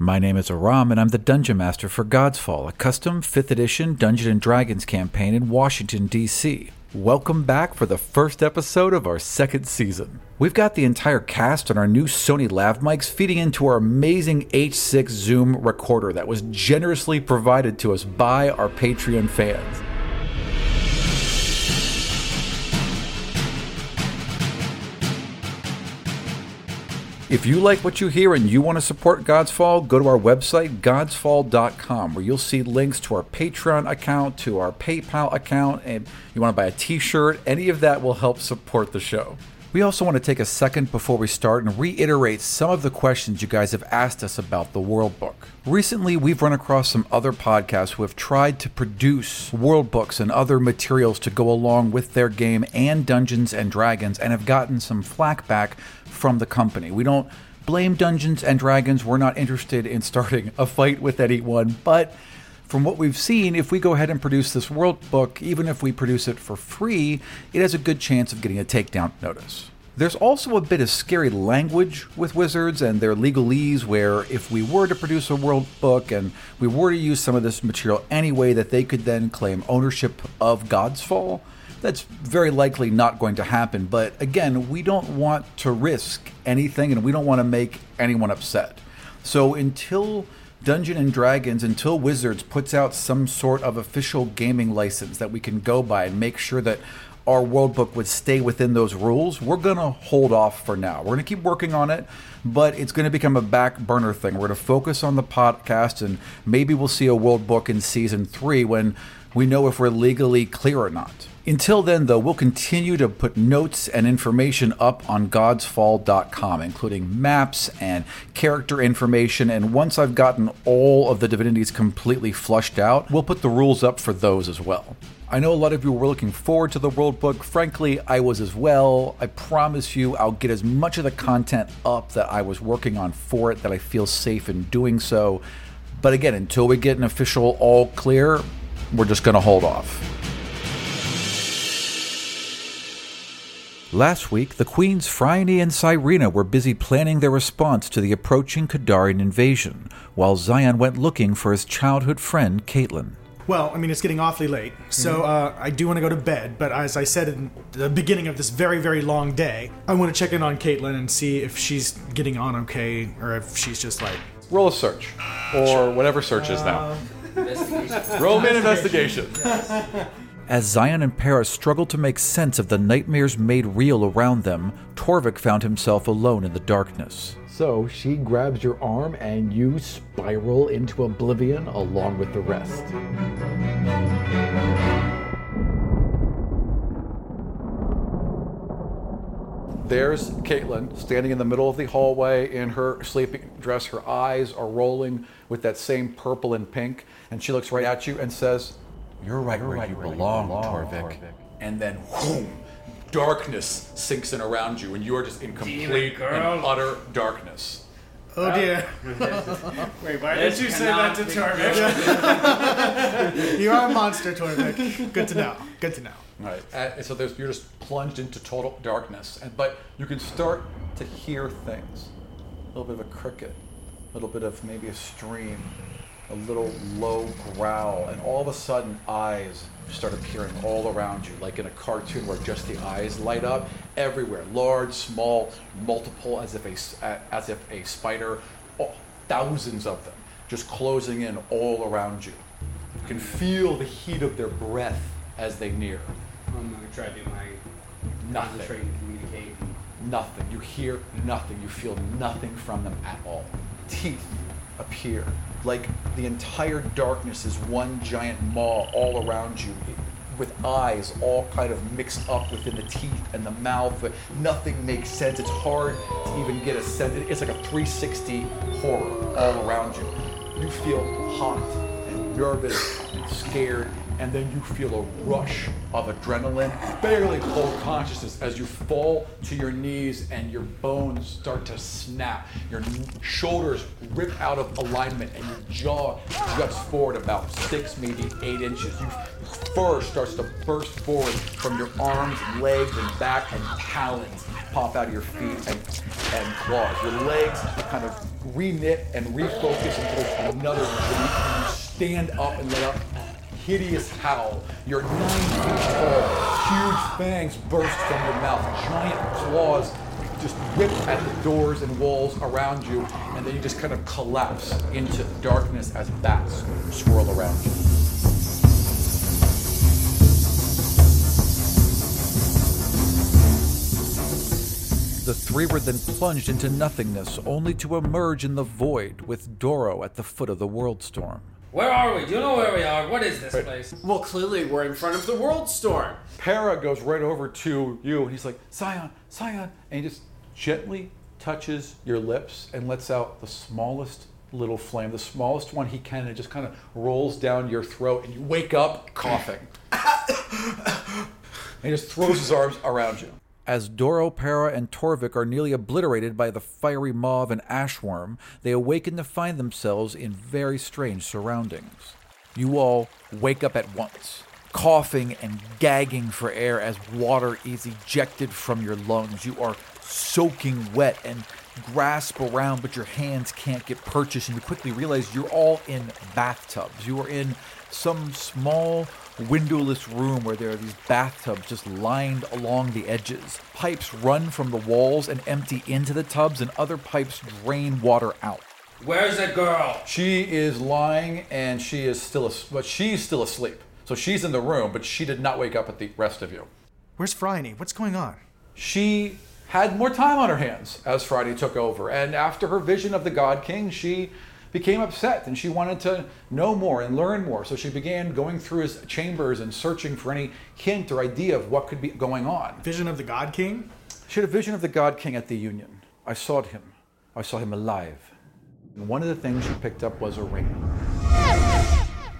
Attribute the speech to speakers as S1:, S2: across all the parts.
S1: My name is Aram, and I'm the Dungeon Master for Godfall, a custom 5th edition Dungeon and Dragons campaign in Washington, D.C. Welcome back for the first episode of our second season. We've got the entire cast on our new Sony lav mics feeding into our amazing H6 Zoom recorder that was generously provided to us by our Patreon fans. If you like what you hear and you want to support God's Fall, go to our website, godsfall.com, where you'll see links to our Patreon account, to our PayPal account, and you want to buy a t shirt, any of that will help support the show. We also want to take a second before we start and reiterate some of the questions you guys have asked us about the World Book. Recently, we've run across some other podcasts who have tried to produce World Books and other materials to go along with their game and Dungeons and Dragons and have gotten some flack back from the company. We don't blame Dungeons and Dragons. We're not interested in starting a fight with anyone, but from what we've seen, if we go ahead and produce this world book, even if we produce it for free, it has a good chance of getting a takedown notice. There's also a bit of scary language with wizards and their legalese where if we were to produce a world book and we were to use some of this material anyway that they could then claim ownership of God's Fall, that's very likely not going to happen. But again, we don't want to risk anything and we don't want to make anyone upset. So until Dungeon and Dragons, until Wizards puts out some sort of official gaming license that we can go by and make sure that our world book would stay within those rules, we're going to hold off for now. We're going to keep working on it, but it's going to become a back burner thing. We're going to focus on the podcast and maybe we'll see a world book in season 3 when we know if we're legally clear or not. Until then, though, we'll continue to put notes and information up on godsfall.com, including maps and character information. And once I've gotten all of the divinities completely flushed out, we'll put the rules up for those as well. I know a lot of you were looking forward to the World Book. Frankly, I was as well. I promise you, I'll get as much of the content up that I was working on for it that I feel safe in doing so. But again, until we get an official all clear, we're just going to hold off. Last week, the queens Phryne and Cyrena were busy planning their response to the approaching Kadarian invasion, while Zion went looking for his childhood friend Caitlin.
S2: Well, I mean, it's getting awfully late, so uh, I do want to go to bed. But as I said in the beginning of this very, very long day, I want to check in on Caitlin and see if she's getting on okay, or if she's just like
S3: Roll a search, or whatever search is now. Roll an investigation.
S1: As Zion and Paris struggled to make sense of the nightmares made real around them, Torvik found himself alone in the darkness.
S4: So she grabs your arm and you spiral into oblivion along with the rest.
S3: There's Caitlin standing in the middle of the hallway in her sleeping dress. Her eyes are rolling with that same purple and pink, and she looks right at you and says,
S1: You're right where you belong, Torvik.
S3: and then whoom, darkness sinks in around you, and you are just in complete and utter darkness.
S2: Oh dear,
S5: Wait, why
S6: did you say that to Torvik?
S2: you are a monster, Torvik. Good to know. Good to know.
S3: All right, Uh, and so there's, you're just plunged into total darkness, and but you can start to hear things. A little bit of a cricket, a little bit of maybe a stream, a little low growl, and all of a sudden eyes start appearing all around you, like in a cartoon where just the eyes light up everywhere, large, small, multiple, as if a s- a- as if a spider, oh, thousands of them, just closing in all around you. You can feel the heat of their breath as they near.
S5: I'm gonna try to do my
S3: Nothing.
S5: concentrate and communicate.
S3: nothing. You hear nothing. You feel nothing from them at all. Teeth appear. Like the entire darkness is one giant maw all around you, with eyes all kind of mixed up within the teeth and the mouth. But nothing makes sense. It's hard to even get a sense. It's like a 360 horror all around you. You feel hot and nervous and scared, and then you feel a rush of adrenaline, barely hold consciousness as you fall to your knees and your bones start to snap. Your n- shoulders rip out of alignment and your jaw juts forward about six, maybe eight inches. You, your fur starts to burst forward from your arms, legs, and back, and talons pop out of your feet and, and claws. Your legs kind of
S1: re-knit and refocus until another joint. You stand up and let out a hideous howl. You're nine feet tall. Huge fangs burst from your mouth. Giant claws just whip at the doors and walls around you, and then you just kind of collapse into the darkness as bats swirl around you.
S7: The three were then plunged into nothingness, only to emerge in the void with Doro at the foot of the world storm.
S5: Where are we? Do you know where we are? What is this place? Well, clearly we're in front of the World Storm.
S1: Para goes right over to you and he's like, Scion, Scion. And he just gently touches your lips and lets out the smallest little flame, the smallest one he can, and it just kind of rolls down your throat. And you wake up coughing. and he just throws his arms around you.
S7: As Doro, Para, and Torvik are nearly obliterated by the fiery maw of an ashworm, they awaken to find themselves in very strange surroundings. You all wake up at once, coughing and gagging for air as water is ejected from your lungs. You are soaking wet and grasp around, but your hands can't get purchase, and you quickly realize you're all in bathtubs. You are in some small windowless room where there are these bathtubs just lined along the edges. Pipes run from the walls and empty into the tubs, and other pipes drain water out.
S5: Where's the girl?
S1: She is lying and she is still, as- but she's still asleep. So she's in the room, but she did not wake up at the rest of you.
S2: Where's Phryne? What's going on?
S1: she had more time on her hands as Friday took over. And after her vision of the God King, she became upset and she wanted to know more and learn more. So she began going through his chambers and searching for any hint or idea of what could be going on.
S2: Vision of the God King?
S1: She had a vision of the God King at the Union. I sought him. I saw him alive. And one of the things she picked up was a ring.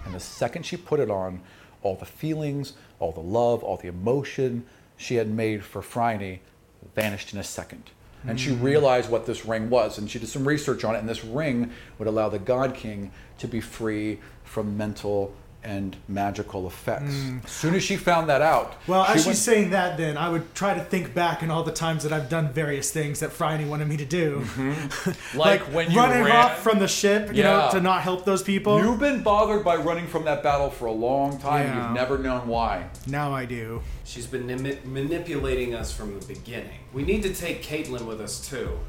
S1: And the second she put it on, all the feelings, all the love, all the emotion she had made for Phryne vanished in a second. And she
S2: Mm.
S1: realized what this ring was, and she did some research on it. And this ring would allow the God King to be free from mental and magical effects. As soon as she found that out,
S2: Mm. Well, as she's
S1: went-
S2: saying that, then I would try to think back in all the times that I've done various things that Phryne wanted me to do,
S1: like, when you
S2: running
S1: ran,
S2: off from the ship,
S1: Yeah.
S2: you know, to not help those people.
S1: You've been bothered by running from that battle for a long time.
S2: Yeah.
S1: You've never known why.
S2: Now I do.
S5: She's been nimi- manipulating us from the beginning. We need to take Caitlin with us too,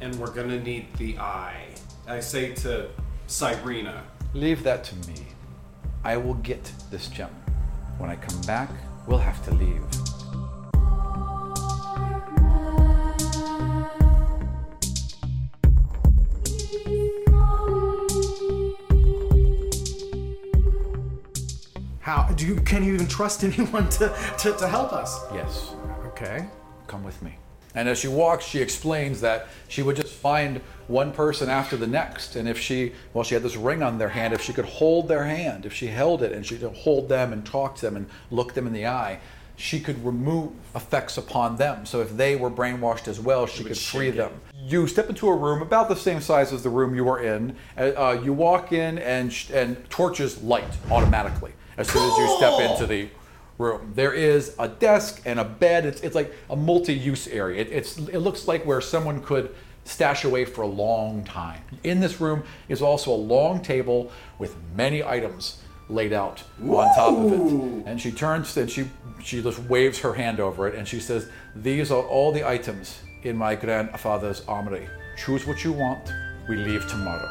S5: and we're gonna need the eye. I say to Cyrena,
S1: Leave that to me. I will get this gem. When I come back, we'll have to leave.
S2: How do you? Can you even trust anyone to to, to help us?
S1: Yes,
S2: Okay.
S1: come with me. And as she walks, she explains that she would just find one person after the next. And if she, well, she had this ring on their hand, if she could hold their hand, if she held it and she could hold them and talk to them and look them in the eye, she could remove effects upon them. So if they were brainwashed as well, she could free them. You step into a room about the same size as the room you were in. Uh, Uh, you walk in, and, sh- and torches light automatically as soon as you step into the room. There is a desk and a bed. It's, it's like a multi-use area. It, it's it looks like where someone could stash away for a long time. In this room is also a long table with many items laid out on top of it. And she turns and she she just waves her hand over it and she says, "These are all the items in my grandfather's armory. Choose what you want. We leave tomorrow."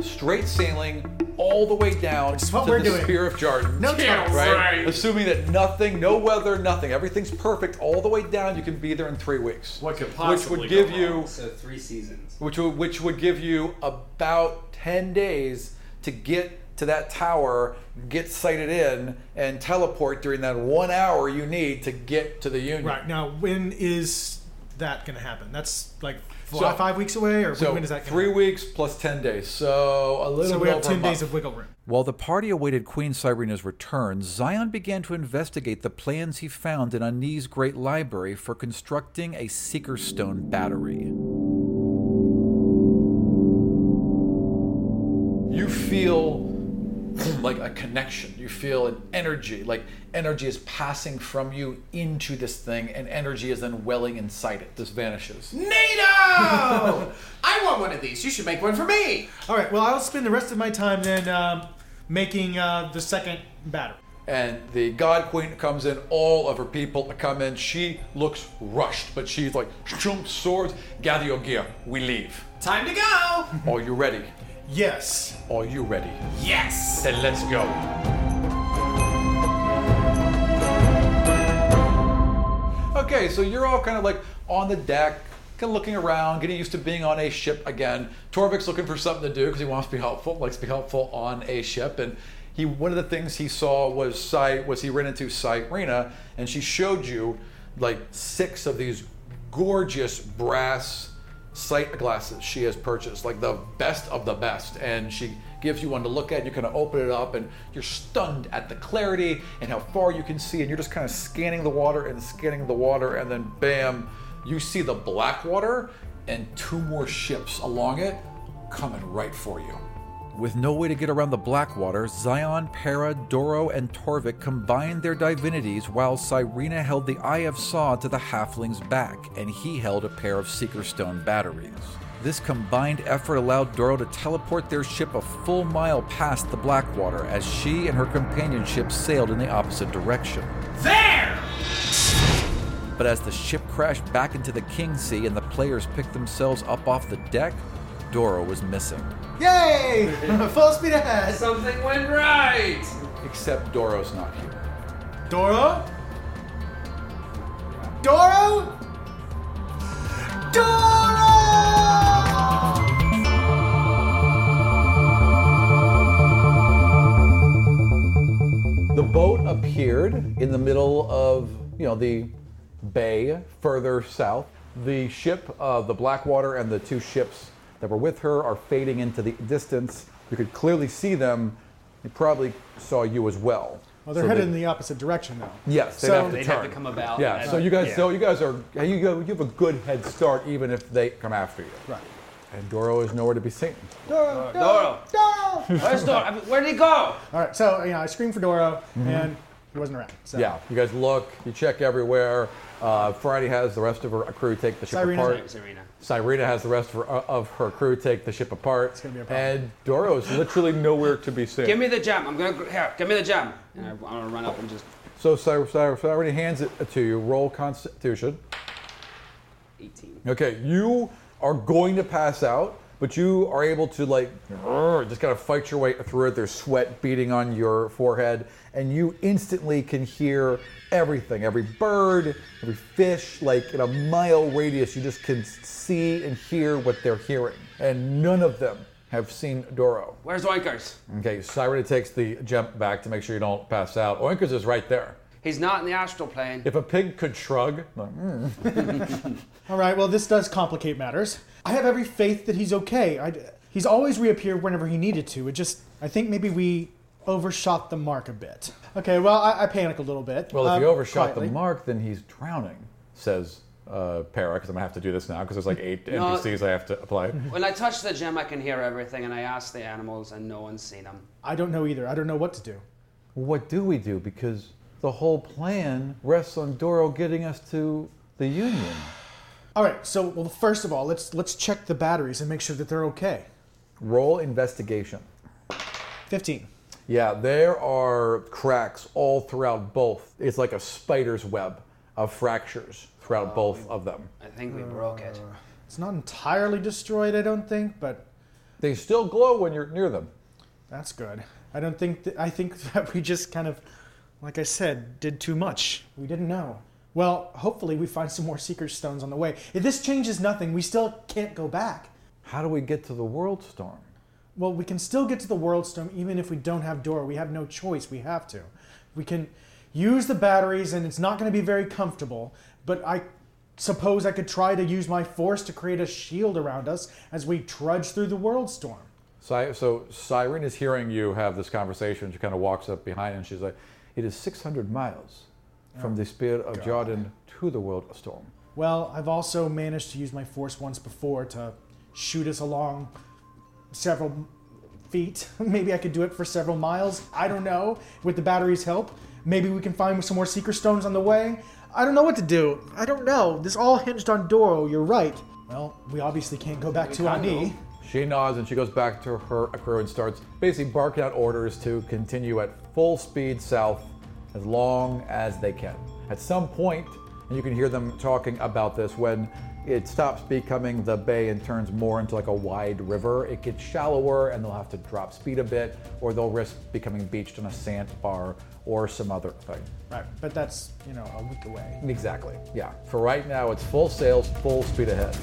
S1: straight sailing all the way down
S2: is what
S1: to
S2: we're
S1: the
S2: doing.
S1: Spear of Jordan.
S2: No Yeah, trouble.
S8: right.
S1: Assuming that nothing, no weather, nothing, everything's perfect all the way down, you can be there in three weeks.
S5: "What could
S1: Which
S5: possibly
S1: would give
S5: go
S1: you,
S5: wrong? So three seasons.
S1: which would, which would give you about ten days to get to that tower, get sighted in, and teleport during that one hour you need to get to the Union.
S2: Right now, when is that going to happen? That's like four,
S1: So-
S2: five weeks away, or
S1: So
S2: when is that? gonna
S1: three
S2: happen?
S1: weeks plus ten days, so a little
S2: So
S1: bit
S2: we have
S1: over a
S2: ten days
S1: month.
S2: of wiggle room.
S7: While the party awaited Queen Cyrena's return, Zion began to investigate the plans he found in Ani's great library for constructing a Seeker Stone battery.
S1: You feel like a connection. You feel an energy, like energy is passing from you into this thing, and energy is then welling inside it. This vanishes.
S5: NATO! I want one of these. You should make one for me.
S2: All right. Well, I'll spend the rest of my time then um, making uh, the second batter.
S1: And the God Queen comes in, all of her people come in. She looks rushed, but she's like, jump swords, gather your gear, we leave.
S5: Time to go.
S1: Are you ready?
S2: Yes.
S1: Are you ready?
S5: Yes.
S1: Then let's go. Okay, so you're all kind of like on the deck, kind of looking around, getting used to being on a ship again. Torvik's looking for something to do because he wants to be helpful, likes to be helpful on a ship. And he, one of the things he saw was Cy, was he ran into Cyrena, and she showed you like six of these gorgeous brass sight glasses she has purchased, like the best of the best. And she gives you one to look at. You kind of open it up, and you're stunned at the clarity and how far you can see. And you're just kind of scanning the water and scanning the water, and then bam, you see the black water and two more ships along it coming right for you.
S9: With no way to get around the Blackwater, Zion, Para, Doro, and Torvik combined their divinities while Cyrena held the Eye of Saw to the halfling's back, and he held a pair of Seeker Stone batteries. This combined effort allowed Doro to teleport their ship a full mile past the Blackwater as she and her companionship sailed in the opposite direction.
S5: There.
S9: But as the ship crashed back into the King Sea and the players picked themselves up off the deck, Doro was missing.
S2: Yay! Full speed ahead.
S10: Something went right.
S1: Except Doro's not here.
S2: Doro. Doro. Oh, Doro.
S1: The boat appeared in the middle of, you know, the bay further south. The ship of the Blackwater and the two ships that were with her are fading into the distance. You could clearly see them. They probably saw you as well.
S2: Well, Oh, they're
S1: So
S2: headed
S1: they-
S2: in the opposite direction though.
S1: Yes, they'd
S2: So-
S1: have to
S2: They'd
S1: turn.
S5: have to come about.
S1: Yeah,
S5: and-
S1: so you guys,
S5: yeah.
S1: so you guys are you go- you have a good head start even if they come after you.
S2: Right.
S1: And Doro is nowhere to be seen.
S2: Doro.
S5: Doro.
S2: Doro.
S5: Where's Dora? I mean, Where'd he go?
S2: All right. So you know, I screamed for Doro, and he wasn't around. So.
S1: Mm-hmm. Yeah, you guys look, you check everywhere. Uh, Friday has the rest of her crew take the ship
S2: Cyrena's
S1: apart.
S2: not-
S5: Serena.
S1: Cyrena has the rest of her, of her crew take the ship apart.
S2: gonna be a problem.
S1: and Doro is literally nowhere to be seen.
S5: Give me the gem. I'm gonna gr- here. Give me the gem. And I, I'm gonna run up and just
S1: so Cy- Cy- Cyrena hands it to you. Roll Constitution.
S5: 18.
S1: Okay, you are going to pass out, but you are able to like grr, just kind of fight your way through it. There's sweat beating on your forehead, and you instantly can hear everything, every bird, every fish, like in a mile radius. You just can see and hear what they're hearing, and none of them have seen Doro.
S5: Where's Oinkers?
S1: Okay, Cyrita takes the jump back to make sure you don't pass out. Oinkers is right there.
S5: He's not in the astral plane.
S1: If a pig could shrug, like, mm,
S2: All right. Well, this does complicate matters. I have every faith that he's okay. I, he's always reappeared whenever he needed to. It just, I think maybe we overshot the mark a bit. Okay. Well, I, I panic a little bit.
S1: Well, if
S2: um,
S1: you overshot
S2: quietly.
S1: the mark, then he's drowning, says uh, Para, because I'm gonna have to do this now because there's like eight
S5: No.
S1: NPCs I have to apply.
S5: When I touch the gem, I can hear everything, and I ask the animals, and no one's seen him.
S2: I don't know either. I don't know what to do.
S1: what do we do? Because the whole plan rests on Doro getting us to the Union.
S2: All right. So, well, first of all, let's let's check the batteries and make sure that they're okay.
S1: Roll investigation.
S2: Fifteen.
S1: Yeah, there are cracks all throughout both. It's like a spider's web of fractures throughout
S2: Oh,
S1: both of them.
S5: I think we broke it.
S1: Uh,
S2: It's not entirely destroyed, I don't think, but
S1: They still glow when you're near them.
S2: that's good. I don't think that, I think that we just kind of, like I said, did too much. We didn't know. Well, hopefully we find some more secret stones on the way. If this changes nothing, we still can't go back.
S1: How do we get to the World Storm?
S2: Well, we can still get to the world stone even if we don't have Dora. We have no choice. We have to. We can use the batteries, and it's not going to be very comfortable. But I suppose I could try to use my force to create a shield around us as we trudge through the world storm.
S1: So, so Siren is hearing you have this conversation. She kind of walks up behind and she's like, "It is 600 miles from the spear of Jordan to the world storm."
S2: Well, I've also managed to use my force once before to shoot us along several feet. Maybe I could do it for several miles. I don't know. With the battery's help, maybe we can find some more secret stones on the way. I don't know what to do. I don't know. This all hinged on Doro. You're right. Well, we obviously can't go back to
S11: can't
S2: Ani.
S1: She nods and she goes back to her crew and starts basically barking out orders to continue at full speed south as long as they can. At some point, and you can hear them talking about this when it stops becoming the bay and turns more into like a wide river. It gets shallower and they'll have to drop speed a bit or they'll risk becoming beached on a sandbar or some other thing.
S2: Right, but that's you know a week away.
S1: Exactly. Yeah. For right now, it's full sails, full speed ahead.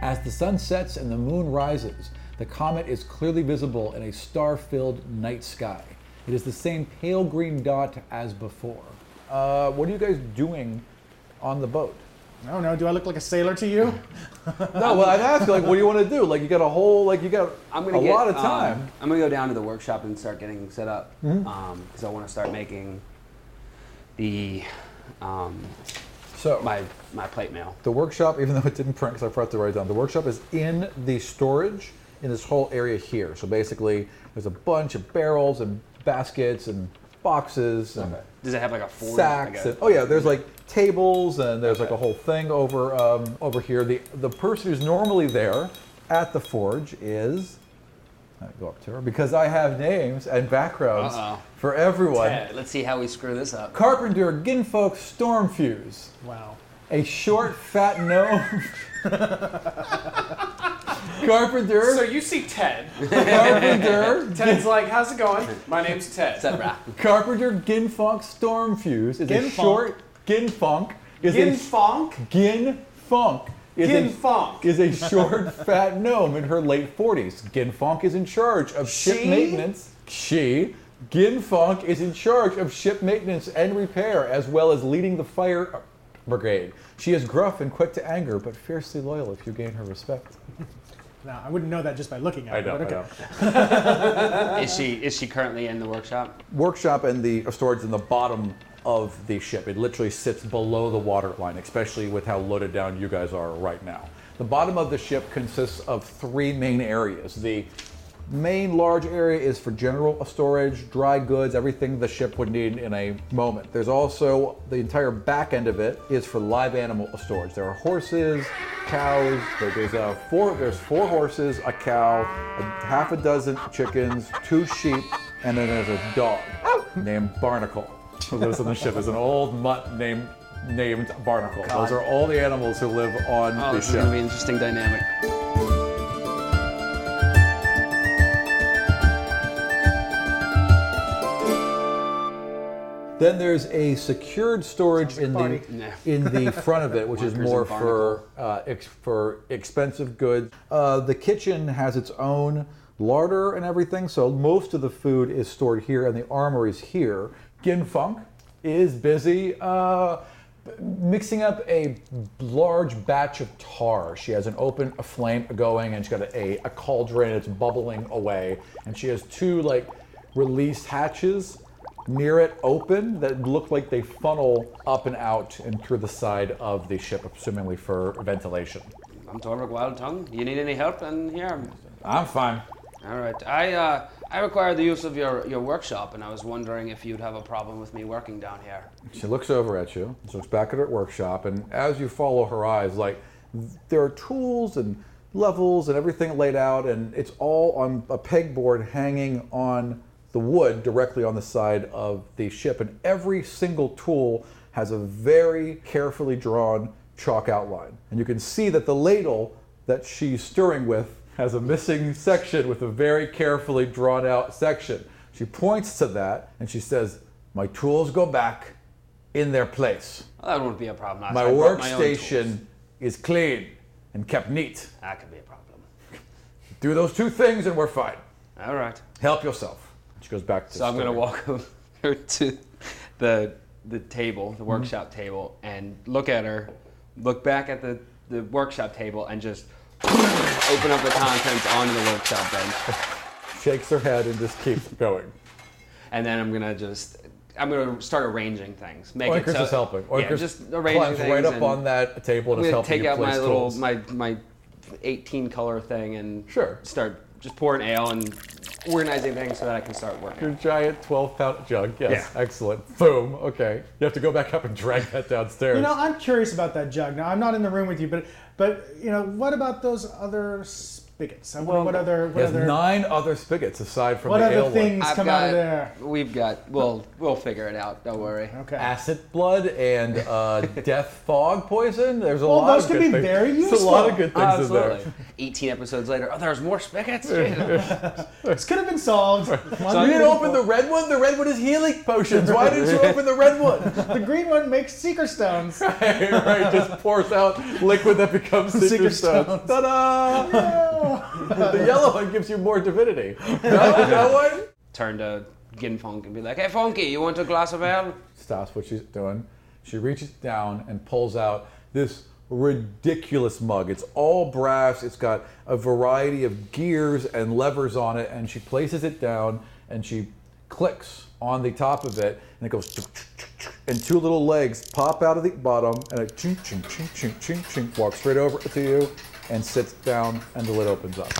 S1: As the sun sets and the moon rises, the comet is clearly visible in a star filled night sky. It is the same pale green dot as before. Uh, what are you guys doing on the boat?
S2: I don't know. Do I look like a sailor to you?
S1: No, well, I'd ask, like, what do you want to do? Like, you got a whole, like, you got
S3: I'm gonna
S1: a
S3: get,
S1: lot of
S3: um,
S1: time. Mm-hmm.
S3: I'm gonna go down to the workshop and start getting set up because I want to start making the um,
S1: so,
S3: my my plate mail.
S1: The workshop, even though it didn't print because I forgot to write it down, the workshop is in the storage in this whole area here. So basically, there's a bunch of barrels and baskets and boxes and
S3: Does it have like a form?
S1: sacks.
S3: Like
S1: And,
S3: a-
S1: oh yeah, there's like tables and there's like a whole thing over um, over here. The the person who's normally there at the forge is. I go up to her because I have names and backgrounds
S3: Uh-oh.
S1: for everyone.
S3: Alright, let's see how we screw this up.
S1: Carpenter Ginfolk Stormfuse
S2: Wow.
S1: a short, fat gnome.
S5: So
S1: Carpenter,
S5: you see Ted.
S1: Carpenter,
S5: Ted's like, "How's it going? My name's Ted."
S3: What's up, brah?
S1: Carpenter Ginfunk Stormfuse is a
S2: Ginfunk.
S1: short Ginfunk is
S5: Gin
S1: a
S5: Funk.
S1: Ginfunk is
S5: Ginfunk.
S1: a is a short, fat gnome in her late 40s. Ginfunk is in charge of ship
S5: She?
S1: maintenance. She Ginfunk is in charge of ship maintenance and repair, as well as leading the fire brigade. She is gruff and quick to anger, but fiercely loyal if you gain her respect.
S2: No, I wouldn't know that just by looking at it. but okay.
S3: Is she is she currently in the workshop?
S1: workshop and the storage in the bottom of the ship. It literally sits below the water line, especially with how loaded down you guys are right now. The bottom of the ship consists of three main areas. The main large area is for general storage, dry goods, everything the ship would need in a moment. There's also the entire back end of it is for live animal storage. There are horses, cows. There's uh, four. There's four horses, a cow, a half a dozen chickens, two sheep, and then there's a dog named Barnacle who lives on the ship. There's an old mutt named named Barnacle. Those are all the animals who live on
S3: Oh,
S1: the
S3: this is
S1: ship.
S3: gonna be an interesting dynamic.
S1: Then there's a secured storage in the
S3: Nah.
S1: in the front of it, which is
S3: Workers
S1: more
S3: and
S1: for uh, ex- for expensive goods. Uh, the kitchen has its own larder and everything, so most of the food is stored here, and the armory is here. Ginfunk is busy. Uh, Mixing up a large batch of tar. She has an open flame going and she's got a, a cauldron, it's bubbling away. And she has two like release hatches near it open that look like they funnel up and out and through the side of the ship, assumingly for ventilation.
S3: I'm Torvik Wild Tongue. You need any help in here?
S1: I'm fine.
S3: All right. I uh, I require the use of your, your workshop, and I was wondering if you'd have a problem with me working down here.
S1: She looks over at you. She looks back at her workshop, and as you follow her eyes, like there are tools and levels and everything laid out, and it's all on a pegboard hanging on the wood directly on the side of the ship. And every single tool has a very carefully drawn chalk outline, and you can see that the ladle that she's stirring with has a missing section with a very carefully drawn out section. She points to that and she says, "My tools go back." in their place.
S3: Well, that won't be a problem. I-
S1: My
S3: I brought my own tools.
S1: workstation is clean and kept neat.
S3: That could be a problem.
S1: Do those two things and we're fine.
S3: All right.
S1: Help yourself. She goes back to
S3: So I'm
S1: stirring.
S3: gonna walk over to the the table,
S1: Mm-hmm.
S3: the workshop table, and look at her, look back at the, the workshop table, and just open up the contents onto the workshop bench.
S1: Shakes her head and just keeps going.
S3: And then I'm gonna just I'm gonna start arranging things. Make it
S1: Oinkers
S3: so,
S1: is helping. Oinkers
S3: yeah, just arranging
S1: climbs
S3: things
S1: right up
S3: and
S1: on that table and
S3: I'm
S1: is
S3: gonna
S1: helping
S3: take
S1: you
S3: out my
S1: place
S3: little
S1: tools.
S3: my my 18 color thing and
S1: Sure.
S3: start just pouring ale and organizing things so that I can start working.
S1: Your giant 12 pound jug. Yes.
S3: Yeah.
S1: Excellent. Boom. Okay. You have to go back up and drag that downstairs.
S2: You know, I'm curious about that jug. Now, I'm not in the room with you, but but you know, what about those other spigots? I wonder what other
S1: he
S2: what
S1: has
S2: other
S1: nine other spigots aside from
S2: what
S1: the ale
S2: other
S1: one.
S2: things
S3: I've
S2: come
S3: got,
S2: out of there?
S3: We've got. We'll we'll figure it out. Don't worry.
S2: Okay.
S1: Acid blood and uh, death fog poison. There's a lot
S2: those
S1: of
S2: can
S1: good
S2: be
S1: things.
S2: very
S1: There's a lot of
S2: useful.
S1: good things in there.
S3: Absolutely. 18 episodes later, oh, there's more spigots. Jesus.
S2: This could have been solved.
S1: You didn't open the red one. The red one is healing potions. Why didn't you open the red one?
S2: the green one makes seeker stones.
S1: right, just pours out liquid that becomes cinder
S2: Secret
S1: stones.
S2: stones.
S1: Ta-da! the yellow one gives you more divinity. That, that one
S3: Turn to Gin Funk and be like, hey, Funky, you want a glass of ale?
S1: stops what she's doing. She reaches down and pulls out this ridiculous mug. It's all brass, it's got a variety of gears and levers on it, and she places it down and she clicks on the top of it, and it goes, and two little legs pop out of the bottom, and it chink, chink, chink, chink, chink, chink, walks right over to you and sits down, and the lid opens up.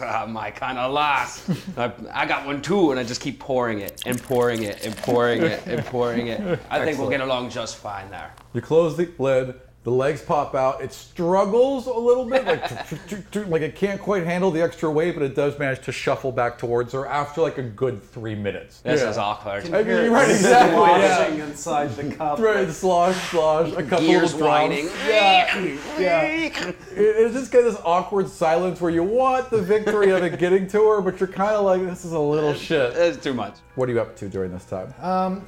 S3: Ah, my kind of loss. I, I got one too, and I just keep pouring it and pouring it and pouring it and pouring it. I think we'll get along just fine there.
S1: You close the lid. The legs pop out. It struggles a little bit, like like it can't quite handle the extra weight, but it does manage to shuffle back towards her after like a good three minutes.
S3: This is awkward.
S1: I mean, you're right, exactly. Yeah.
S5: Sloshing inside the cup.
S1: Right, slosh, slosh, a couple
S3: Gears
S1: of drums.
S3: whining.
S1: Yeah, yeah. It- It's just kind of this awkward silence where you want the victory of it getting to her, but you're kind of like, this is a little shit.
S3: That's too much.
S1: What are you up to during this time?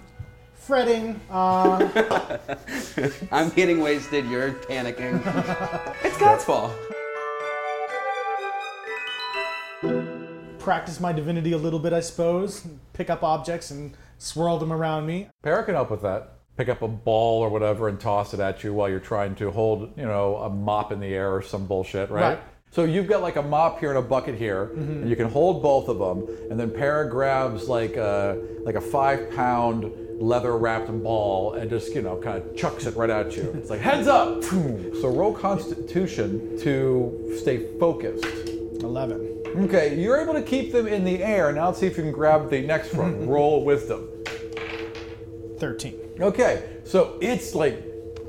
S2: Fretting. Uh,
S3: I'm getting wasted. You're panicking. it's God's fault.
S2: practice my divinity a little bit, I suppose. Pick up objects and swirl them around me.
S1: Para can help with that. Pick up a ball or whatever and toss it at you while you're trying to hold, you know, a mop in the air or some bullshit, right?
S2: Right.
S1: So you've got like a mop here and a bucket here, and you can hold both of them. And then Para grabs like a like a five pound leather wrapped ball and just you know kind of chucks it right at you. It's like heads up. So roll Constitution to stay focused.
S2: 11.
S1: Okay, you're able to keep them in the air. Now let's see if you can grab the next one. roll Wisdom.
S2: 13.
S1: Okay, so it's like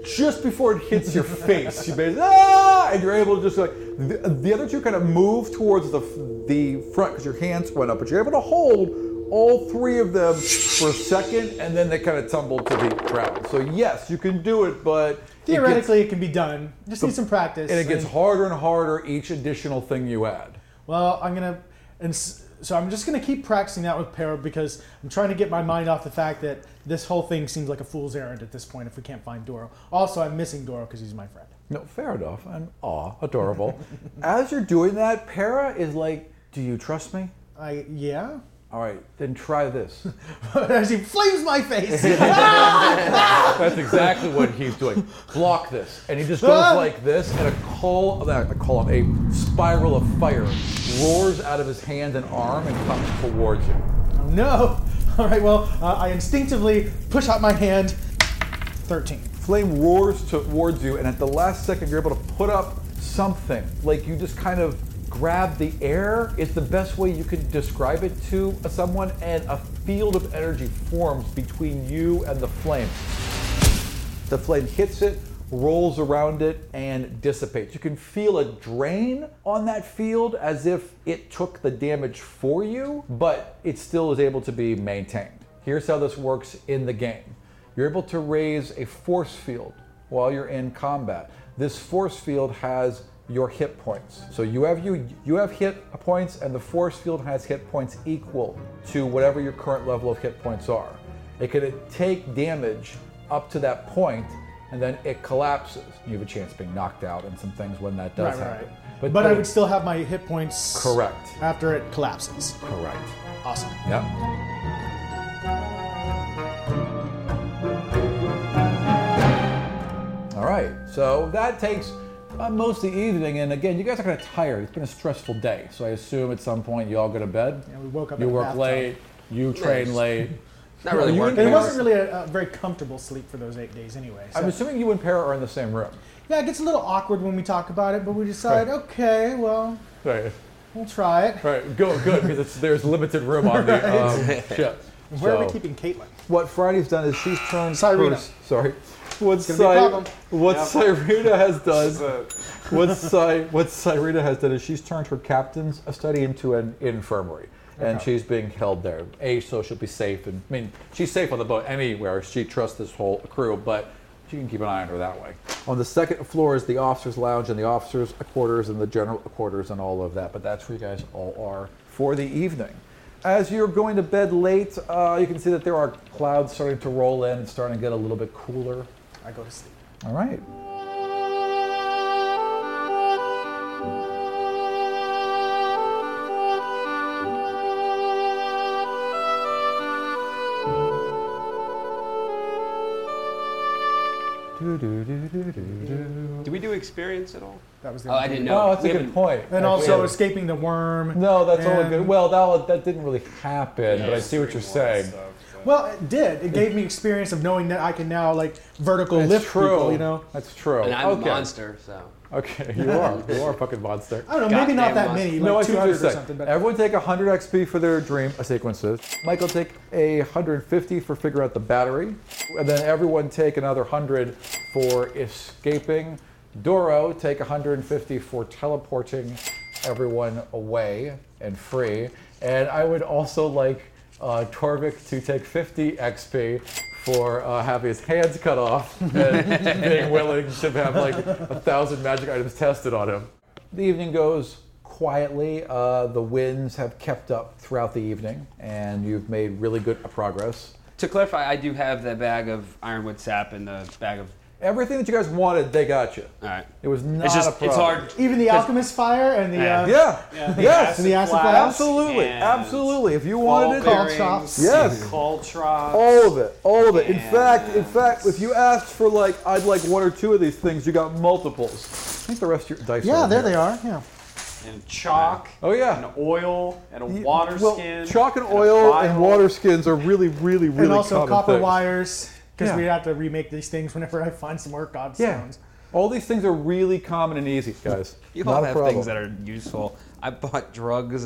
S1: just before it hits your face, you basically, ah, and you're able to just like the, the other two kind of move towards the f- the front because your hands went up, but you're able to hold all three of them for a second, and then they kind of tumble to the ground. So yes, you can do it, but it gets-
S2: Theoretically, it can be done. Just need some practice.
S1: and it gets
S2: I-
S1: harder and harder each additional thing you add.
S2: Well, I'm gonna, and s- so I'm just gonna keep practicing that with Para because I'm trying to get my mind off the fact that this whole thing seems like a fool's errand at this point if we can't find Doro. Also, I'm missing Doro because he's my friend.
S1: No, fair enough. And aw, adorable. As you're doing that, Para is like, "Do you trust me?"
S2: I yeah.
S1: All right, then try this.
S2: As he flames my face.
S1: That's exactly what he's doing. Block this, and he just goes like this, and a call, not a column, a spiral of fire roars out of his hand and arm and comes towards you.
S2: Oh, no. All right. Well, uh, I instinctively push out my hand. Thirteen.
S1: Flame roars towards you, and at the last second, you're able to put up something. Like you just kind of grab the air. It's the best way you could describe it to someone, and a field of energy forms between you and the flame. The flame hits it, rolls around it, and dissipates. You can feel a drain on that field as if it took the damage for you, but it still is able to be maintained. Here's how this works in the game you're able to raise a force field while you're in combat. This force field has your hit points. So you have you you have hit points and the force field has hit points equal to whatever your current level of hit points are. It could take damage up to that point, and then it collapses. You have a chance of being knocked out and some things when that does
S2: Right, right,
S1: happen.
S2: right. But, I would still have my hit points.
S1: Correct.
S2: After it collapses.
S1: Correct.
S2: Awesome.
S1: Yep. All right. So that takes uh, most of the evening, and again, you guys are kind of tired. It's been a stressful day, so I assume at some point you all go to bed.
S2: Yeah, we woke up
S1: You
S2: in the
S1: work
S2: bathtub.
S1: late. You train late.
S3: Not really
S1: you
S3: working.
S1: and
S2: And it
S1: Paris-
S2: wasn't really a, a very comfortable sleep for those eight days anyway. So.
S1: I'm assuming you and Para are in the same room.
S2: yeah, it gets a little awkward when we talk about it, but we decide,
S1: Right.
S2: okay, well,
S1: Right,
S2: we'll try it.
S1: right. Go, good, because there's limited room on the um, ship.
S2: Where are
S1: So-
S2: we keeping Caitlin?
S1: what Friday's done is she's turned
S2: Cyrena.
S1: pers- sorry. What,
S2: gonna be a problem.
S1: what Cyrena has done, what, Cy- what Cyrena has done is she's turned her captain's uh, study into an infirmary, and she's being held there. A, so she'll be safe, and I mean she's safe on the boat anywhere. She trusts this whole crew, but she can keep an eye on her that way. On the second floor is the officers' lounge and the officers' quarters and the general quarters and all of that. But that's where you guys all are for the evening. As you're going to bed late, uh, you can see that there are clouds starting to roll in and starting to get a little bit cooler.
S2: I go to sleep.
S1: All right.
S3: Do we do experience at all?
S2: That was the
S3: Oh, I didn't know.
S1: Oh, that's
S3: We
S1: a good
S3: haven't-
S1: point. Like,
S2: And also
S1: yeah.
S2: escaping the worm.
S1: no, that's all
S2: and-
S1: good. Well, that, that didn't really happen, but I see what you're saying.
S3: uh,
S2: Well, it did. It gave me experience of knowing that I can now like vertical
S1: That's
S2: lift
S1: true.
S2: people. You know,
S1: That's true.
S3: And I'm
S1: okay.
S3: a monster, so.
S1: Okay, you are. You are a fucking monster.
S2: I don't know. Maybe not
S3: Goddamn
S2: that
S3: monster.
S2: many, like
S1: No, I see
S2: two
S1: what you're
S2: hundred or
S1: saying.
S2: something. But
S1: Everyone take 100 XP for their dream uh, sequences. Michael take a 150 for figure out the battery, and then everyone take another 100 for escaping. Doro take 150 for teleporting everyone away and free. And I would also like uh, Torvik to take 50 XP for uh, having his hands cut off and being willing to have like a thousand magic items tested on him. The evening goes quietly. Uh, the winds have kept up throughout the evening, and you've made really good progress.
S3: To clarify, I do have the bag of ironwood sap and the bag of.
S1: Everything that you guys wanted, they got you.
S3: All right.
S1: It was not
S3: It's
S1: a
S3: just
S1: problem.
S3: it's hard.
S2: even the alchemist fire and the
S3: Yeah.
S2: uh,
S1: Yeah. yes.
S2: and the acid flask.
S1: absolutely.
S6: and
S1: Absolutely. If you
S6: Ball
S1: wanted it,
S2: Called
S6: bearings,
S2: chops.
S1: Yes.
S6: Ball trough.
S1: all of it. All of it. In
S6: And-
S1: fact, in fact, if you asked for like, I'd like one or two of these things, you got multiples. I think the rest of your dice.
S2: yeah,
S1: in
S2: there
S1: here.
S2: they are. Yeah.
S6: And chalk.
S1: Oh yeah.
S6: And oil. And a water
S1: well,
S6: skin.
S1: chalk and
S6: a
S1: oil and
S6: vial.
S1: water skins are really, really, really
S2: and also
S1: common
S2: copper
S1: things.
S2: wires because
S1: Yeah.
S2: we have to remake these things whenever I find some more godstones.
S1: All these things are really common and easy, guys.
S3: You
S1: Not
S3: all
S1: a
S3: have
S1: problem.
S3: things that are useful. I bought drugs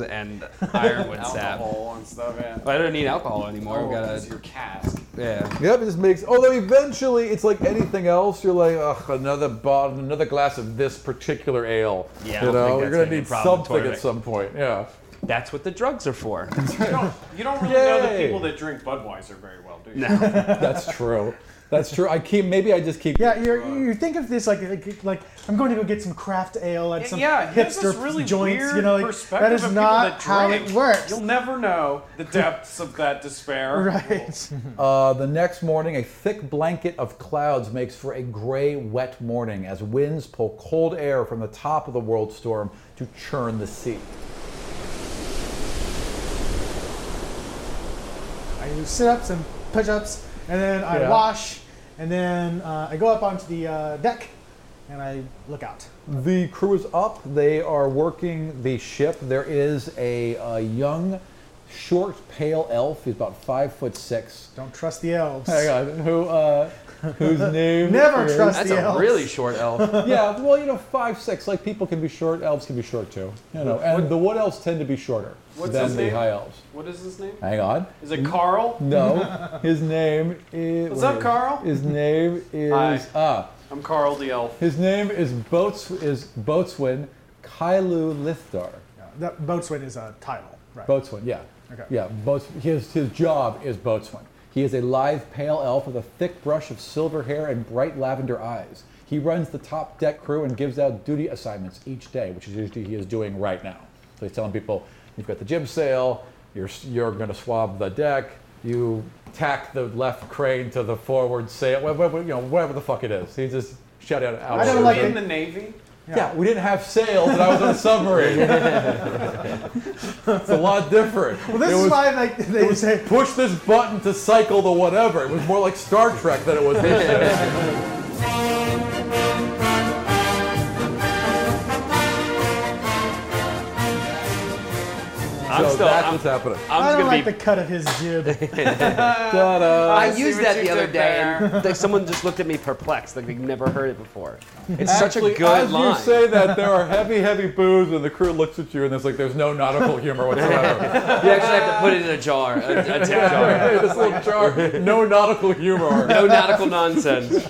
S3: and ironwood sap.
S6: Alcohol and stuff. Yeah.
S3: I don't need alcohol
S2: oh,
S3: anymore. I've got
S1: Oh,
S6: It's
S3: a
S6: your cask.
S3: yeah.
S1: Yep, it just makes. Although eventually, it's like anything else. You're like, ugh, another bottle, another glass of this particular ale.
S3: Yeah, I
S1: you
S3: don't think
S1: know, you're
S3: that's
S1: gonna
S3: gonna be a
S1: need
S3: problem,
S1: something at
S3: Torvik.
S1: some point. Yeah.
S3: That's what the drugs are for.
S6: You don't, you don't really know the
S1: Yay.
S6: people that drink Budweiser very well, do you?
S1: That's true. That's true. I keep. Maybe I just keep.
S2: Yeah, you're, you think of this like, like like I'm going to go get some craft ale at
S6: Yeah,
S2: some
S6: yeah, here's this
S2: hipster
S6: really
S2: joints.
S6: weird
S2: you know, like,
S6: perspective
S2: that is
S6: of people
S2: not
S6: that
S2: how
S6: drink.
S2: it works.
S6: You'll never know the depths of that despair.
S2: Right.
S1: Uh, the next morning, a thick blanket of clouds makes for a gray, wet morning as winds pull cold air from the top of the world storm to churn the sea.
S2: I do sit ups and push ups, and then I
S1: Yeah.
S2: wash, and then uh, I go up onto the uh, deck, and I look out.
S1: The crew is up. They are working the ship. There is a, uh young, short, pale elf. He's about five foot six.
S2: Don't trust the elves.
S1: Hang on, who, uh, whose name?
S2: Never
S1: is-
S2: trust
S3: That's
S2: the
S3: a
S2: elves.
S3: really short elf.
S1: Yeah, well, you know, five six. Like people can be short. Elves can be short too. You know, and the wood elves tend to be shorter
S6: What's
S1: than
S6: his
S1: the
S6: name?
S1: high elves.
S6: What is his name?
S2: Uh,
S1: Hang on.
S6: Is it Carl?
S1: No, his name is.
S6: What's up,
S1: wait.
S6: Carl?
S1: His name is.
S6: Hi.
S1: Ah,
S6: I'm Carl the elf.
S1: his name is Boats is Boatswain Kailu Lithdar.
S2: That boatswain is a title, right?
S1: Boatswain, yeah.
S2: Okay.
S1: Yeah, boats, his, his job is boatswain. He is a live, pale elf with a thick brush of silver hair and bright lavender eyes. He runs the top deck crew and gives out duty assignments each day, which is usually he is doing right now. So he's telling people, you've got the jib sail, you're, s- you're going to swab the deck, you tack the left crane to the forward sail, whatever, you know, whatever the fuck it is. He just shout out.
S2: I don't
S6: Are
S2: like
S6: we in
S2: it.
S6: the Navy?
S1: Yeah, we didn't have sails, and I was on a submarine. it's a lot different.
S2: Well, this
S1: It
S2: is
S1: was-
S2: why like they say
S1: push this button to cycle the whatever. It was more like Star Trek than it was this shit.
S3: I I'm
S1: so
S3: still-
S1: that's
S3: I'm-
S1: what's happening.
S3: I'm
S2: I
S3: just
S2: don't
S3: gonna
S2: like
S3: be.
S2: the cut of his jib.
S3: I
S6: see
S3: used
S6: what
S3: that
S6: you
S3: the other
S6: did
S3: day,
S6: there.
S3: and like someone just looked at me perplexed, like they've never heard it before. It's
S1: Actually,
S3: such a good
S1: as
S3: line.
S1: you say that, there are heavy, heavy boos, and the crew looks at you, and it's like there's no nautical humor whatsoever.
S3: You actually have to put it in a jar, a, a tip jar.
S1: this little jar, no nautical humor.
S3: No nautical nonsense.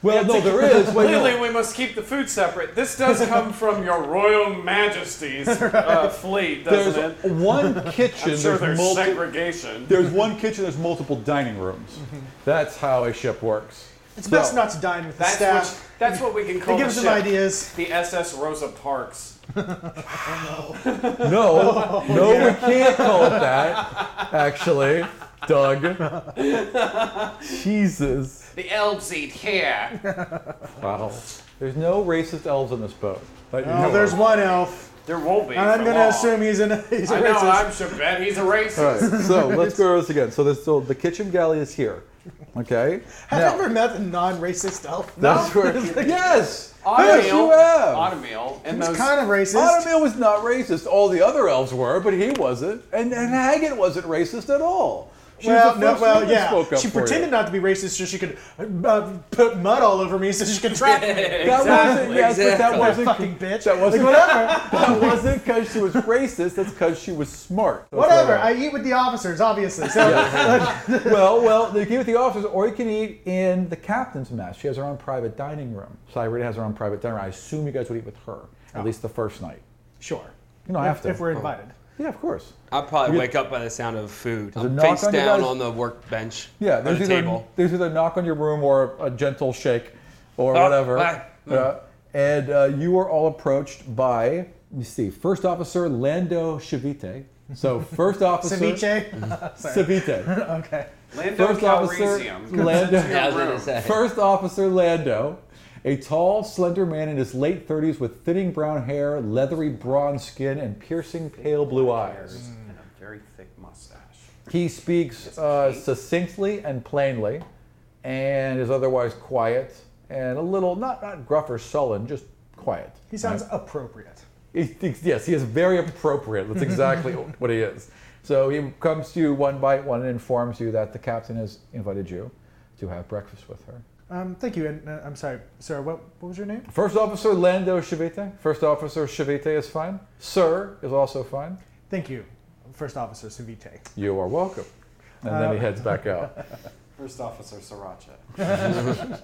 S1: Well, no, there is. Wait, no.
S6: Clearly, we must keep the food separate. This does come from your royal majesty's uh, fleet, doesn't
S1: There's
S6: it?
S1: one kitchen.
S6: I'm sure there's
S1: multi-
S6: segregation.
S1: There's one kitchen. There's multiple dining rooms.
S6: Mm-hmm.
S1: That's how a ship works.
S2: It's best
S1: So-
S2: not to dine with the
S6: that's,
S2: staff.
S6: What, that's what we can
S2: It
S6: call
S2: gives
S6: the
S2: them
S6: ship.
S2: ideas.
S6: The SS Rosa Parks. Oh,
S1: No, no, we can't call it that. Actually, Doug. Jesus.
S6: The elves eat here.
S1: Wow. There's no racist elves on this boat. That you know
S2: Oh, there's
S1: of.
S2: one elf.
S6: There won't be.
S2: And I'm
S6: for
S2: going to
S6: long.
S2: assume he's an he's a
S6: I know,
S2: racist.
S6: I'm sure bet he's a racist.
S1: All right, so let's go over this again. So, this, so the kitchen galley is here. Okay.
S2: Have
S1: Now,
S2: you ever met a non-racist elf?
S1: that's where. yes. Yes,
S6: Automil,
S1: you have.
S6: Automil, and
S2: It's
S6: those
S2: kind of racist.
S1: Automil was not racist. All the other elves were, but he wasn't. And, and Haggett wasn't racist at all. She was
S2: Hmm. well,
S1: the
S2: no,
S1: first one
S2: well,
S1: that
S2: yeah.
S1: spoke up
S2: She
S1: for you.
S2: pretended not to be racist so she could uh, put mud all over me so she could trap me.
S1: That wasn't, yes, but that
S3: exactly.
S1: wasn't,
S2: Fucking bitch.
S1: That wasn't,
S2: Like, whatever.
S1: that wasn't because she was racist. That's because she was smart. That's
S2: Whatever.
S1: what
S2: I
S1: I-
S2: eat with the officers, obviously. So
S1: well, well, you can eat with the officers, or you can eat in the captain's mess. She has her own private dining room. Cyrita has her own private dining room. I assume you guys would eat with her at least the first night.
S2: sure.
S1: You know,
S2: Oh. If,
S1: after.
S2: if we're invited.
S1: yeah, of course.
S3: I'll probably wake up by the sound of food.
S1: a
S3: I'm
S1: knock
S3: face
S1: on your
S3: down
S1: guys-
S3: on the workbench.
S1: Yeah,
S3: on
S1: there's
S3: the
S1: either,
S3: table.
S1: there's either a knock on your room or a gentle shake or
S3: Ah,
S1: whatever.
S3: ah,
S1: Uh, and uh, you are all approached by, let me see, First Officer Lando Chavite. So, First Officer Mm-hmm.
S2: Ceviche? Sorry.
S1: Civite.
S2: Okay.
S6: Lando
S1: First Officer
S6: Calrissian.
S1: Lando.
S3: Yeah, I was gonna say.
S1: First Officer Lando, a tall, slender man in his late 30s with thinning brown hair, leathery bronze skin, and piercing pale blue eyes.
S6: And a very thick mustache.
S1: He speaks uh, succinctly and plainly, and is otherwise quiet and a little not not gruff or sullen, just quiet.
S2: He sounds appropriate.
S1: He thinks- yes, he is very appropriate. That's exactly what he is. So he comes to you one by one and informs you that the captain has invited you to have breakfast with her.
S2: Um, thank you. And uh, I'm sorry, sir. What what was your name?
S1: First Officer Lando Chavite. First Officer Chavite is fine. Sir is also fine.
S2: Thank you, First Officer Civite.
S1: You are welcome. And then he heads back out.
S6: First Officer Sriracha.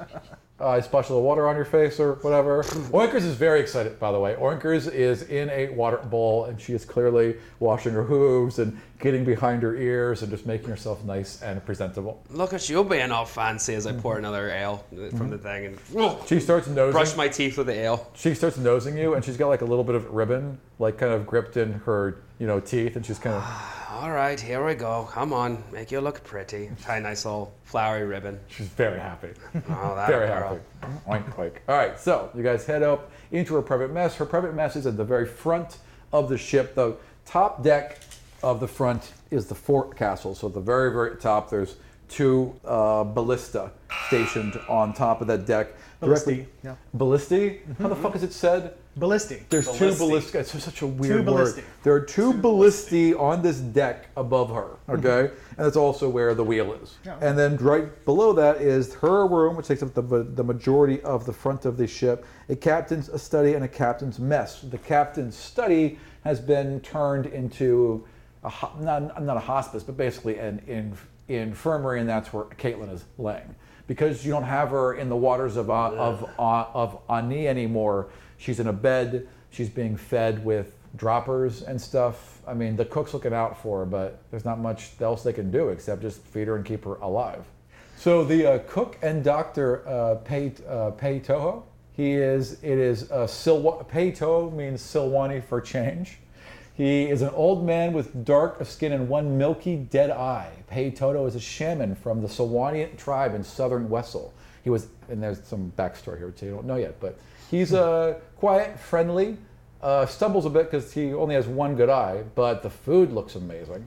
S1: I uh, splash a little water on your face or whatever.
S3: Hmm.
S1: Oinkers is very excited, by the way. Oinkers is in a water bowl and she is clearly washing her hooves and getting behind her ears and just making herself nice and presentable.
S3: Look at you being all fancy as I
S1: Mm-hmm.
S3: pour another ale from the thing and whoa,
S1: She starts nosing.
S3: brush my teeth with the ale.
S1: she starts nosing you and she's got like a little bit of ribbon, like kind of gripped in her, you know, teeth, and she's kind of.
S3: All right, here we go. Come on, make you look pretty. Tie a nice little flowery ribbon.
S1: She's very happy.
S3: Oh, that
S1: Very
S3: girl.
S1: happy. Oink, oink. All right, so you guys head up into her private mess. Her private mess is at the very front of the ship. The top deck of the front is the forecastle. So at the very, very top, there's two uh, ballista stationed on top of that deck. Directly-
S2: Ballistae, yeah.
S1: Ballistae? How the fuck is it said?
S2: Ballisti.
S1: There's two ballistae. It's such a weird word.
S2: ballistae.
S1: There are two, ballistae on this deck above her. Okay, and that's also where the wheel is.
S2: Yeah.
S1: And then right below that is her room, which takes up the, the majority of the front of the ship. A captain's a study and a captain's mess. The captain's study has been turned into a ho- not not a hospice, but basically an in, infirmary, and that's where Caitlin is laying. Because you don't have her in the waters of uh, of uh, of Ani anymore, she's in a bed. She's being fed with droppers and stuff. I mean, the cook's looking out for her, but there's not much else they can do except just feed her and keep her alive. So the uh, cook and doctor uh, Pei uh, Pei Toho. He is. It is uh, Silwa. Pei Toho means Silwani for change. He is an old man with dark of skin and one milky dead eye. Pei Toto is a shaman from the Sawanian tribe in southern Wessel. He was, and there's some backstory here, which you don't know yet, but he's uh, quiet, friendly, uh, stumbles a bit because he only has one good eye, but the food looks amazing.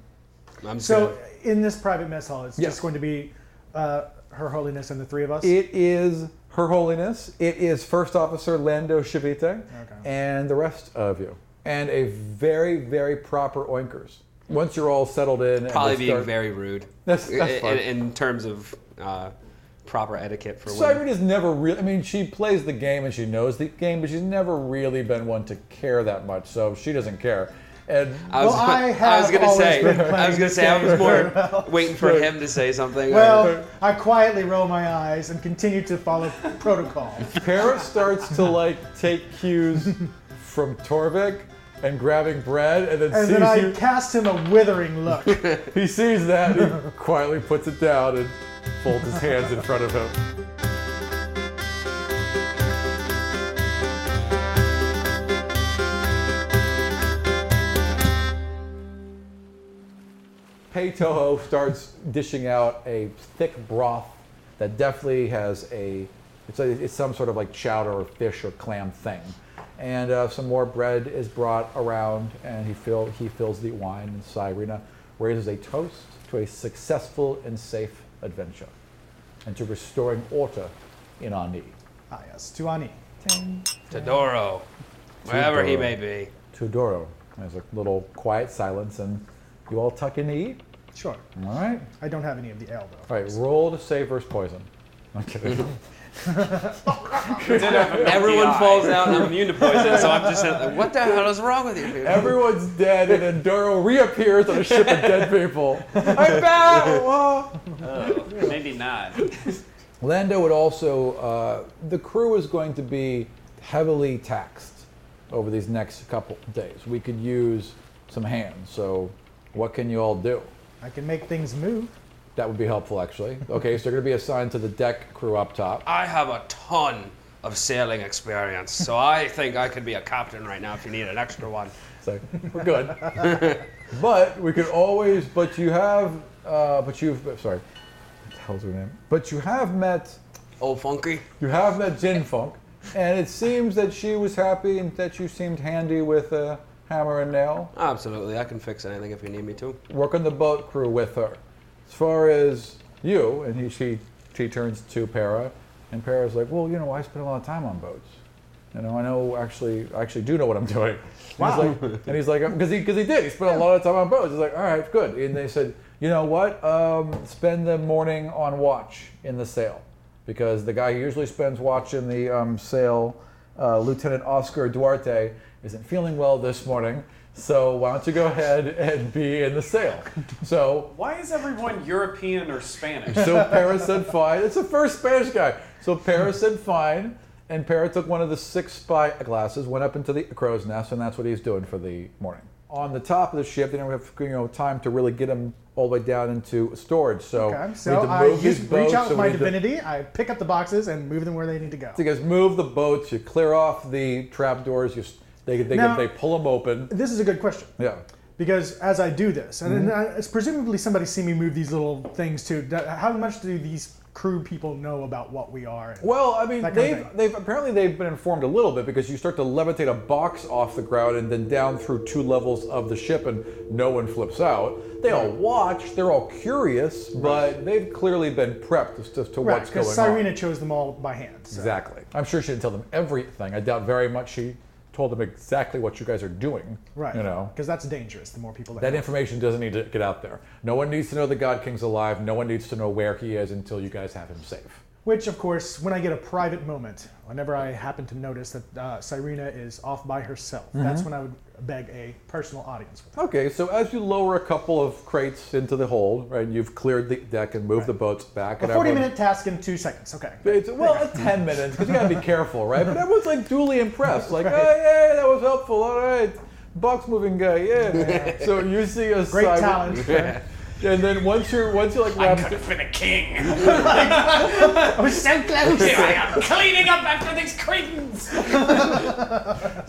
S3: I'm just
S2: So
S3: gonna-
S2: in this private mess hall, it's
S1: Yes.
S2: just going to be uh, Her Holiness and the three of us.
S1: It is Her Holiness, it is First Officer Lando Chavite, and the rest of you. and a very, very proper oinkers. Once you're all settled in, and
S3: Probably
S1: they
S3: being
S1: start-
S3: very rude.
S1: That's- that's
S3: in,
S1: fine.
S3: in terms of uh, proper etiquette for women.
S1: Cyrene has never really. I mean, she plays the game and she knows the game, but she's never really been one to care that much. So she doesn't care. And
S3: I was,
S2: Well, I
S3: I was
S2: have
S3: gonna
S2: always
S3: say,
S2: been
S3: I was
S2: playing
S3: gonna say, I
S2: this
S3: was
S2: game
S3: more
S2: very well.
S3: waiting for him to say something.
S2: Well, I quietly roll my eyes and continue to follow protocol.
S1: Kara starts to like take cues from Torvik and grabbing bread, and then
S2: And
S1: sees
S2: then I
S1: you.
S2: cast him a withering look.
S1: He sees that and he quietly puts it down and folds his hands in front of him. Pei Toho starts dishing out a thick broth that definitely has a it's, a, it's some sort of like chowder or fish or clam thing, and uh, some more bread is brought around, and he fill he fills the wine, and Cyrena raises a toast to a successful and safe adventure, and to restoring order in Ani.
S2: ah, yes, Tuani.
S3: Todoro, wherever he
S1: Todoro.
S3: may be.
S1: Tudoro. There's a little quiet silence, and you all tuck in to eat.
S2: Sure.
S1: All right.
S2: I don't have any of the ale, though.
S1: All right. Roll to save versus poison. I'm kidding.
S3: Everyone falls out. and I'm immune to poison, so I'm just like, what the hell is wrong with you? people?
S1: Everyone's dead, and then Doro reappears on a ship of dead people. I'm back! Whoa!
S6: Oh,
S5: Maybe not.
S1: Lando would also, uh, the crew is going to be heavily taxed over these next couple days. We could use some hands, so what can you all do?
S2: I can make things move.
S1: That would be helpful, actually. Okay, so they're going to be assigned to the deck crew up top.
S3: I have a ton of sailing experience, so I think I could be a captain right now if you need an extra one.
S1: So we're good. but we could always, but you have, uh, but you've, sorry, what the hell's her name? But you have met
S3: Old funky.
S1: You have met Jin Funk, and it seems that she was happy and that you seemed handy with a hammer and nail.
S3: Absolutely, I can fix anything if you need me to.
S1: Work on the boat crew with her. As far as you, and he, she, she turns to Para, and Para's like, well, you know, I spend a lot of time on boats. You know, I know actually, I actually do know what I'm doing. Wow. And he's like, and he's like, because he, because he did, he spent a lot of time on boats. He's like, all right, good. And they said, you know what? Um, spend the morning on watch in the sail, because the guy who usually spends watch in the um, sail, uh, Lieutenant Oscar Duarte, isn't feeling well this morning. So why don't you go ahead and be in the sail? So
S6: Why is everyone European or Spanish?
S1: so Paris said fine. It's the first Spanish guy. So Paris said fine, and Paris took one of the six spy glasses, went up into the crow's nest, and that's what he's doing for the morning. On the top of the ship, they don't have you know time to really get him all the way down into storage. So,
S2: Okay,
S1: we
S2: so
S1: need to
S2: I
S1: move these
S2: use, reach
S1: boats,
S2: out
S1: so we
S2: with my
S1: need to-
S2: divinity, I pick up the boxes and move them where they need to go.
S1: you guys move the boats, you clear off the trap doors, you s- they they,
S2: Now-
S1: they pull them open.
S2: This is a good question.
S1: Yeah.
S2: Because as I do this, and then I,
S1: Mm-hmm.
S2: it's presumably somebody see me move these little things too. d- How much do these crew people know about what we are? and-
S1: Well, I mean,
S2: That kind of
S1: they've,
S2: thing.
S1: they've apparently they've been informed a little bit because you start to levitate a box off the ground and then down through two levels of the ship, and no one flips out. They all watch. They're all curious, but they've clearly been prepped as to, to
S2: right,
S1: what's going
S2: because
S1: on.
S2: Cyrena chose them all by hand. so-
S1: Exactly. I'm sure she didn't tell them everything. I doubt very much she told them exactly what you guys are doing.
S2: Right.
S1: You know.
S2: Because that's dangerous. The more people that,
S1: That
S2: know.
S1: information doesn't need to get out there. No one needs to know the God King's alive. No one needs to know where he is until you guys have him safe.
S2: Which, of course, when I get a private moment, whenever I happen to notice that uh, Cyrena is off by herself,
S1: Mm-hmm.
S2: that's when I would beg a personal audience with her.
S1: Okay, so as you lower a couple of crates into the hold, right, you've cleared the deck and moved the boats back.
S2: A 40 minute task in two seconds. Okay.
S1: It's, well, a 10 minutes, because you gotta be careful, right? But everyone's like duly impressed, like, oh, yeah, that was helpful, all right. Box moving guy, yeah. So you see a
S2: Great
S1: cyber-
S2: talent.
S1: And then once you're once you're like wrapped
S6: have been a king.
S2: so close.
S6: Here I am cleaning up after these cretins.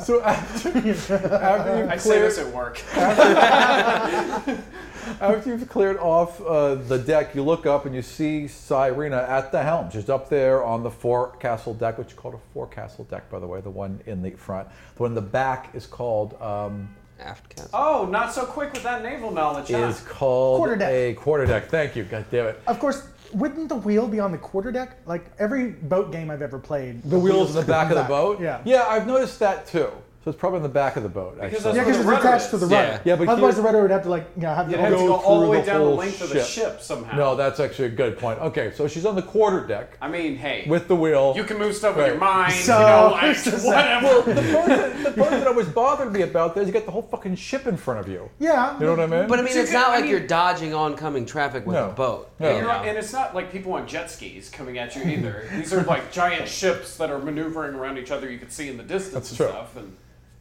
S1: so after, after you've
S6: I say
S1: cleared
S6: this at work.
S1: After you've cleared off uh, the deck, you look up and you see Cyrena at the helm. She's up there on the forecastle deck, which is called a forecastle deck, by the way. The one in the front, the one in the back is called um,
S3: Aft cast.
S6: Oh, not so quick with that naval knowledge,
S5: Ah,
S6: huh?
S1: is called
S2: Quarterdeck.
S1: a quarter deck. Thank you. God damn it.
S2: Of course, wouldn't the wheel be on the quarterdeck? Like every boat game I've ever played,
S1: The wheels in the back of the boat.
S2: Yeah.
S1: Yeah, I've noticed that too. So So it's probably on the back of the boat. Actually.
S6: Because that's
S2: Yeah,
S6: where
S2: because
S6: the
S2: it's attached
S6: rudder
S2: to the
S6: is.
S3: Yeah.
S2: rudder.
S1: Yeah, but
S2: otherwise
S1: here-
S2: the rudder would have to like you know, have
S6: It
S2: the
S6: had to
S2: whole
S6: go all the
S1: through
S6: way
S1: the
S6: down the
S1: whole
S6: length of the
S1: ship.
S6: ship somehow.
S1: No, that's actually a good point. Okay, so she's on the quarter deck
S3: I mean, hey,
S1: with the wheel.
S6: You can move stuff with your
S1: Right.
S6: mind.
S2: So-
S6: you know, like,
S2: it's just that-
S6: whatever.
S1: the, part that, the part that always bothered me about this, you got the whole fucking ship in front of you.
S2: Yeah.
S1: You know what I mean?
S12: But I mean,
S6: You
S12: it's
S6: can-
S12: not
S6: I
S12: like
S6: mean-
S12: you're dodging oncoming traffic with
S1: No.
S12: a boat.
S1: No.
S12: you
S6: You're
S12: know?
S6: not- and it's not like people on jet skis coming at you either. These are like giant ships that are maneuvering around each other. You can see in the distance
S1: That's
S6: and
S1: true.
S6: stuff, and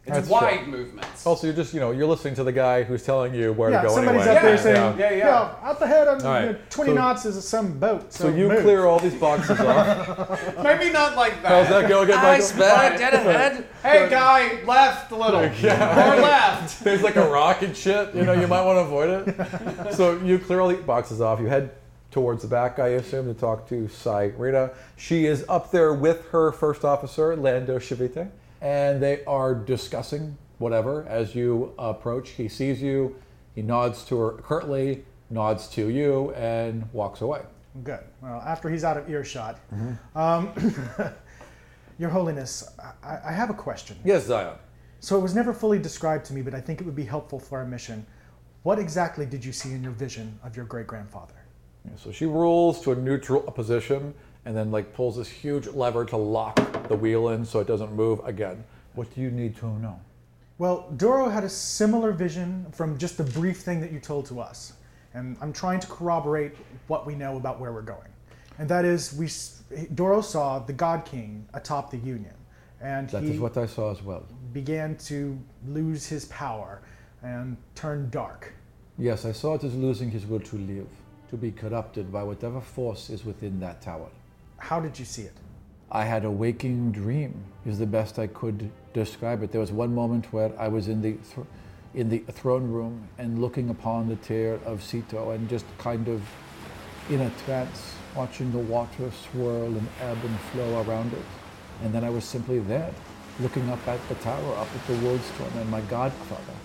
S6: it's
S1: That's
S6: wide movements.
S1: also, Oh, you're just you know you're listening to the guy who's telling you where
S2: Yeah,
S1: to go
S2: somebody's
S1: anyway.
S2: up there
S6: Yeah,
S2: saying,
S6: yeah,
S2: yeah,
S6: yeah.
S2: out the head, on,
S1: right.
S2: you know, 20
S1: So-
S2: knots is some boat.
S1: So
S2: So,
S1: you
S2: move."
S1: clear all these boxes off.
S6: Maybe not like that.
S1: How's that going,
S12: I
S1: Michael?
S12: spell it dead ahead.
S2: Mm-hmm.
S6: Hey, guy, left a little. Or left.
S1: There's like a rock and shit. You know, you might want to avoid it. So you clear all the boxes off. You head towards the back, I assume, to talk to Sai Rita. She is up there with her first officer, Lando Chavite, and they are discussing whatever as you approach. He sees you, he nods to her curtly, nods to you, and walks away.
S2: Good. Well, after he's out of earshot,
S1: Mm-hmm.
S2: um, Your Holiness, I, I have a question.
S1: Yes, Zion.
S2: So it was never fully described to me, but I think it would be helpful for our mission. What exactly did you see in your vision of your great grandfather?
S1: So she rolls to a neutral position and then like pulls this huge lever to lock the wheel in so it doesn't move again. What do you need to know?
S2: Well, Doro had a similar vision from just the brief thing that you told to us. And I'm trying to corroborate what we know about where we're going. And that is, we s- Doro saw the God King atop the Union. And
S1: That is
S2: he
S1: what I saw as well.
S2: began to lose his power and turn dark.
S1: Yes, I saw it as losing his will to live, to be corrupted by whatever force is within that tower.
S2: How did you see it?
S1: I had a waking dream, is the best I could describe it. There was one moment where I was in the, thr in the throne room and looking upon the tear of Sito and just kind of in a trance, watching the water swirl and ebb and flow around it. And then I was simply there, looking up at the tower, up at the Worldstorm and my godfather.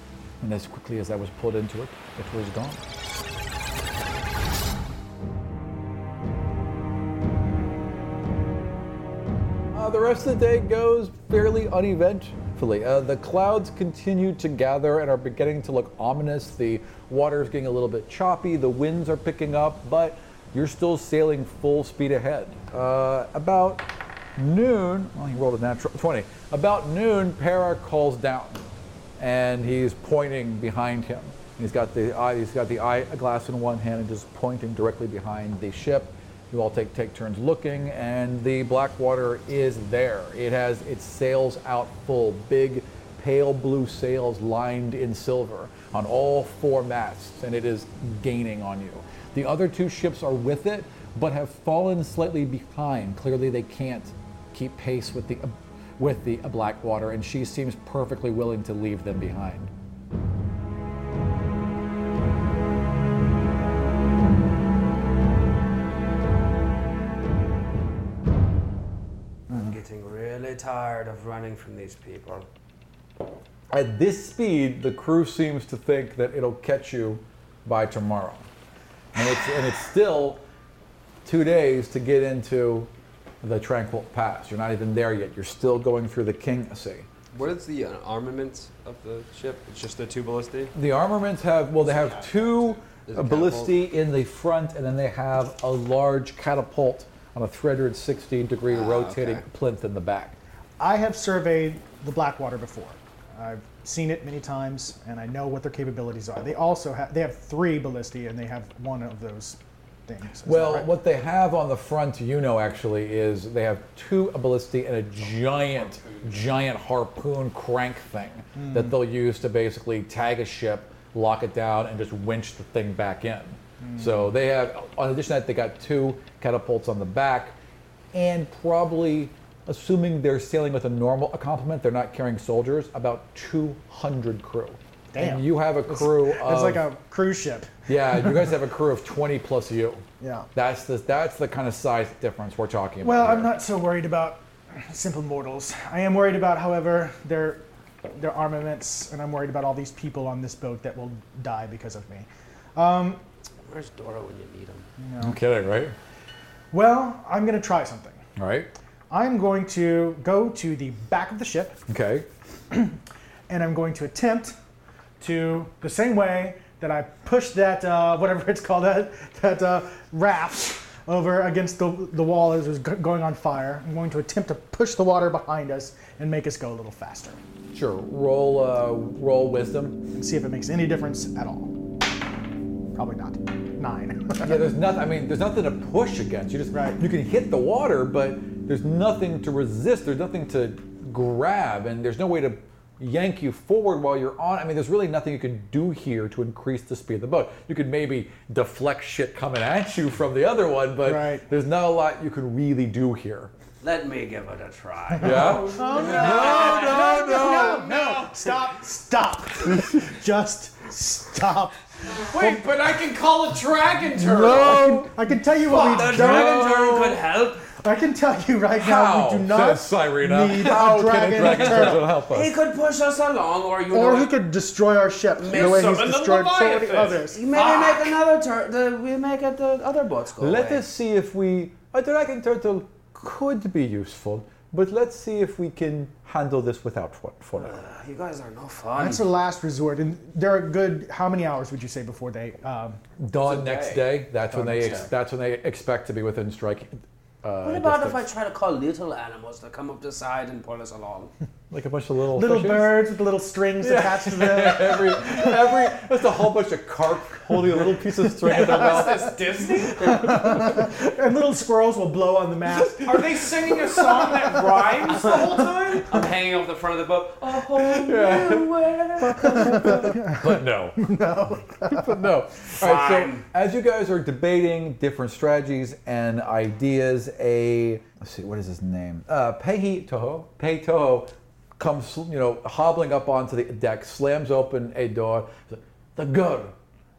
S1: And as quickly as I was pulled into it, it was gone. Uh, the rest of the day goes fairly uneventfully. Uh, the clouds continue to gather and are beginning to look ominous. The water's getting a little bit choppy. The winds are picking up, but you're still sailing full speed ahead. Uh, about noon, well, he rolled a natural 20. About noon, Para calls down, and he's pointing behind him. He's got the eye, he's got the eyeglass in one hand and just pointing directly behind the ship. You all take take turns looking, and the Blackwater is there. It has its sails out full, big, pale blue sails lined in silver on all four masts, and it is gaining on you. The other two ships are with it, but have fallen slightly behind. Clearly, they can't keep pace with the with the Blackwater, and she seems perfectly willing to leave them behind.
S12: I'm getting really tired of running from these people.
S1: At this speed, the crew seems to think that it'll catch you by tomorrow. And it's, and it's still two days to get into the Tranquil Pass. You're not even there yet. You're still going through the King Sea.
S3: what is the uh, armaments of the ship? It's just the two ballistae.
S1: The armaments have, well, they have two
S3: Is it catapult?
S1: ballistae in the front, and then they have a large catapult on a 360 degree rotating plinth in the back.
S2: I have surveyed the Blackwater before. I've seen it many times, and I know what their capabilities are. They also have they have three ballistae, and they have one of those things. Is that
S1: Well,
S2: right?
S1: what they have on the front, you know, actually, is they have two ballistae
S2: Oh,
S1: and a giant, giant harpoon crank thing
S2: Hmm.
S1: that they'll use to basically tag a ship, lock it down, and just winch the thing back in.
S2: Hmm.
S1: So they have, in addition to that, they got two catapults on the back, and probably, assuming they're sailing with a normal complement, they're not carrying soldiers, about 200 crew.
S2: Damn.
S1: And you have a crew of.
S2: it's like a cruise ship.
S1: Yeah, you guys have a crew of 20 plus you.
S2: Yeah.
S1: That's the that's the kind of size difference we're talking about.
S2: Well, I'm
S1: here.
S2: not so worried about simple mortals. I am worried about, however, their their armaments, and I'm worried about all these people on this boat that will die because of me.
S12: Where's Dora when you need him?
S1: I'm kidding, right?
S2: Well, I'm going to try something.
S1: All right.
S2: I'm going to go to the back of the ship
S1: Okay.
S2: and I'm going to attempt to the same way that I pushed that uh, whatever it's called that that uh, raft over against the, the wall as it was g- going on fire. I'm going to attempt to push the water behind us and make us go a little faster
S13: Sure. Roll uh, roll wisdom.
S2: and see if it makes any difference at all. Probably not. Nine.
S1: Yeah, there's nothing. I mean, there's nothing to push against. You just
S2: Right.
S1: you can hit the water, but there's nothing to resist. There's nothing to grab, and there's no way to yank you forward while you're on. I mean, there's really nothing you can do here to increase the speed of the boat. You could maybe deflect shit coming at you from the other one, but
S2: Right.
S1: there's not a lot you can really do here.
S3: Let me give it a try. Oh,
S1: Yeah. no, no, no.
S2: no! Stop! Stop! Just stop!
S5: Wait, but I can call a dragon turtle.
S1: No.
S2: I can tell you what
S3: The
S2: we don't.
S3: dragon turtle could help.
S2: I can tell you right
S1: How?
S2: now we do not
S1: says Cyrena.
S2: need
S1: How
S2: a dragon,
S1: can a dragon
S2: turtle.
S1: turtle help us?
S3: He could push us along, or you
S2: Or
S3: know,
S2: he could destroy our ship the way he's
S5: summon the
S2: destroyed so many
S5: Leviathan.
S2: others.
S3: maybe make another turn. We make it the other boats go.
S1: Let
S3: away.
S1: us see if we. A dragon turtle could be useful, but let's see if we can handle this without one for now.
S3: You guys are no fun.
S2: That's a last resort, and they're a good. How many hours would you say before they? Um,
S1: Dawn next day. That's when they. Ex- that's when they expect to be within strike. Uh,
S3: what about if I
S1: distance.
S3: try to call little animals to come up the side and pull us along?
S1: like a bunch of little
S2: little
S1: fishes?
S2: birds with little strings attached to them.
S1: Every every that's a whole bunch of carp holding a little piece of string in their mouth.
S5: Is this Disney?
S2: and little squirrels will blow on the mast.
S5: Are they singing a song that rhymes the whole time?
S3: I'm hanging off the front of the boat. Oh,
S1: But no, no, but no. All right. So as you guys are debating different strategies and ideas, a let's see, what is his name? Uh, Pehi Toho. Pehi Toho comes, you know, hobbling up onto the deck, slams open a door. The girl,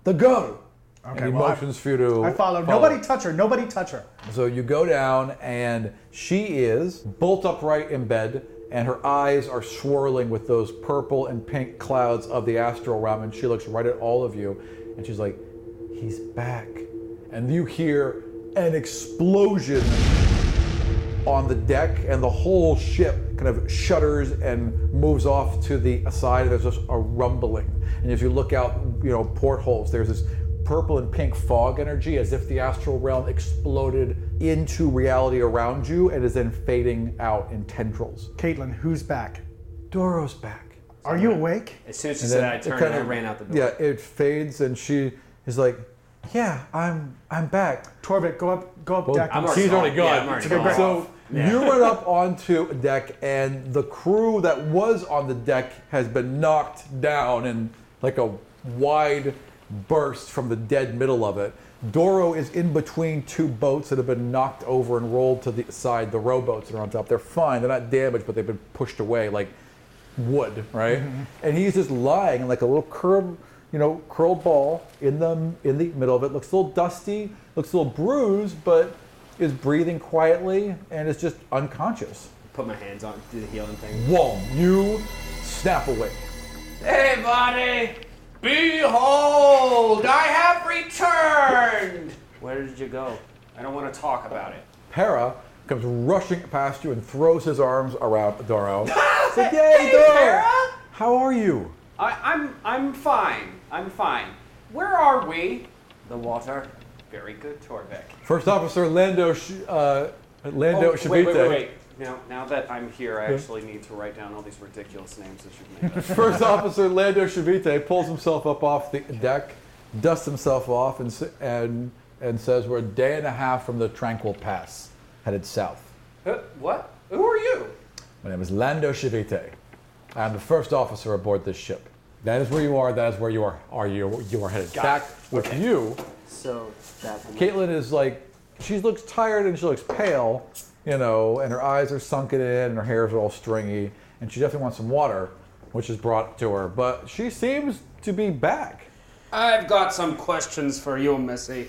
S1: the girl. and he
S2: well, I-
S1: motions for you to.
S2: I follow. Nobody touch her. Nobody touch her.
S1: So you go down, and she is bolt upright in bed, and her eyes are swirling with those purple and pink clouds of the astral realm. And she looks right at all of you, and she's like, He's back. And you hear an explosion on the deck, and the whole ship kind of shudders and moves off to the side. There's just a rumbling, and if you look out, you know portholes. There's this purple and pink fog energy, as if the astral realm exploded into reality around you, and is then fading out in tendrils.
S2: Caitlin, who's back?
S1: Doro's back.
S2: Are you awake?
S14: As soon as she said, I
S1: it
S14: turned
S1: kind
S14: and I
S1: of-
S14: ran out the door.
S1: Yeah, it fades, and she is like, "Yeah, I'm I'm back."
S2: Torvik, go up. Go up deck.
S14: I'm
S2: and
S14: already
S2: see-
S14: gone. Yeah, I'm already gone.
S1: So you run up onto a deck, and the crew that was on the deck has been knocked down in like a wide burst from the dead middle of it. Doro is in between two boats that have been knocked over and rolled to the side. The rowboats that are on top. They're fine. They're not damaged, but they've been pushed away like wood, right?
S5: Mm-hmm.
S1: And he's just lying in like a little curb, you know, curled ball in the in the middle of it. Looks a little dusty, looks a little bruised, but is breathing quietly and is just unconscious.
S14: Put my hands on, do the healing thing.
S1: Whoa, you snap awake.
S5: Hey, buddy! Behold, I have returned!
S3: Where did you go?
S5: I don't want to talk about it.
S1: Para comes rushing past you and throws his arms around Doro. It's like, Yay, Doro!
S5: Para!
S1: How are you?
S5: I, I'm, I'm fine. I'm fine. Where are we?
S3: The water.
S5: Very good, Torvik.
S1: First Officer Lando Sh- uh, Lando
S5: Oh, wait,
S1: Shibita.
S5: wait, wait, wait. Now, now that I'm here, I actually need to write down all these ridiculous names that you've made up.
S1: First officer Lando Chavite pulls himself up off the deck, dusts himself off, and s- and and says, "We're a day and a half from the Tranquil Pass, headed south.
S5: Huh, what? Who are you?
S1: My name is Lando Chavite. I am the first officer aboard this ship. That is where you are. That is where you are. Are you? You are headed back with you."
S3: So that.
S1: Caitlin is like, she looks tired and she looks pale, you know, and her eyes are sunken in and her hair's all stringy, and she definitely wants some water, which is brought to her. But she seems to be back.
S3: I've got some questions for you, Missy.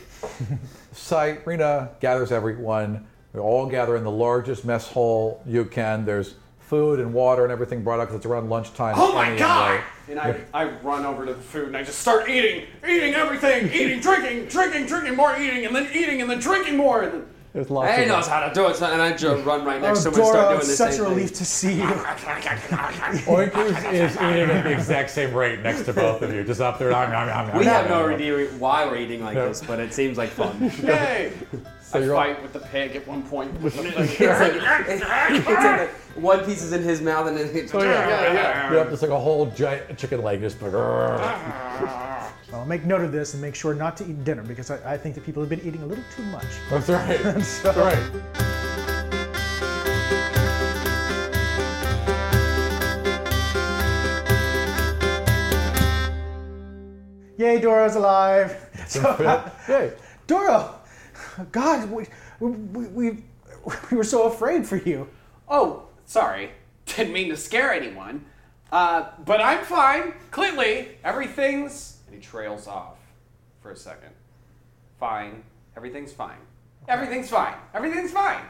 S1: Cyrena gathers everyone. We all gather in the largest mess hall you can. There's food and water and everything brought up because it's around lunchtime.
S5: Oh my
S1: anyway.
S5: god! And I, I run over to the food and I just start eating, eating everything, eating, drinking, drinking, drinking, more eating, and then eating, and then drinking more. And then
S1: There's lots
S3: Hey,
S1: of
S3: he knows how to do it. So, and I just run right
S2: Oh,
S3: next to him and start
S2: Dora,
S3: doing
S2: it's
S3: the
S2: such a
S3: same
S2: relief to see you.
S3: thing.
S15: Oinkers is eating at the exact same rate next to both of you, just up there. Nom, nom, nom, nom,
S3: we have
S15: nom,
S3: no
S15: nom.
S3: idea why we're eating like this, but it seems like fun.
S6: Yay!
S1: So
S6: I
S1: you're all-
S6: fight with the pig at one point.
S3: it's like, it's like one piece is in his mouth and then it's.
S15: You're up just like a whole giant chicken leg, just. Grrr.
S2: I'll make note of this and make sure not to eat dinner because I, I think that people have been eating a little too much.
S15: That's right. That's right.
S2: Yay, Dora's alive. So, uh,
S1: Yay.
S2: Dora, God, we, we, we, we were so afraid for you.
S6: Oh, sorry. Didn't mean to scare anyone. Uh, but I'm fine. Clearly, everything's. And he trails off for a second. Fine. Everything's fine. Everything's fine. Everything's fine.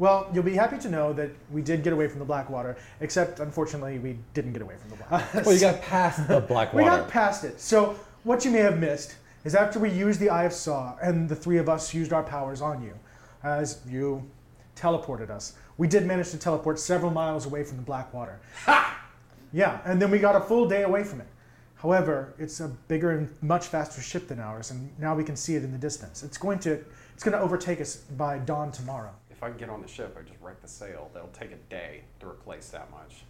S2: Well, you'll be happy to know that we did get away from the Blackwater, except unfortunately we didn't get away from the Blackwater.
S15: Well, you got past the black
S2: we
S15: water.
S2: got past it. So, what you may have missed is after we used the Eye of Saw and the three of us used our powers on you, as you teleported us, we did manage to teleport several miles away from the Blackwater. Yeah, and then we got a full day away from it. However, it's a bigger and much faster ship than ours, and now we can see it in the distance. It's going to it's going to overtake us by dawn tomorrow.
S6: If I can get on the ship, I just wreck the sail. That'll take a day to replace that much.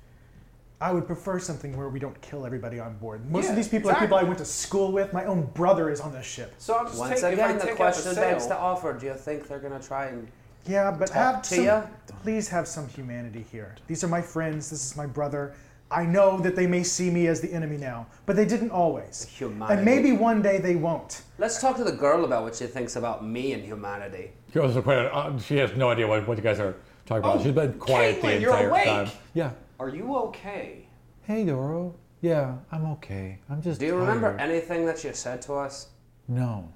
S2: I would prefer something where we don't kill everybody on board. Most
S6: Yeah,
S2: of these people
S6: exactly.
S2: are people I went to school with. My own brother is on this ship.
S6: So I'll just
S12: Once
S6: take,
S12: again,
S6: if I
S12: the
S6: take
S12: question
S6: out the sail,
S12: begs the offer. Do you think they're gonna try and?
S2: Yeah, but have
S12: to
S2: some,
S12: ya?
S2: please have some humanity here. These are my friends. This is my brother. I know that they may see me as the enemy now, but they didn't always.
S12: Humanity.
S2: And maybe one day they won't.
S12: Let's talk to the girl about what she thinks about me and humanity.
S15: She, also put it on- she has no idea what, what you guys are talking about.
S6: Oh,
S15: She's been quiet the
S6: Caitlin, you're
S15: entire
S6: awake.
S15: time. Yeah.
S6: Are you okay?
S1: Hey, Doro. Yeah, I'm okay. I'm just.
S12: Do you remember
S1: tired.
S12: anything that you said to us?
S1: No.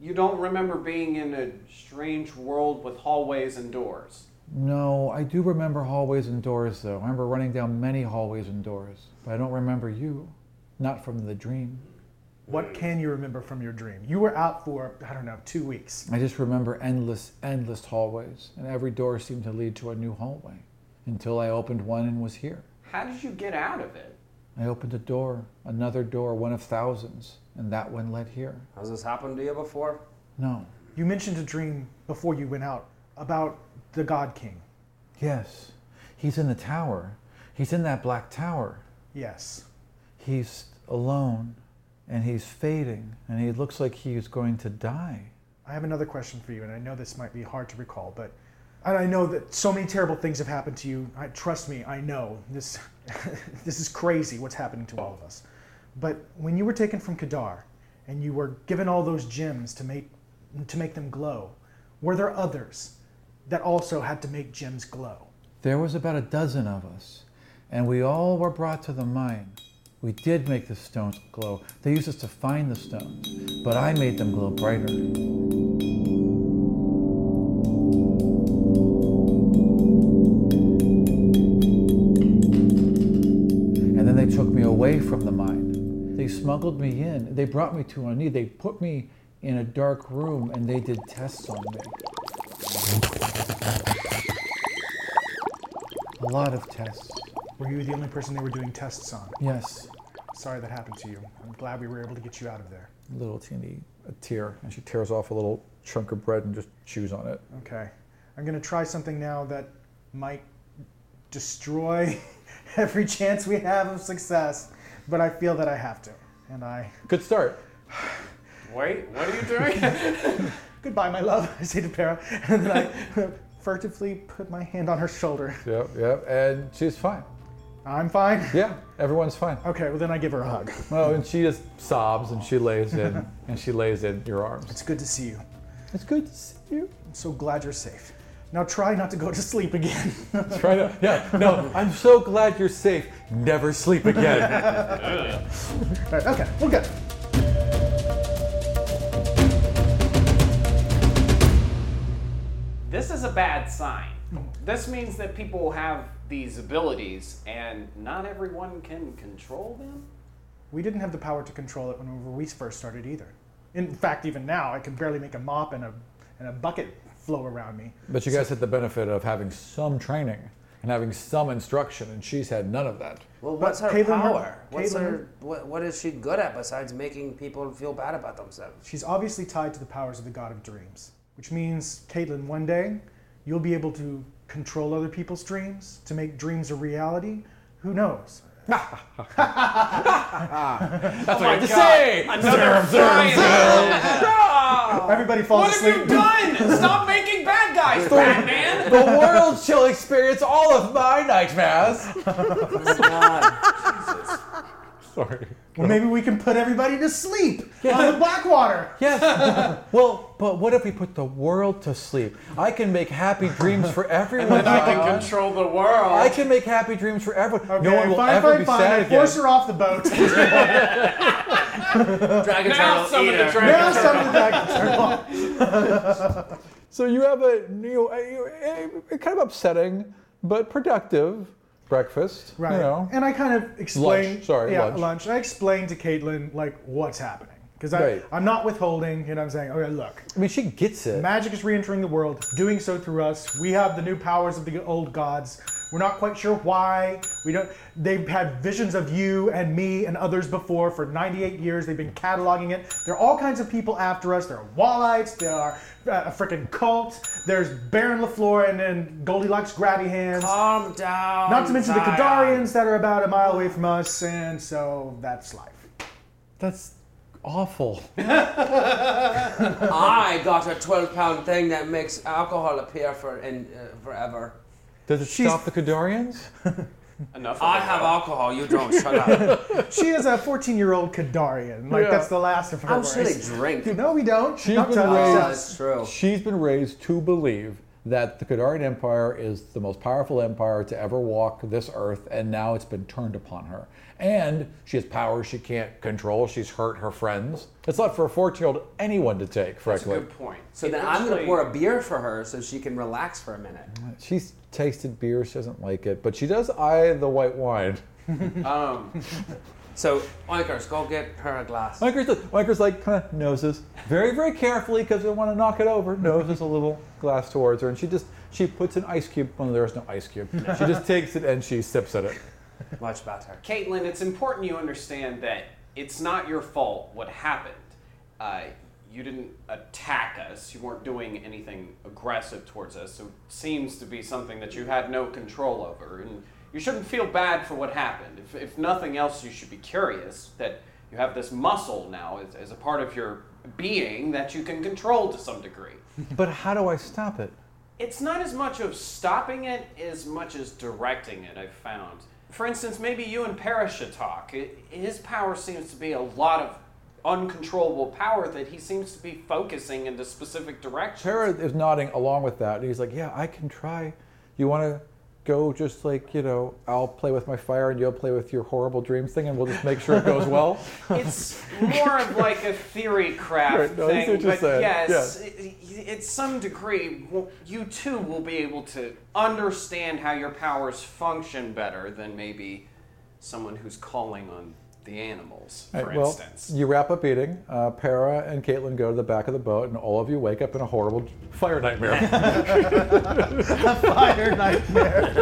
S6: You don't remember being in a strange world with hallways and doors.
S1: No, I do remember hallways and doors, though. I remember running down many hallways and doors, but I don't remember you. Not from the dream.
S12: Mm.
S2: What can you remember from your dream? You were out for, I don't know, two weeks.
S1: I just remember endless, endless hallways, and every door seemed to lead to a new hallway until I opened one and was here.
S6: How did you get out of it?
S1: I opened a door, another door, one of thousands, and that one led here.
S12: Has this happened to you before?
S1: No.
S2: You mentioned a dream before you went out about the God King.
S1: Yes. He's in the tower. He's in that black tower.
S2: Yes.
S1: He's alone, and he's fading, and he looks like he's going to die.
S2: I have another question for you, and I know this might be hard to recall, but and I know that so many terrible things have happened to you. I, trust me, I know this. this is crazy. What's happening to all of us? But when you were taken from Kadar, and you were given all those gems to make to make them glow, were there others that also had to make gems glow?
S1: There was about a dozen of us, and we all were brought to the mine. We did make the stones glow. They used us to find the stones, but I made them glow brighter. And then they took me away from the mine. They smuggled me in. They brought me to my knee. They put me in a dark room and they did tests on me. A lot of tests.
S2: Were you the only person they were doing tests on?
S1: Yes,
S2: Sorry that happened to you. I'm glad we were able to get you out of there.
S1: a little teeny a tear, and she tears off a little chunk of bread and just chews on it.
S2: Okay. I'm going to try something now that might destroy every chance we have of success, but I feel that I have to. And I.
S1: Good start.
S6: Wait, what are you doing?
S2: Goodbye, my love, I say to Para. And then I furtively put my hand on her shoulder.
S1: Yep, yep, and she's fine.
S2: I'm fine.
S1: Yeah, everyone's fine.
S2: Okay, well, then I give her a hug.
S1: Oh, and she just sobs and she lays in and she lays in your arms.
S2: It's good to see you.
S1: It's good to see you.
S2: I'm so glad you're safe. Now try not to go to sleep again.
S1: Try to, yeah, no, I'm so glad you're safe. Never sleep again.
S2: All right, okay, we're good.
S6: This is a bad sign. This means that people have these abilities and not everyone can control them.
S2: We didn't have the power to control it whenever we first started either. In fact, even now, I can barely make a mop and a, and a bucket flow around me.
S1: But you guys had the benefit of having some training and having some instruction, and she's had none of that.
S3: Well,
S2: But
S3: what's her
S2: Caitlyn, her-
S3: power? what's
S2: Caitlyn-
S3: her? What, what is she good at besides making people feel bad about themselves?
S2: She's obviously tied to the powers of the god of dreams, which means, Caitlin, one day you'll be able to control other people's dreams, to make dreams a reality. Who knows?
S1: That's what I had to say!
S5: Another flying.
S2: Everybody falls
S5: What have
S2: asleep.
S5: you done? Stop making bad guys, Batman.
S1: The world shall experience all of my nightmares! Sorry.
S2: Well, maybe we can put everybody to sleep on the Blackwater.
S1: Yes. well, but what if we put the world to sleep? I can make happy dreams for everyone.
S16: And I
S1: John.
S16: can control the world.
S1: I can make happy dreams for everyone. no
S2: Okay,
S1: one will
S2: fine,
S1: ever
S2: fine,
S1: be
S2: fine.
S1: sad
S2: I
S1: again.
S2: force her off the boat.
S3: Dragon
S16: now summon the dragon.
S2: now something that can turn off.
S1: So you have a you know, a, a- a kind of upsetting but productive breakfast.
S2: Right.
S1: You know.
S2: And I kind of explained.
S1: Lunch, sorry,
S2: yeah,
S1: lunch.
S2: I explained to Caitlin like what's happening because
S1: Right.
S2: I'm not withholding. You know, what I'm saying, okay, look,
S1: I mean, she gets it.
S2: magic is re-entering the world, doing so through us. We have the new powers of the old gods. We're not quite sure why. We don't. They've had visions of you and me and others before for 98 years. They've been cataloging it. There are all kinds of people after us. There are Wallites. There are uh, a freaking cult. There's Baron Lafleur and then Goldilocks grabby hands.
S3: Calm down.
S2: Not to mention the
S3: Zion.
S2: Kadarians that are about a mile away from us, and so that's life.
S1: That's awful.
S3: I got a 12 pound thing that makes alcohol appear for in, uh, forever.
S1: Does it stop the Kadarians?
S16: Enough. of
S3: I
S16: it.
S3: have alcohol, you don't. Shut up.
S2: She is a 14 year old Kadarian. Like,
S1: Yeah.
S2: that's the last of her
S3: I'm
S2: worries.
S3: sure they drink.
S2: No, we don't.
S1: She's
S2: Not
S1: been
S2: to
S1: raised-
S3: Oh,
S2: us.
S3: that's true.
S1: She's been raised to believe that the Qadarian Empire is the most powerful empire to ever walk this earth, and now it's been turned upon her. And she has powers she can't control. She's hurt her friends. It's not for a 14 year old anyone to take,
S16: That's a
S1: frankly.
S16: good point.
S3: So then I'm gonna pour a beer for her so she can relax for a minute.
S1: She's tasted beer, she doesn't like it, but she does eye the white wine.
S3: Um, so Oinkers, go get her a glass.
S1: Micro's, Micro's like kind of noses very, very carefully because we want to knock it over. Noses a little glass towards her, and she just she puts an ice cube. Well, there's no ice cube. She just takes it and she sips at it.
S3: Much better.
S5: Caitlin, it's important you understand that it's not your fault what happened. Uh, you didn't attack us. You weren't doing anything aggressive towards us. So it seems to be something that you had no control over, and you shouldn't feel bad for what happened. If, if nothing else, you should be curious that you have this muscle now as, as a part of your being that you can control to some degree.
S1: But how do I stop it?
S5: it's not as much of stopping it as much as directing it, I've found. For instance, maybe you and Parrish should talk. I his power seems to be a lot of uncontrollable power that he seems to be focusing into specific directions.
S1: Tara is nodding along with that, and he's like, "Yeah, I can try. You want to go? Just like you know, I'll play with my fire, and you'll play with your horrible dreams thing, and we'll just make sure it goes well."
S5: It's more of like a theory craft
S1: Right, no, I see
S5: thing,
S1: what you're
S5: but
S1: saying.
S5: yes,
S1: Yeah.
S5: it, at some degree, w- you too will be able to understand how your powers function better than maybe someone who's calling on the animals, for
S1: All right, well,
S5: instance.
S1: you wrap up eating. Uh, Para and Caitlin go to the back of the boat, and all of you wake up in a horrible fire nightmare.
S2: Fire nightmare.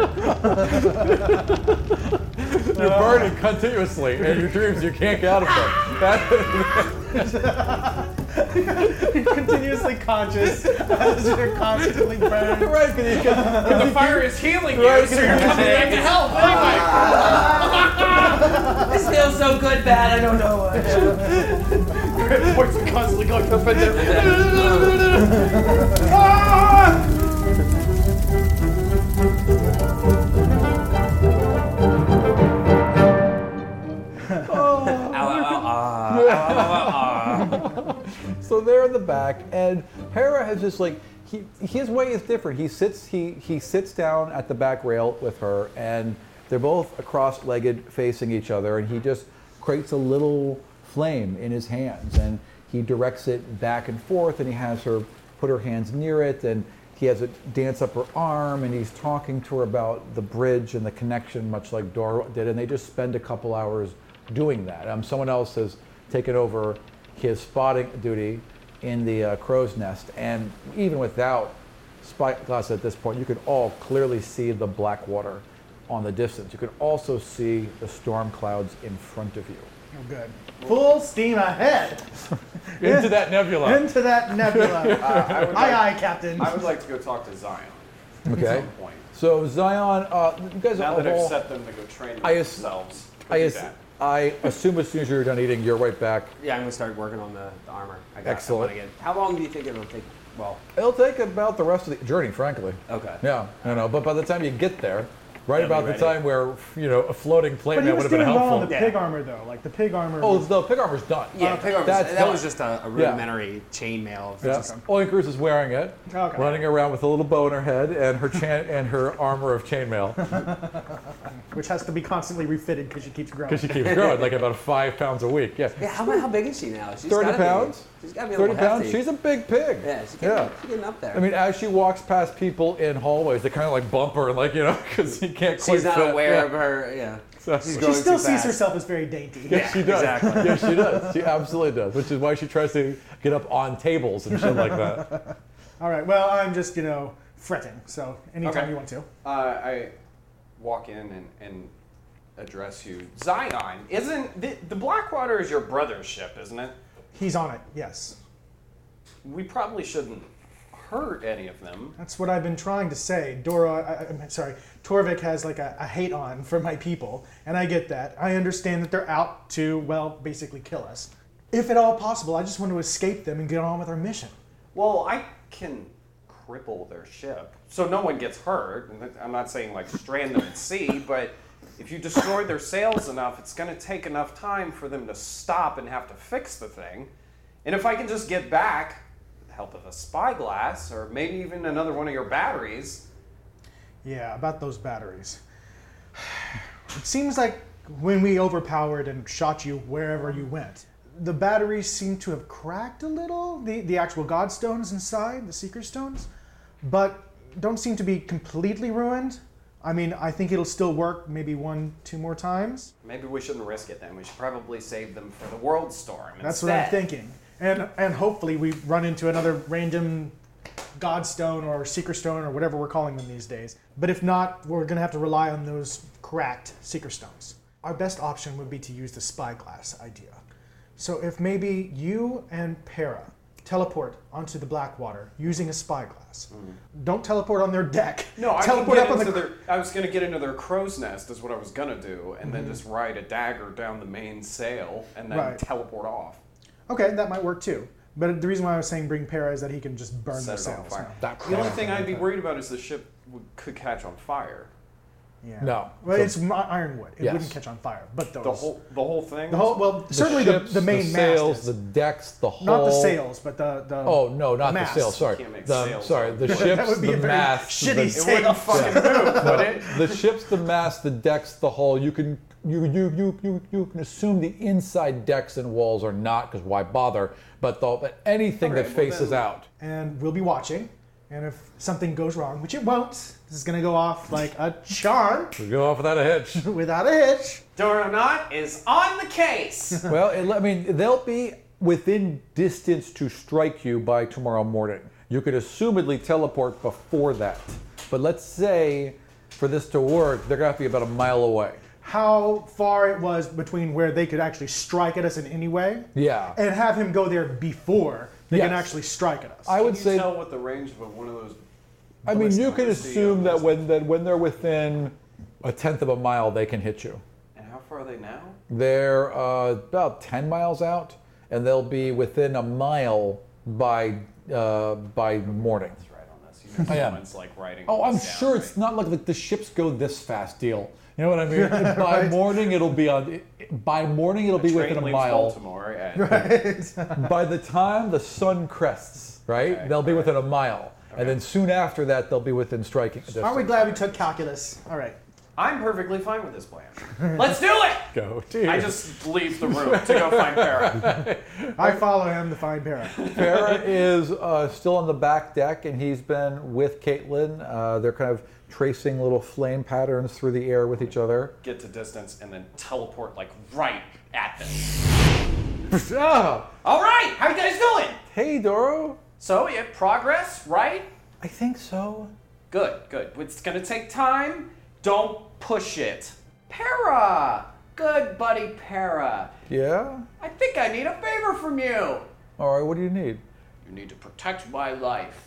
S1: You're burning continuously in your dreams. You can't get out of them. That-
S2: Continuously conscious. as you're constantly burning.
S1: right, 'cause you can-
S5: the fire is healing you,
S1: Right.
S5: so you're coming back to health anyway.
S3: This feels so good, bad. I don't know what.
S5: constantly going to the
S1: so they're in the back, and Para has just like he, his way is different. He sits he he sits down at the back rail with her, and they're both cross-legged facing each other, and he just creates a little flame in his hands, and he directs it back and forth, and he has her put her hands near it, and he has it dance up her arm, and he's talking to her about the bridge and the connection, much like Dora did, and they just spend a couple hours doing that. Um, someone else has taken over his spotting duty in the uh, crow's nest, and even without spyglass at this point, you can all clearly see the black water on the distance. You can also see the storm clouds in front of you.
S2: Oh, good. Full steam ahead.
S1: Into that nebula.
S2: Into that nebula.
S1: Uh, I would like-
S2: aye, aye, Captain.
S5: I would like to go talk to Zion.
S1: Okay. So Zion, uh, you guys
S5: Now
S1: are
S5: that I've
S1: all-
S5: set them to go train
S1: I ass-
S5: themselves.
S1: I,
S5: go do
S1: ass-
S5: that.
S1: I assume as soon as you're done eating, you're right back.
S3: Yeah, I'm gonna start working on the, the armor. I got that
S1: Excellent.
S3: one again. How long do you think it'll take? Well,
S1: It'll take about the rest of the journey, frankly.
S3: Okay.
S1: Yeah, I know. But by the time you get there, right
S3: They'll Uh,
S1: about
S3: be
S1: the
S3: ready.
S1: time where you know a floating plane
S2: But he
S1: that
S2: was
S1: would have been
S2: doing well
S1: helpful.
S2: on the pig armor, though. Like the pig armor.
S1: Oh,
S2: was-
S1: the pig armor's done.
S3: yeah,
S2: Uh,
S3: pick up-
S1: that's
S3: that
S1: done.
S3: was just a, a
S1: Yeah.
S3: rudimentary chainmail. of
S1: Yeah.
S3: just-
S1: Only Cruz is wearing it,
S2: Okay.
S1: running around with a little bow in her head and her chan- and her armor of chainmail
S2: which has to be constantly refitted because she keeps growing.
S1: because she keeps growing like about five pounds a week. Yeah,
S3: Yeah, how, mu- how big is she now? She's
S1: 30
S3: gotta be-
S1: pounds?
S3: she's got to be a
S1: thirty
S3: little
S1: pounds.
S3: hefty.
S1: She's a big pig.
S3: yeah, she's getting,
S1: yeah.
S3: she's getting up there.
S1: I mean, as she walks past people in hallways, they kind of like bump her, like you know, because you can't. quite
S3: she's not
S1: fit.
S3: aware
S1: Yeah.
S3: of her. Yeah,
S1: So-
S3: she's
S2: She
S3: going
S2: still
S3: too
S2: sees
S3: fast.
S2: herself as very dainty.
S1: Yes, she does.
S3: exactly.
S1: yes, she does. She absolutely does, which is why she tries to get up on tables and shit like that.
S2: All right. Well, I'm just you know fretting. So anytime
S5: Okay.
S2: you want to.
S5: Uh, I walk in and, and address you. Zion, isn't the, the Blackwater is your brother's ship, isn't it?
S2: He's on it. Yes.
S5: We probably shouldn't hurt any of them.
S2: That's what I've been trying to say. Dora, I, I'm sorry, Torvik has like a, a hate on for my people, and I get that. I understand that they're out to, well, basically kill us. If at all possible, I just want to escape them and get on with our mission.
S5: Well, I can cripple their ship, so no one gets hurt. And I'm not saying like strand them at sea, but if you destroy their sails enough, it's going to take enough time for them to stop and have to fix the thing. And if I can just get back, with the help of a spyglass or maybe even another one of your batteries,
S2: Yeah, about those batteries. It seems like when we overpowered and shot you wherever you went, the batteries seem to have cracked a little, the, the actual godstones inside, the seeker stones, but don't seem to be completely ruined. I mean, I think it'll still work maybe one, two more times.
S5: maybe we shouldn't risk it. Then we should probably save them for the world storm.
S2: That's what
S5: instead.
S2: I'm thinking. And and hopefully we run into another random godstone or seeker stone or whatever we're calling them these days. But if not, we're gonna have to rely on those cracked seeker stones. Our best option would be to use the spyglass idea. So if maybe you and Para teleport onto the Blackwater using a spyglass, don't teleport on their deck.
S5: Mm. No, I
S2: teleport
S5: can get
S2: up on
S5: into
S2: the
S5: their, I was gonna get into their crow's nest is what I was gonna do, and
S1: Mm-hmm.
S5: then just ride a dagger down the main sail and then
S2: Right.
S5: teleport off.
S2: Okay, that might work too. But the reason why I was saying bring Para is that he can just burn
S5: Set
S2: their
S5: it on
S2: sails.
S5: fire.
S1: That
S5: The only thing I'd be worried about is the ship would, could catch on fire.
S2: Yeah.
S1: No.
S2: Well,
S1: So-
S2: it's mi- ironwood. It
S1: Yes.
S2: wouldn't catch on fire, but those.
S5: The whole the whole thing.
S2: the whole- well, certainly the,
S1: ships,
S2: the main
S1: sails,
S2: mast.
S1: the
S2: is.
S1: decks, the hull.
S2: not the sails, but the. the
S1: Oh no, not the
S2: mast.
S1: sails. Sorry,
S5: Can't make
S1: the,
S5: sails.
S1: sorry, the ships,
S2: That would be
S1: the
S2: a very
S1: masts,
S2: shitty
S1: the,
S2: sail.
S5: it wouldn't fucking move, would it?
S1: the ships, the masts, the decks, the hull. You can you you you you you can assume the inside decks and walls are not because why bother? But the but anything that
S5: well
S1: faces
S5: then-
S1: out.
S2: And we'll be watching. And if something goes wrong, which it won't, this is going to go off like a charm
S1: We go off without a hitch.
S2: without a hitch.
S5: Doronat is on the case.
S1: well, it, I mean, they'll be within distance to strike you by tomorrow morning. You could assumedly teleport before that. But let's say for this to work, they're going to have to be about a mile away.
S2: How far it was between where they could actually strike at us in any way
S1: Yeah.
S2: and have him go there before they can
S1: Yes.
S2: actually strike at us.
S1: I would
S5: Can you
S1: say
S5: tell what the range of one of those.
S1: I mean, you can
S5: ballistic
S1: assume that
S5: missiles-
S1: when that when they're within a tenth of a mile, they can hit you.
S5: And how far are they now?
S1: They're uh, about ten miles out, and they'll be within a mile by uh, by morning.
S5: It's right on this. You know,
S1: Yeah.
S5: someone's like riding.
S1: Oh, I'm
S5: this down,
S1: sure it's
S5: right?
S1: not like, like the ships go this fast, deal. You know what I mean? By morning, it'll be on. By morning, it'll be
S5: Train
S1: within a
S5: leaves
S1: mile.
S5: Baltimore at
S1: By the time the sun crests, right?
S5: Okay,
S1: they'll be
S5: all right.
S1: within a mile, and then soon after that, they'll be within striking distance.
S2: Aren't we glad we took calculus? All right.
S5: I'm perfectly fine with this plan. Let's do it!
S1: go, dude?
S5: I just leave the room to go find Farah.
S2: I follow him to find Para.
S1: Farrah is uh, still on the back deck, and he's been with Caitlin. Uh, they're kind of tracing little flame patterns through the air with each other.
S5: Get to distance and then teleport like right at them.
S1: Ah!
S5: All right, how you guys doing?
S1: Hey, Doro.
S5: So, yeah, progress, right?
S1: I think so.
S5: Good, good. It's gonna take time. Don't push it. Para! Good buddy Para.
S1: Yeah?
S5: I think I need a favor from you.
S1: All right, what do you need?
S5: You need to protect my life.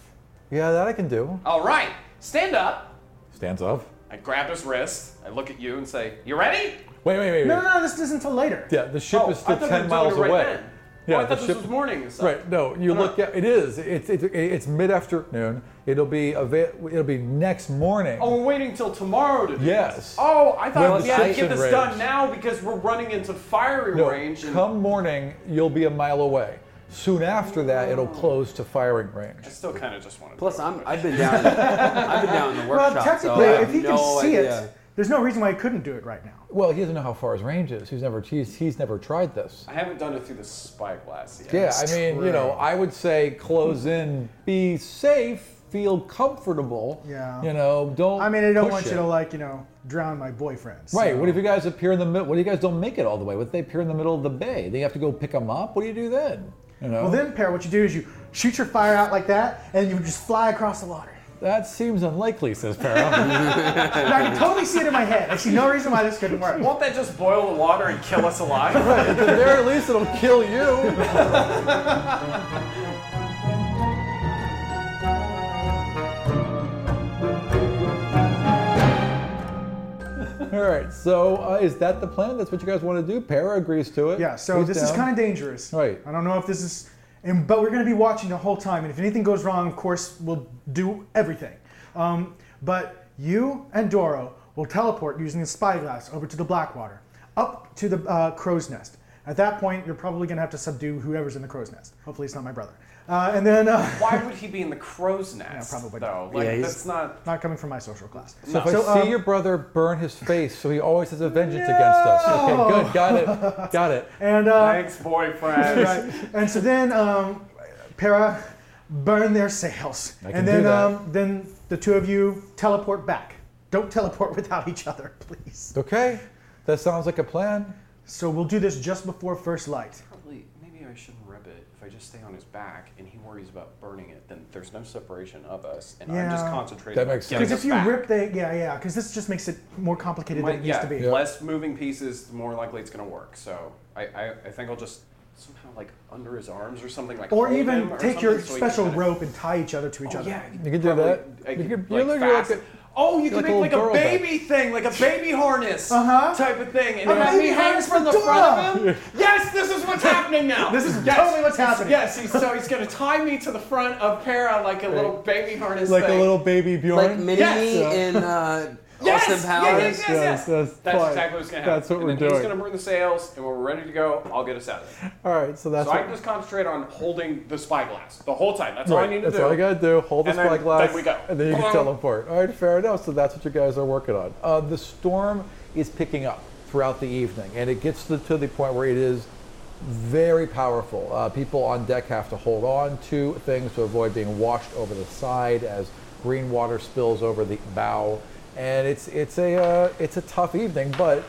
S1: Yeah, that I can do.
S5: All right, stand up.
S1: Stands up.
S5: I grab his wrist. I look at you and say, You ready?
S1: Wait, wait, wait.
S2: No,
S1: wait.
S2: no, no, this isn't till later.
S1: Yeah, the ship
S5: Oh,
S1: is still
S5: I thought we were
S1: ten
S5: doing
S1: miles
S5: it right
S1: away.
S5: then.
S1: Yeah,
S5: oh, I thought
S1: the
S5: this
S1: ship.
S5: was morning or something.
S1: Right. No, you look at it is. It's it, it, it's mid afternoon. It'll be ava- It'll be next morning.
S5: Oh, we're waiting till tomorrow to do
S1: Yes.
S5: this. Oh, I
S1: When
S5: thought
S1: the
S5: we had to
S1: station
S5: get this
S1: raised.
S5: done now because we're running into firing
S1: No,
S5: range. And
S1: come morning, you'll be a mile away. Soon after that, it'll
S2: Oh.
S1: close to firing range.
S5: I still kind of just want to.
S3: Plus, I'm, I've been down. I've been down in the
S2: Well,
S3: workshop.
S2: technically,
S3: so I have
S2: if he
S3: no
S2: can see
S3: idea.
S2: it, there's no reason why he couldn't do it right now.
S1: Well, he doesn't know how far his range is. He's never he's, he's never tried this.
S5: I haven't done it through the spyglass yet.
S1: Yeah, I mean, you know, I would say close in, be safe, feel comfortable.
S2: Yeah.
S1: You know, don't.
S2: I mean, I don't
S1: push
S2: want you
S1: it.
S2: to like, you know, drown my boyfriend. so-
S1: Right. What if you guys appear in the middle? What if you guys don't make it all the way? What if they appear in the middle of the bay? They have to go pick them up. What do you do then? You know,
S2: Well, then, pair. What you do is you shoot your fire out like that, and you just fly across the water.
S1: that seems unlikely, says Para.
S2: And I can totally see it in my head. I see no reason why this couldn't work.
S5: Won't that just boil the water and kill us alive?
S1: At the very least, it'll kill you. All right. So, uh, is that the plan? That's what you guys want to do? Para agrees to it.
S2: Yeah, so
S1: He's
S2: this is
S1: down.
S2: kind of dangerous.
S1: Right.
S2: I don't know if this is, and, but we're going to be watching the whole time, and if anything goes wrong, of course, we'll do everything. Um, but you and Doro will teleport using the spyglass over to the Blackwater, up to the uh, crow's nest. At that point, you're probably going to have to subdue whoever's in the crow's nest. Hopefully, it's not my brother. Uh, and then, uh,
S5: Why would he be in the crow's nest?
S2: Yeah, probably
S5: Though, like
S12: Yeah, he's-
S5: that's not.
S2: not coming from my social class.
S1: So if
S2: So,
S1: I see
S2: um,
S1: your brother burn his face, so he always has a vengeance against us. Okay, good, got it, got it.
S2: And uh,
S5: Thanks, boyfriend.
S2: right. And so then um, Para burn their sails,
S1: I can
S2: and then
S1: do that.
S2: Um, then the two of you teleport back. Don't teleport without each other, please.
S1: Okay, that sounds like a plan.
S2: So we'll do this just before first light.
S5: Probably, maybe I shouldn't rib it. If I just stay on his back and he worries about burning it, then there's no separation of us, and I'm just
S2: Yeah.
S5: concentrating.
S1: That
S5: on
S1: makes
S5: getting
S2: Because if
S5: us
S2: you
S5: back.
S2: rip the yeah yeah, because this just makes it more complicated
S5: Might-
S2: than it
S5: yeah,
S2: used to be.
S5: less moving pieces, the more likely it's going to work. So I, I, I think I'll just somehow like under his arms or something like.
S2: Or
S5: hold
S2: even
S5: him or
S2: take your
S5: something so he can
S2: special
S5: kinda-
S2: rope and tie each other to each
S5: Oh,
S2: other.
S5: yeah,
S1: You can do
S5: probably-
S1: that.
S5: I
S1: You
S5: could,
S1: could-
S5: like,
S1: you're literally like
S5: fasten-
S1: a-
S5: Oh, you
S1: you're
S5: can
S1: like a
S5: make like
S1: little
S5: a
S1: girl back.
S5: baby thing, like a baby harness
S2: Uh-huh.
S5: type of thing, and
S2: A
S5: it has
S2: baby
S5: me
S2: harness
S5: hangs from
S2: for
S5: the front of him. Yes, this is what's happening now.
S2: This is
S5: yes.
S2: totally what's happening.
S5: Yes, he's, so he's gonna tie me to the front of Para like a little baby harness,
S1: Like a
S5: thing.
S1: little baby Bjorn.
S3: Like mini me in uh,
S5: Yes!
S3: Austin
S5: Yeah,
S3: Powers.
S5: yeah, yeah.
S1: Yes, that's
S5: That's
S1: fine.
S5: exactly what's gonna happen.
S1: That's what
S5: and
S1: we're
S5: then
S1: doing.
S5: He's gonna burn the sails, and when we're ready to go, I'll get us out of there.
S1: All right, so that's
S5: So I
S1: what,
S5: can just concentrate on holding the spyglass the whole time. That's all I
S1: right,
S5: need to
S1: that's
S5: do.
S1: all you gotta do. Hold the
S5: And then-
S1: spyglass,
S5: then we go.
S1: and then you can
S5: Boom.
S1: teleport. All right, fair enough. So that's what you guys are working on. Uh, the storm is picking up throughout the evening, and it gets to, to the point where it is very powerful. Uh, people on deck have to hold on to things to avoid being washed over the side as green water spills over the bow, and it's it's a uh, it's a tough evening, but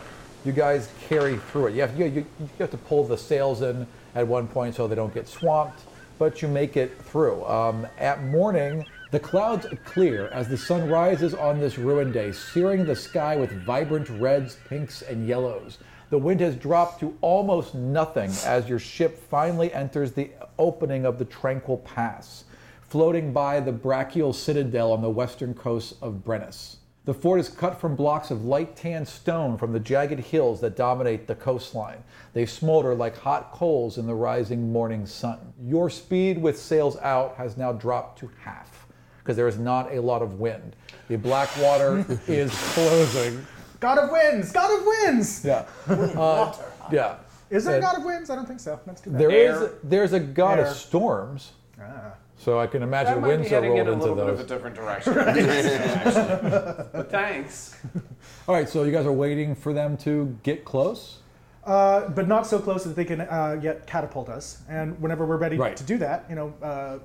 S1: you guys carry through it. You have you, you, you have to pull the sails in at one point so they don't get swamped, but you make it through. Um, at morning, the clouds clear as the sun rises on this ruined day, searing the sky with vibrant reds, pinks, and yellows. The wind has dropped to almost nothing as your ship finally enters the opening of the tranquil pass floating by the brachial citadel on the western coast of Brennus. The fort is cut from blocks of light tan stone from the jagged hills that dominate the coastline. They smolder like hot coals in the rising morning sun. Your speed with sails out has now dropped to half because there is not a lot of wind. The black water is closing.
S2: God of Winds, God of Winds.
S1: Yeah. Uh, yeah.
S2: Is there a
S1: And-
S2: God of Winds? I don't think so. That's too bad.
S1: There is
S5: Air.
S1: there's a god of
S2: Air.
S1: storms.
S2: Ah.
S1: So I can
S5: That
S1: imagine
S5: might be
S1: winds are
S5: heading in
S1: rolled
S5: a
S1: into
S5: little bit
S1: those.
S5: of a different direction. Actually. but thanks.
S1: All right, so you guys are waiting for them to get close?
S2: Uh, but not so close that they can uh, yet catapult us. And whenever we're ready
S1: Right.
S2: to do that, you know, uh,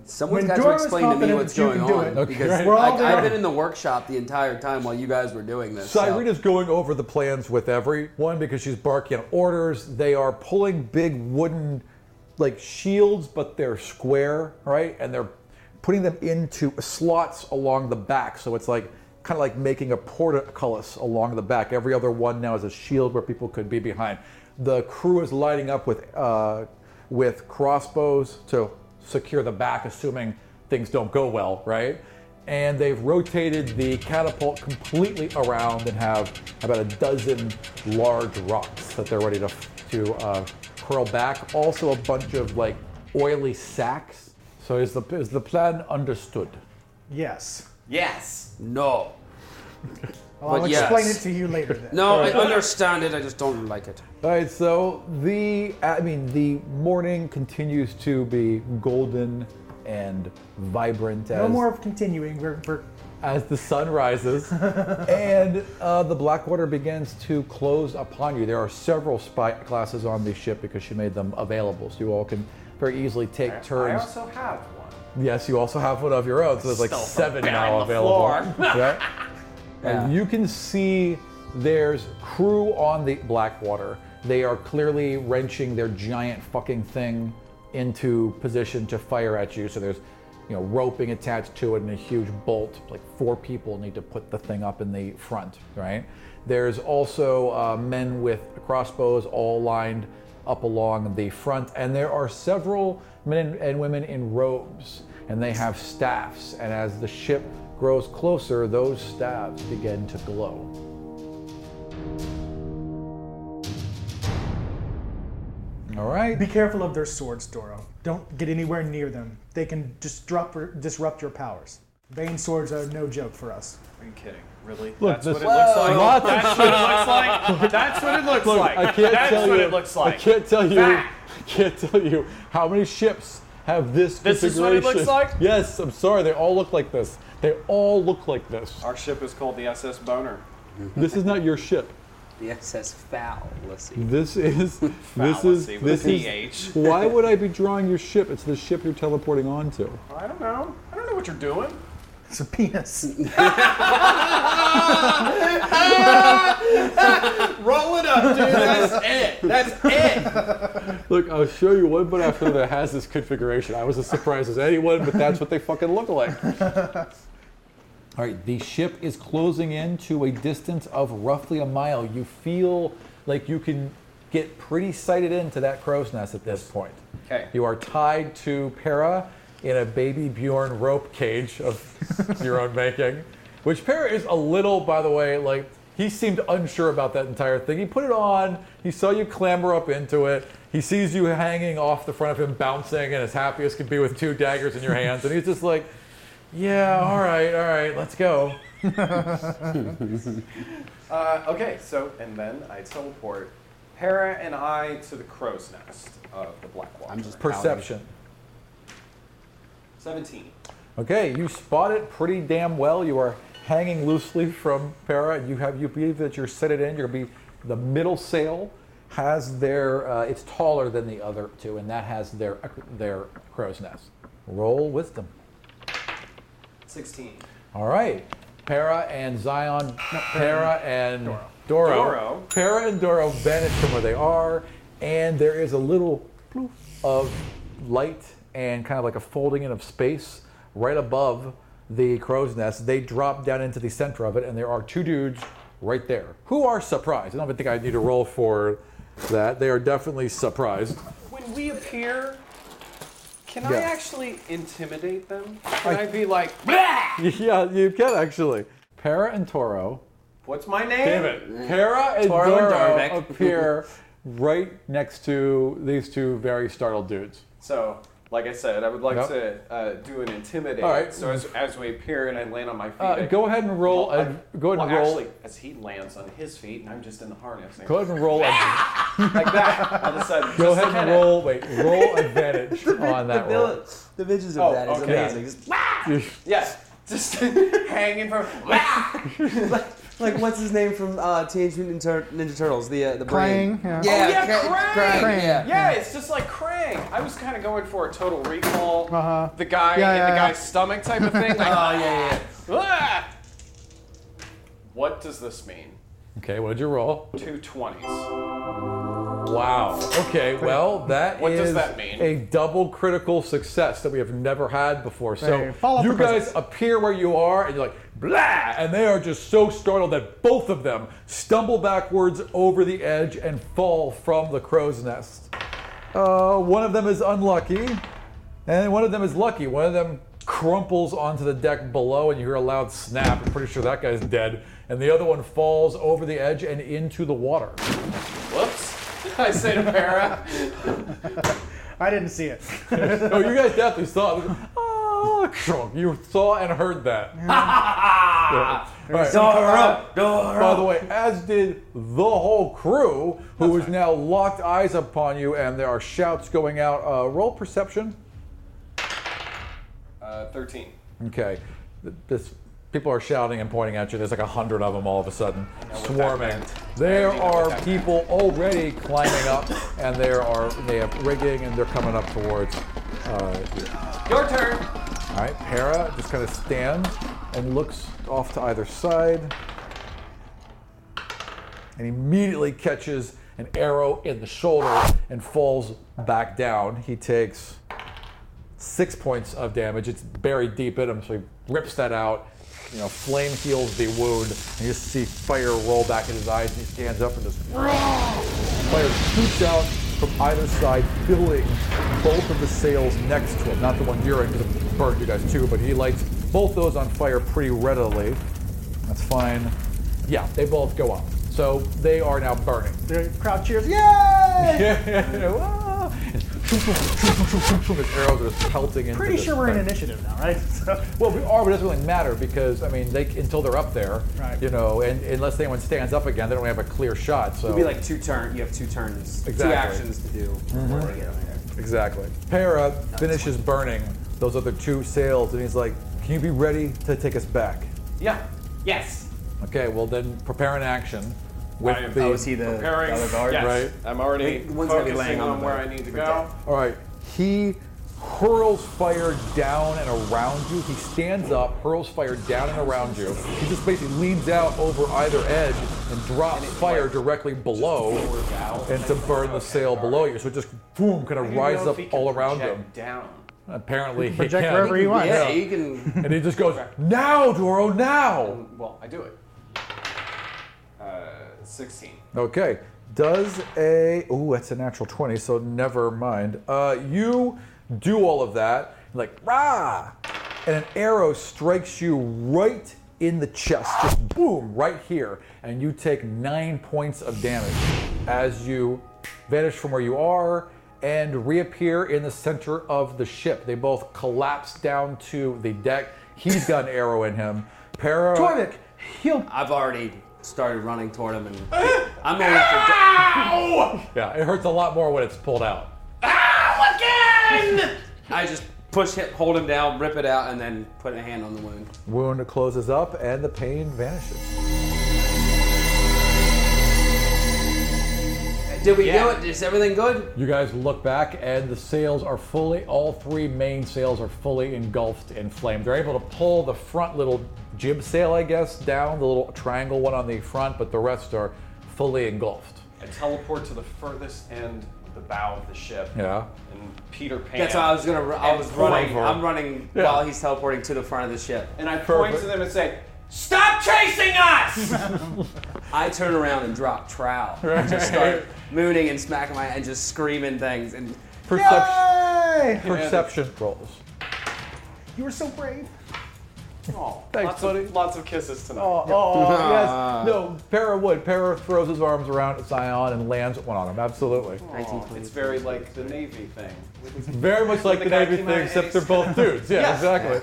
S2: when
S3: Someone's got to
S2: Dora is
S3: explain to me
S2: confident
S3: what's
S2: that you
S3: going
S2: can
S3: on
S2: do it,
S3: because
S2: We're all
S3: like, I've
S2: there.
S3: been in the workshop the entire time while you guys were doing this. so-
S1: Cyrene is going over the plans with everyone because she's barking out orders. They are pulling big wooden, like shields, but they're square, right? And they're putting them into slots along the back. So it's like kind of like making a portcullis along the back. Every other one now is a shield where people could be behind. The crew is lining up with uh, with crossbows to secure the back, assuming things don't go well, right? And they've rotated the catapult completely around and have about a dozen large rocks that they're ready to to uh, curl back. Also, a bunch of like oily sacks. So is the is the plan understood?
S2: Yes.
S6: Yes.
S12: No.
S2: Well, I'll
S12: But yes.
S2: explain it to you later then.
S12: No, I understand it. I just don't like it.
S1: All right, so the I mean the morning continues to be golden and vibrant
S2: No
S1: as
S2: more of continuing. We're, we're
S1: as the sun rises, and uh, the Blackwater begins to close upon you. There are several spy classes on the ship because she made them available, so you all can very easily take
S5: I
S1: turns.
S5: also have one.
S1: yes, you also have one of your own, so there's like
S5: Stole from
S1: seven
S5: behind
S1: now
S5: the
S1: available.
S5: floor.
S1: Right? And you can see there's crew on the Blackwater. They are clearly wrenching their giant fucking thing into position to fire at you. So there's, you know, roping attached to it and a huge bolt. Like four people need to put the thing up in the front, right? There's also uh, men with crossbows all lined up along the front, and there are several men and women in robes, and they have staffs. And as the ship grows closer, those staffs begin to glow. All right.
S2: be careful of their swords, Doro. Don't get anywhere near them. They can disrupt disrupt your powers. Bane swords are no joke for us.
S5: Are you kidding? Really?
S1: Look,
S5: That's
S1: this-
S5: what it looks like.
S1: Lots of
S5: That's what it looks like. That's what it looks
S1: Look,
S5: like.
S1: I can't
S5: That's
S1: tell
S5: what
S1: you.
S5: it looks
S1: I
S5: like.
S1: can't tell you.
S5: Fact.
S1: I can't tell you how many ships have this.
S5: This is what it
S1: configuration.
S5: looks like?
S1: Yes. I'm sorry. They all look like this. They all look like this.
S5: Our ship is called the SS Boner.
S1: This is not your ship.
S3: The SS foul. Let's see.
S1: This is. this is.
S5: Fallacy with
S1: This
S5: a
S1: is.
S5: PH.
S1: Why would I be drawing your ship? It's the ship you're teleporting onto.
S5: I don't know. I don't know what you're doing.
S2: It's a penis.
S6: Roll it up, dude. That's it. That's it.
S1: Look, I'll show you one but after that has this configuration. I was as surprised as anyone, but that's what they fucking look like. All right, the ship is closing in to a distance of roughly a mile. You feel like you can get pretty sighted into that crow's nest at this point.
S5: Okay.
S1: You are tied to Para in a baby Bjorn rope cage of your own making, which Para is a little, by the way, like he seemed unsure about that entire thing. He put it on. He saw you clamber up into it. He sees you hanging off the front of him, bouncing, and as happy as could be with two daggers in your hands. And he's just like, "Yeah, all right, all right, let's go."
S5: Uh, okay, so and then I teleport Hera and I to the crow's nest of the Blackwater. I'm just
S1: Perception.
S5: seventeen.
S1: Okay, you spot it pretty damn well. You are hanging loosely from Para. You have you believe that you're set it in. You're gonna be the middle sail has their uh, it's taller than the other two, and that has their their crow's nest. Roll wisdom.
S5: Sixteen.
S1: All right, Para and Zion, Para and Doro.
S5: Doro.
S1: Para and Doro vanish from where they are, and there is a little ploof of light and kind of like a folding in of space right above the crow's nest. They drop down into the center of it, and there are two dudes right there who are surprised. I don't even think I need to roll for that. They are definitely surprised.
S5: When we appear, can I
S1: Yeah.
S5: actually intimidate them? Can I, be like, "Blah!
S1: yeah, you can actually. Para and Toro
S5: what's my name?
S15: Damn it.
S1: Hera and
S3: Toro
S1: Doro
S3: and Darvik.
S1: appear right next to these two very startled dudes.
S5: So, like I said, I would like
S1: Yep.
S5: to uh, do an intimidate.
S1: All right.
S5: So as, as we appear and I land on my feet,
S1: Uh,
S5: I-
S1: go ahead and roll.
S5: Well,
S1: A,
S5: I-
S1: go ahead
S5: well,
S1: and roll.
S5: Actually, as he lands on his feet and I'm just in the harness,
S1: Go ahead and roll. A,
S5: like that. All of a sudden,
S1: go
S5: just
S1: ahead and
S5: kinda-
S1: roll. Wait, roll advantage on that roll.
S3: The visions of
S5: Oh,
S3: that is
S5: okay.
S3: amazing. Just-
S5: Yes, just hanging from.
S3: like what's his name from uh, Teenage Mutant Ninja, Tur- Ninja Turtles? The uh, the brain.
S2: Krang, yeah.
S5: Oh, yeah,
S3: Kra-
S5: Krang!
S2: Krang.
S3: Yeah.
S5: Yeah, it's just like Krang. I was kind of going for a total recall,
S2: Uh-huh.
S5: the guy
S2: Yeah,
S5: in
S2: yeah,
S5: the
S2: yeah.
S5: guy's stomach type of thing. Like,
S3: Oh yeah, yeah.
S5: "Ah!" What does this mean?
S1: Okay, what did you roll?
S5: Two twenties.
S1: Wow. Okay. Well, that is
S5: What does that mean?
S1: a double critical success that we have never had before. So
S2: Hey, follow up
S1: you
S2: the
S1: guys
S2: presents.
S1: appear where you are, and you're like blah, and they are just so startled that both of them stumble backwards over the edge and fall from the crow's nest. Uh, one of them is unlucky, and one of them is lucky. One of them crumples onto the deck below, and you hear a loud snap. I'm pretty sure that guy's dead. And the other one falls over the edge and into the water.
S5: Whoops. I say to Para,
S2: I didn't see it.
S1: No, you guys definitely saw it. Oh, crunk. You saw and heard that. Yeah. All right.
S12: Dora, Dora.
S1: By the way, as did the whole crew, who is now locked eyes upon you, and there are shouts going out. Uh, roll perception.
S5: uh, 13.
S1: Okay. Th- This people are shouting and pointing at you. There's like a hundred of them all of a sudden, swarming. There are people already climbing up, and there are they have rigging, and they're coming up towards. Uh, you.
S5: Your turn.
S1: All right, Para just kind of stands and looks off to either side, and immediately catches an arrow in the shoulder and falls back down. He takes six points of damage. It's buried deep in him, so he rips that out. You know, flame heals the wound, and you just see fire roll back in his eyes. He stands up and just fire shoots out from either side, filling both of the sails next to him. Not the one you're in, because it burned you guys too, but he lights both those on fire pretty readily. That's fine. Yeah, they both go up. So they are now burning.
S2: The crowd cheers. Yay!
S1: Ah! And His arrows are just pelting into
S2: Pretty
S1: this
S2: sure we're in
S1: thing.
S2: initiative now, right? So,
S1: Well, we are, but it doesn't really matter because I mean, they until they're up there,
S2: Right.
S1: you know, and unless anyone stands up again, they don't have a clear shot. So
S3: It'd be like two turn. You have two turns,
S1: Exactly.
S3: two actions to do.
S5: Mm-hmm.
S3: before we get on there.
S1: exactly. Para finishes burning those other two sails, and he's like, "Can you be ready to take us back?"
S5: Yeah.
S6: Yes.
S1: Okay, well then prepare an action with
S5: I am-
S1: the.
S5: I
S12: Oh, is he the, the
S5: Preparing.
S12: other guard?
S5: Yes.
S1: Right.
S5: I'm already
S12: The one's gonna be
S5: focusing
S12: laying on
S5: on,
S12: the
S5: where I
S12: bed
S5: need to
S12: for
S5: go.
S1: All right, he hurls fire down and around you. He stands up, hurls fire down and around you. He just basically leans out over either edge and drops fire directly below and to burn the sail below you. So it just boom, kind of rises up all around him.
S5: Down.
S1: Apparently, he
S2: project
S1: can.
S2: wherever you want.
S3: Yeah, you can.
S1: And he just goes, now, Doro, now!
S5: Well, I do it. Uh, 16.
S1: Okay. Does a ooh, that's a natural twenty, so never mind. Uh, you do all of that, like rah, and an arrow strikes you right in the chest, just boom, right here, and you take nine points of damage as you vanish from where you are and reappear in the center of the ship. They both collapse down to the deck. He's got an arrow in him. Para.
S2: Torvik, he'll
S3: I've already started running toward him, and I'm going after.
S1: Yeah, it hurts a lot more when it's pulled out.
S3: I just push him, hold him down, rip it out, and then put a hand on the wound.
S1: Wound closes up and the pain vanishes.
S3: Did we do it? Is everything good?
S1: You guys look back, and the sails are fully, all three main sails are fully engulfed in flame. They're able to pull the front little jib sail, I guess, down, the little triangle one on the front, but the rest are fully engulfed.
S5: I teleport to the furthest end of the bow of the ship.
S1: Yeah.
S5: And Peter Pan.
S3: That's why I was gonna. ru- I
S5: And
S3: was running.
S5: Grover.
S3: I'm running while he's teleporting to the front of the ship.
S5: And I point
S1: Perfect.
S5: to them and say,
S6: Stop chasing us!
S3: I turn around and drop trowel. And just start mooning and smacking my and just screaming things and
S1: Perception. Perception rolls.
S2: you were so brave.
S5: "Oh,
S1: Thanks,
S5: lots
S1: buddy.
S5: Of, lots of kisses tonight."
S1: Oh, oh, yes. No, Para would. Para throws his arms around Zion and lands one on him. Absolutely.
S5: Oh, It's very like the Navy thing.
S1: Very much like the,
S5: the guy
S1: Navy
S5: came
S1: thing,
S5: out
S1: except
S5: and
S1: they're
S5: he's-
S1: both dudes. Yeah, exactly.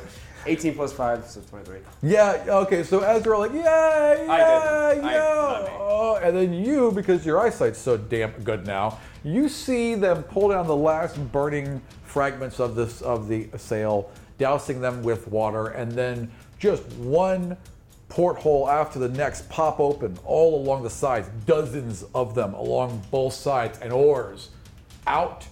S3: 18 plus five, so 23.
S1: Yeah, okay, so as they're all like, yay, yay,
S5: I didn't. I- not
S1: yeah.
S5: me.
S1: oh, and then you, because your eyesight's so damn good now, you see them pull down the last burning fragments of this of the sail, dousing them with water, and then just one porthole after the next pop open all along the sides, dozens of them along both sides, and oars out,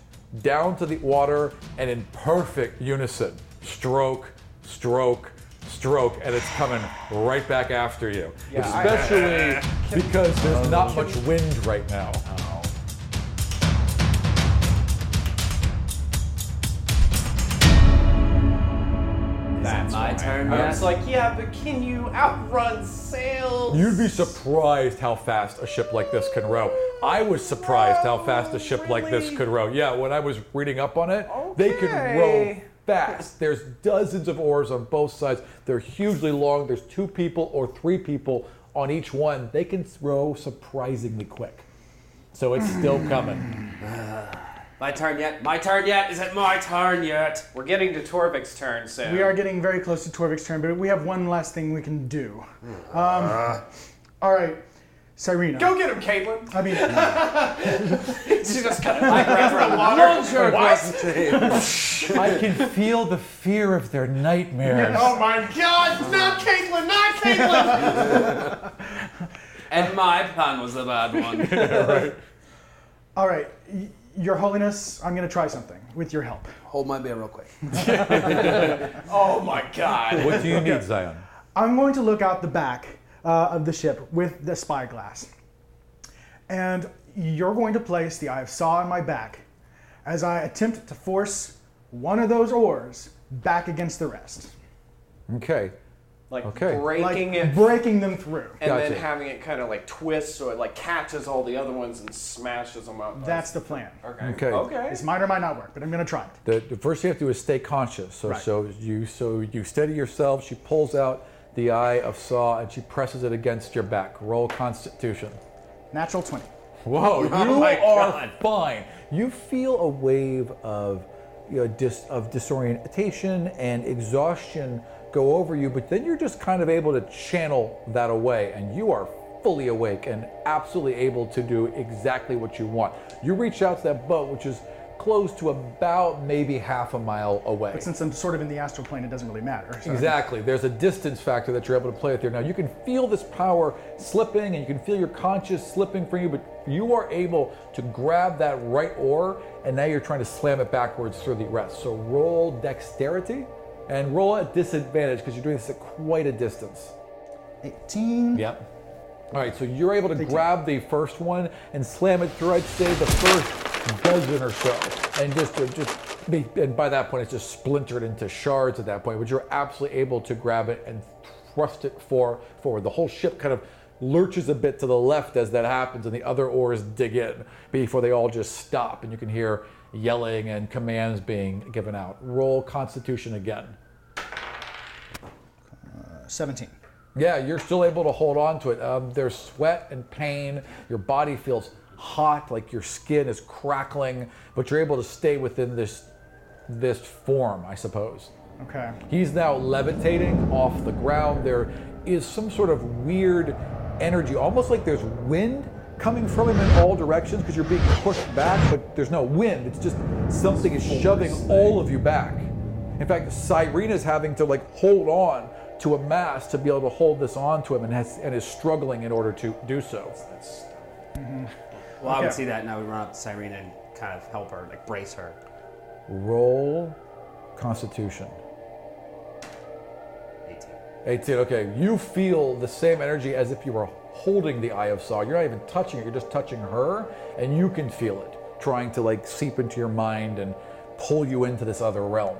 S1: down to the water, and in perfect unison. Stroke, stroke, stroke, and it's coming right back after you. Especially because there's not much wind right now.
S12: turn
S5: I
S12: yet.
S5: was like, yeah, but can you outrun sails?
S15: You'd be surprised how fast a ship like this can row. I was surprised
S5: Oh,
S15: how fast a ship like this could row. Yeah, when I was reading up on it, they could row
S5: Okay.
S15: fast. There's dozens of oars on both sides. They're hugely long. There's two people or three people on each one. They can row surprisingly quick. So it's still
S5: Hmm.
S15: coming.
S12: My turn yet? My turn yet? Is it my turn yet?
S5: We're getting to Torvik's turn soon.
S2: We are getting very close to Torvik's turn, but we have one last thing we can do. Um, all right, Cyrena.
S5: Go get him, Caitlin.
S2: I mean,
S5: She just cut my grabs the water.
S1: I can feel the fear of their nightmares.
S5: Oh my God! Not Caitlin! Not Caitlin!
S12: And my plan was the bad one.
S2: all right, y- Your Holiness, I'm going to try something with your help.
S12: Hold my beer real quick.
S5: oh my God!
S15: What do you need, Zion?
S2: I'm going to look out the back uh, of the ship with the spyglass. And you're going to place the Eye of Saw on my back as I attempt to force one of those oars back against the rest.
S1: Okay.
S5: Like
S1: Okay.
S2: Like
S5: breaking it
S2: breaking them through.
S5: and
S1: Gotcha.
S5: then having it kind of like twist so it like catches all the other ones and smashes them up.
S2: That's the plan.
S5: okay.
S1: Okay.
S5: Okay.
S2: This might or might not work, but I'm going to try it.
S1: The, the first thing you have to do is stay conscious. So,
S2: Right.
S1: so you so you steady yourself. She pulls out the eye of Saw and she presses it against your back. Roll Constitution.
S2: Natural 20.
S1: Whoa, you
S5: Oh my
S1: are
S5: God.
S1: fine. You feel a wave of you know, dis, of disorientation and exhaustion go over you, but then you're just kind of able to channel that away, and you are fully awake and absolutely able to do exactly what you want. You reach out to that boat, which is close to about maybe half a mile away.
S2: Since I'm sort of in the astral plane, it doesn't really matter. so-
S1: Exactly. There's a distance factor that you're able to play with here. Now you can feel this power slipping, and you can feel your conscious slipping from you, but you are able to grab that right oar, and now you're trying to slam it backwards through the rest. So roll dexterity, and roll at disadvantage because you're doing this at quite a distance.
S2: 18.
S1: Yep. All right, so you're able to grab the first one and slam it through. I'd say the first dozen or so, and just uh, just be- and by that point, it's just splintered into shards. At that point, but you're absolutely able to grab it and thrust it for forward. The whole ship kind of lurches a bit to the left as that happens, and the other oars dig in before they all just stop, and you can hear yelling and commands being given out. Roll Constitution again.
S2: 17.
S1: Yeah, you're still able to hold on to it. Um, there's sweat and pain. Your body feels hot, like your skin is crackling, but you're able to stay within this this form, I suppose.
S2: Okay.
S1: He's now levitating off the ground. There is some sort of weird energy, almost like there's wind coming from him in all directions because you're being pushed back, but there's no wind. It's just something is shoving all of you back. In fact, Cyrena's having to like hold on to a mast to be able to hold this on to him and has and is struggling in order to do so.
S12: Well, I
S2: Okay.
S12: would see that and I would run up to Cyrena and kind of help her, like brace her.
S1: Roll constitution.
S12: 18.
S1: 18, okay. You feel the same energy as if you were holding the Eye of Saw. You're not even touching it, you're just touching her, and you can feel it trying to like seep into your mind and pull you into this other realm.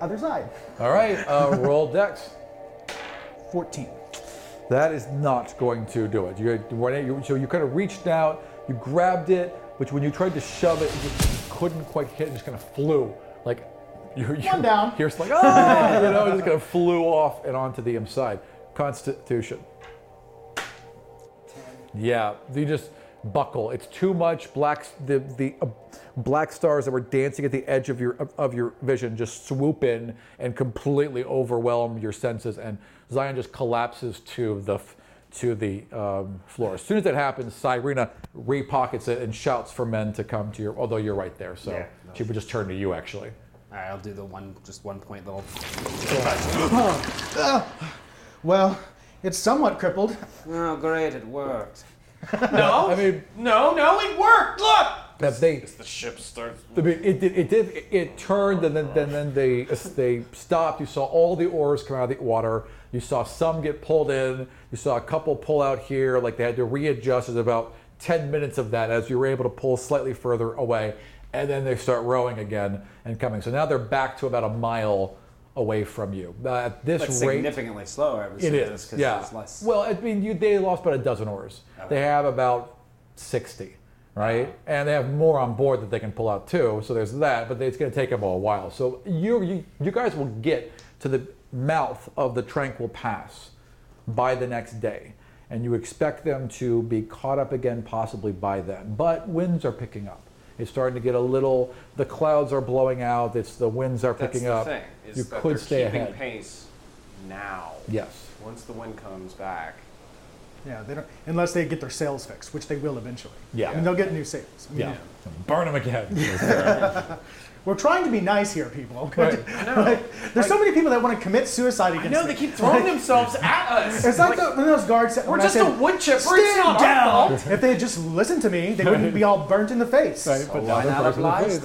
S2: Other side.
S1: All right, uh, roll dex.
S2: 14.
S1: That is not going to do it. You, you- so you kind of reached out, you grabbed it, which when you tried to shove it, you just couldn't quite hit. It just kind of flew, like you, you
S2: One down.
S1: You're just like ah, you know, it just kind of flew off and onto the inside. Constitution. Yeah, you just buckle. It's too much. Black the the uh, black stars that were dancing at the edge of your of, of your vision just swoop in and completely overwhelm your senses, and Zion just collapses to the f- to the um, floor. As soon as that happens, Cyrena repockets it and shouts for men to come to your. Although you're right there, so she would just turn to you actually.
S12: All right, I'll do the one, just one point little.
S2: Well, it's somewhat crippled.
S12: Oh, great, it worked.
S5: No.
S1: I mean,
S5: Oh, no, no, it worked. Look.
S1: that they
S5: The ship starts.
S1: I mean, it did. It did. It, turned, and then, then, then they they stopped. You saw all the oars come out of the water. You saw some get pulled in. You saw a couple pull out here. Like they had to readjust. There's about ten minutes of that as you were able to pull slightly further away, and then they start rowing again and coming. So now they're back to about a mile away from you. Uh, at this
S3: But
S1: rate,
S3: significantly slower. I would
S1: it
S3: suggest,
S1: is.
S3: 'cause
S1: yeah.
S3: there's less.
S1: Well, I mean, you, they lost about a dozen oars. They have about sixty, right? And they have more on board that they can pull out too. So there's that. But it's going to take them a while. So you, you you guys will get to the mouth of the tranquil pass by the next day, and you expect them to be caught up again possibly by then. But winds are picking up. It's starting to get a little. The clouds are blowing out. It's the winds are
S5: That's
S1: picking
S5: the
S1: up.
S5: thing. Is
S1: you
S5: that
S1: could
S5: they're
S1: stay
S5: keeping
S1: ahead.
S5: pace now.
S1: Yes.
S5: Once the wind comes back.
S2: Yeah, they don't unless they get their sails fixed, which they will eventually.
S1: Yeah.
S2: and they'll get new sails. I mean,
S1: Yeah. Burn them again.
S2: We're trying to be nice here, people. Okay?
S1: Right.
S2: Like, there's so many people that want to commit suicide against.
S3: know,
S2: me.
S3: they keep throwing themselves at us.
S2: It's like, the, when those guards said,
S3: We're
S2: when I
S3: just
S2: said,
S3: a wood chipper, it's
S2: Stand
S3: not our
S2: down.
S3: fault."
S2: If they had just listened to me, they wouldn't be all burnt in the face.
S1: Right, but now they're burnt in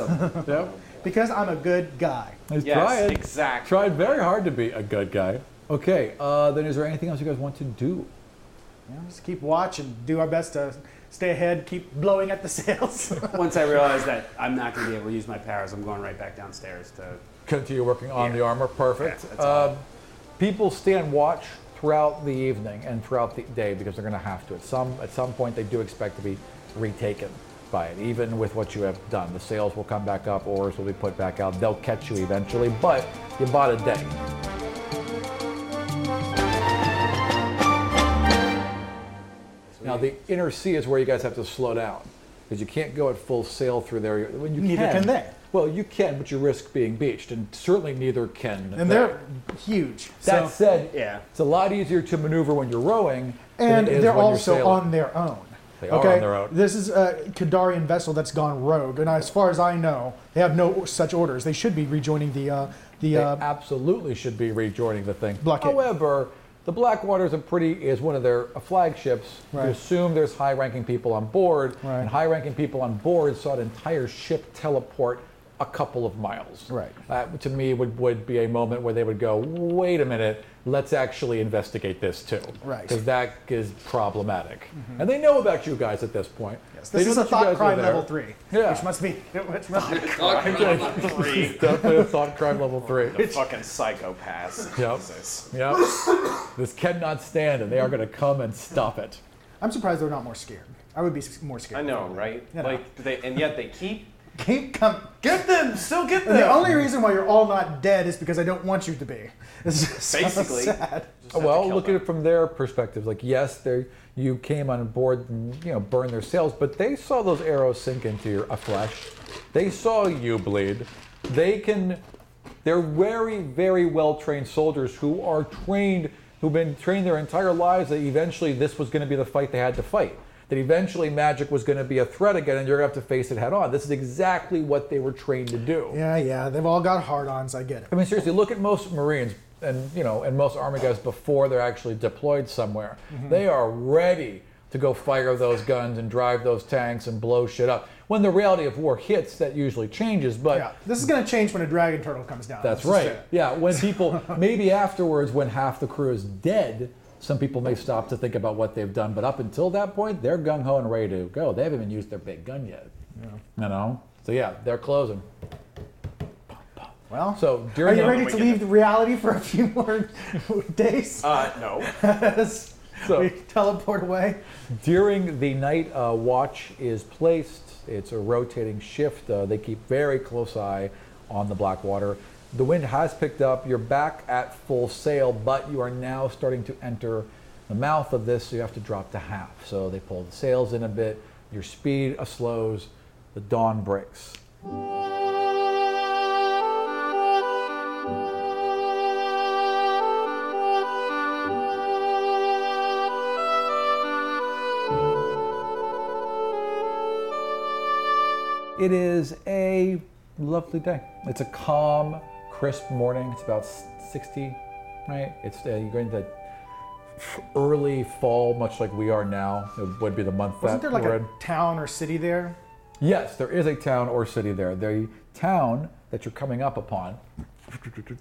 S1: the face. Yep.
S2: Because I'm a good guy.
S1: He's
S5: Yes,
S1: trying.
S5: exactly.
S1: Tried very hard to be a good guy. Okay, uh, then is there anything else you guys want to do?
S2: You know, just keep watching, do our best to stay ahead, keep blowing at the sails.
S3: Once I realize that I'm not going to be able to use my powers, I'm going right back downstairs to.
S1: Continue working on the armor. Perfect.
S3: Yeah, that's all.
S1: um, people stand watch throughout the evening and throughout the day because they're going to have to. At some at some point, they do expect to be retaken by it. Even with what you have done, the sails will come back up, oars will be put back out. They'll catch you eventually, but you bought a day. Now the inner sea is where you guys have to slow down because you can't go at full sail through there. When you
S2: Neither can they.
S1: Well, you can, but you risk being beached, and certainly neither can.
S2: and
S1: they.
S2: they're huge.
S1: That
S2: So-
S1: said,
S3: Yeah.
S1: it's a lot easier to maneuver when you're rowing. than
S2: and
S1: it is
S2: they're
S1: when you're
S2: also
S1: sailing.
S2: on their own.
S1: They are on their own.
S2: This is a Kadarian vessel that's gone rogue, and as far as I know, they have no such orders. They should be rejoining the uh, the
S1: They
S2: uh,
S1: absolutely should be rejoining the thing.
S2: Blockade.
S1: However, the Blackwater is a pretty is one of their flagships.
S2: Right.
S1: You assume there's high-ranking people on board,
S2: Right.
S1: and high-ranking people on board saw an entire ship teleport a couple of miles.
S2: Right.
S1: That to me would, would be a moment where they would go, wait a minute, let's actually investigate this too.
S2: Right. Mm-hmm.
S1: Because that is problematic, and they know about you guys at this point.
S2: this
S1: They know
S2: is a
S1: that you
S2: thought
S1: guys are
S2: crime
S1: there.
S2: level three,
S1: Yeah.
S2: which must be which must be
S1: It's definitely a thought crime level three.
S5: The fucking psychopaths.
S1: Yep.
S5: Jesus.
S1: Yep. this cannot stand, and they are going to come and stop it.
S2: I'm surprised they're not more scared. I would be s- more
S5: I
S2: scared.
S5: know, right?
S2: Yeah.
S5: Like they, and yet they keep.
S2: Keep come.
S5: Get them. Still get
S2: And
S5: them.
S2: the only reason why you're all not dead is because I don't want you to be. It's just so
S5: Basically.
S2: sad.
S1: Oh, Well, look at it from their perspective. Like, yes, they you came on board, and, you know, burn their sails, but they saw those arrows sink into your a flesh. They saw you bleed. They can. They're very, very well trained soldiers who are trained, who've been trained their entire lives that eventually this was going to be the fight they had to fight. That eventually magic was going to be a threat again, and you're going to have to face it head on. This is exactly what they were trained to do.
S2: Yeah, yeah, they've all got hard-ons. I get it.
S1: I mean, seriously, look at most Marines and you know, and most Army guys before they're actually deployed somewhere.
S2: Mm-hmm.
S1: They are ready to go fire those guns and drive those tanks and blow shit up. When the reality of war hits, that usually changes. But
S2: Yeah, this is gonna change when a dragon turtle comes down.
S1: that's
S2: This is
S1: right.
S2: it.
S1: Yeah, when people maybe afterwards, when half the crew is dead, some people may stop to think about what they've done. But up until that point, they're gung ho and ready to go. They haven't even used their big gun yet. You know. So yeah, they're closing.
S2: Well,
S1: So
S2: are
S1: during
S2: you
S1: the-
S2: ready to leave the reality for a few more days?
S5: Uh, no.
S2: As
S1: So-
S2: we teleport away.
S1: During the night, uh, watch is placed. It's a rotating shift. Uh, they keep very close eye on the Blackwater. The wind has picked up. You're back at full sail, but you are now starting to enter the mouth of this, so you have to drop to half. So they pull the sails in a bit. Your speed uh, slows. The dawn breaks. It is a lovely day. It's a calm, crisp morning. It's about 60, right? It's uh, you're going to early fall, much like we are now. It would be the month
S2: Wasn't
S1: that
S2: there like
S1: we're
S2: a
S1: in.
S2: town or city there?
S1: Yes, there is a town or city there. The town that you're coming up upon.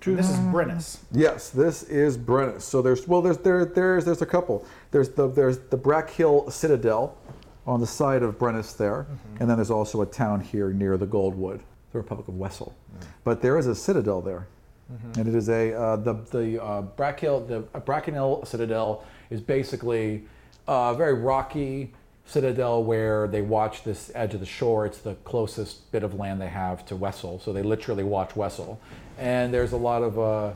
S2: This is Brennus.
S17: Yes, this is Brennus. So there's well, there's there there's there's a couple. There's the there's the Brack Hill Citadel on the side of Brennus there, and then there's also a town here near the Goldwood, the Republic of Wessel. But there is a citadel there.
S2: Mhm.
S1: and it is a uh, the the uh, Brachyl the Brachyl Citadel is basically a uh, very rocky citadel where they watch this edge of the shore. It's the closest bit of land they have to Wessel, so they literally watch Wessel. And there's a lot of uh,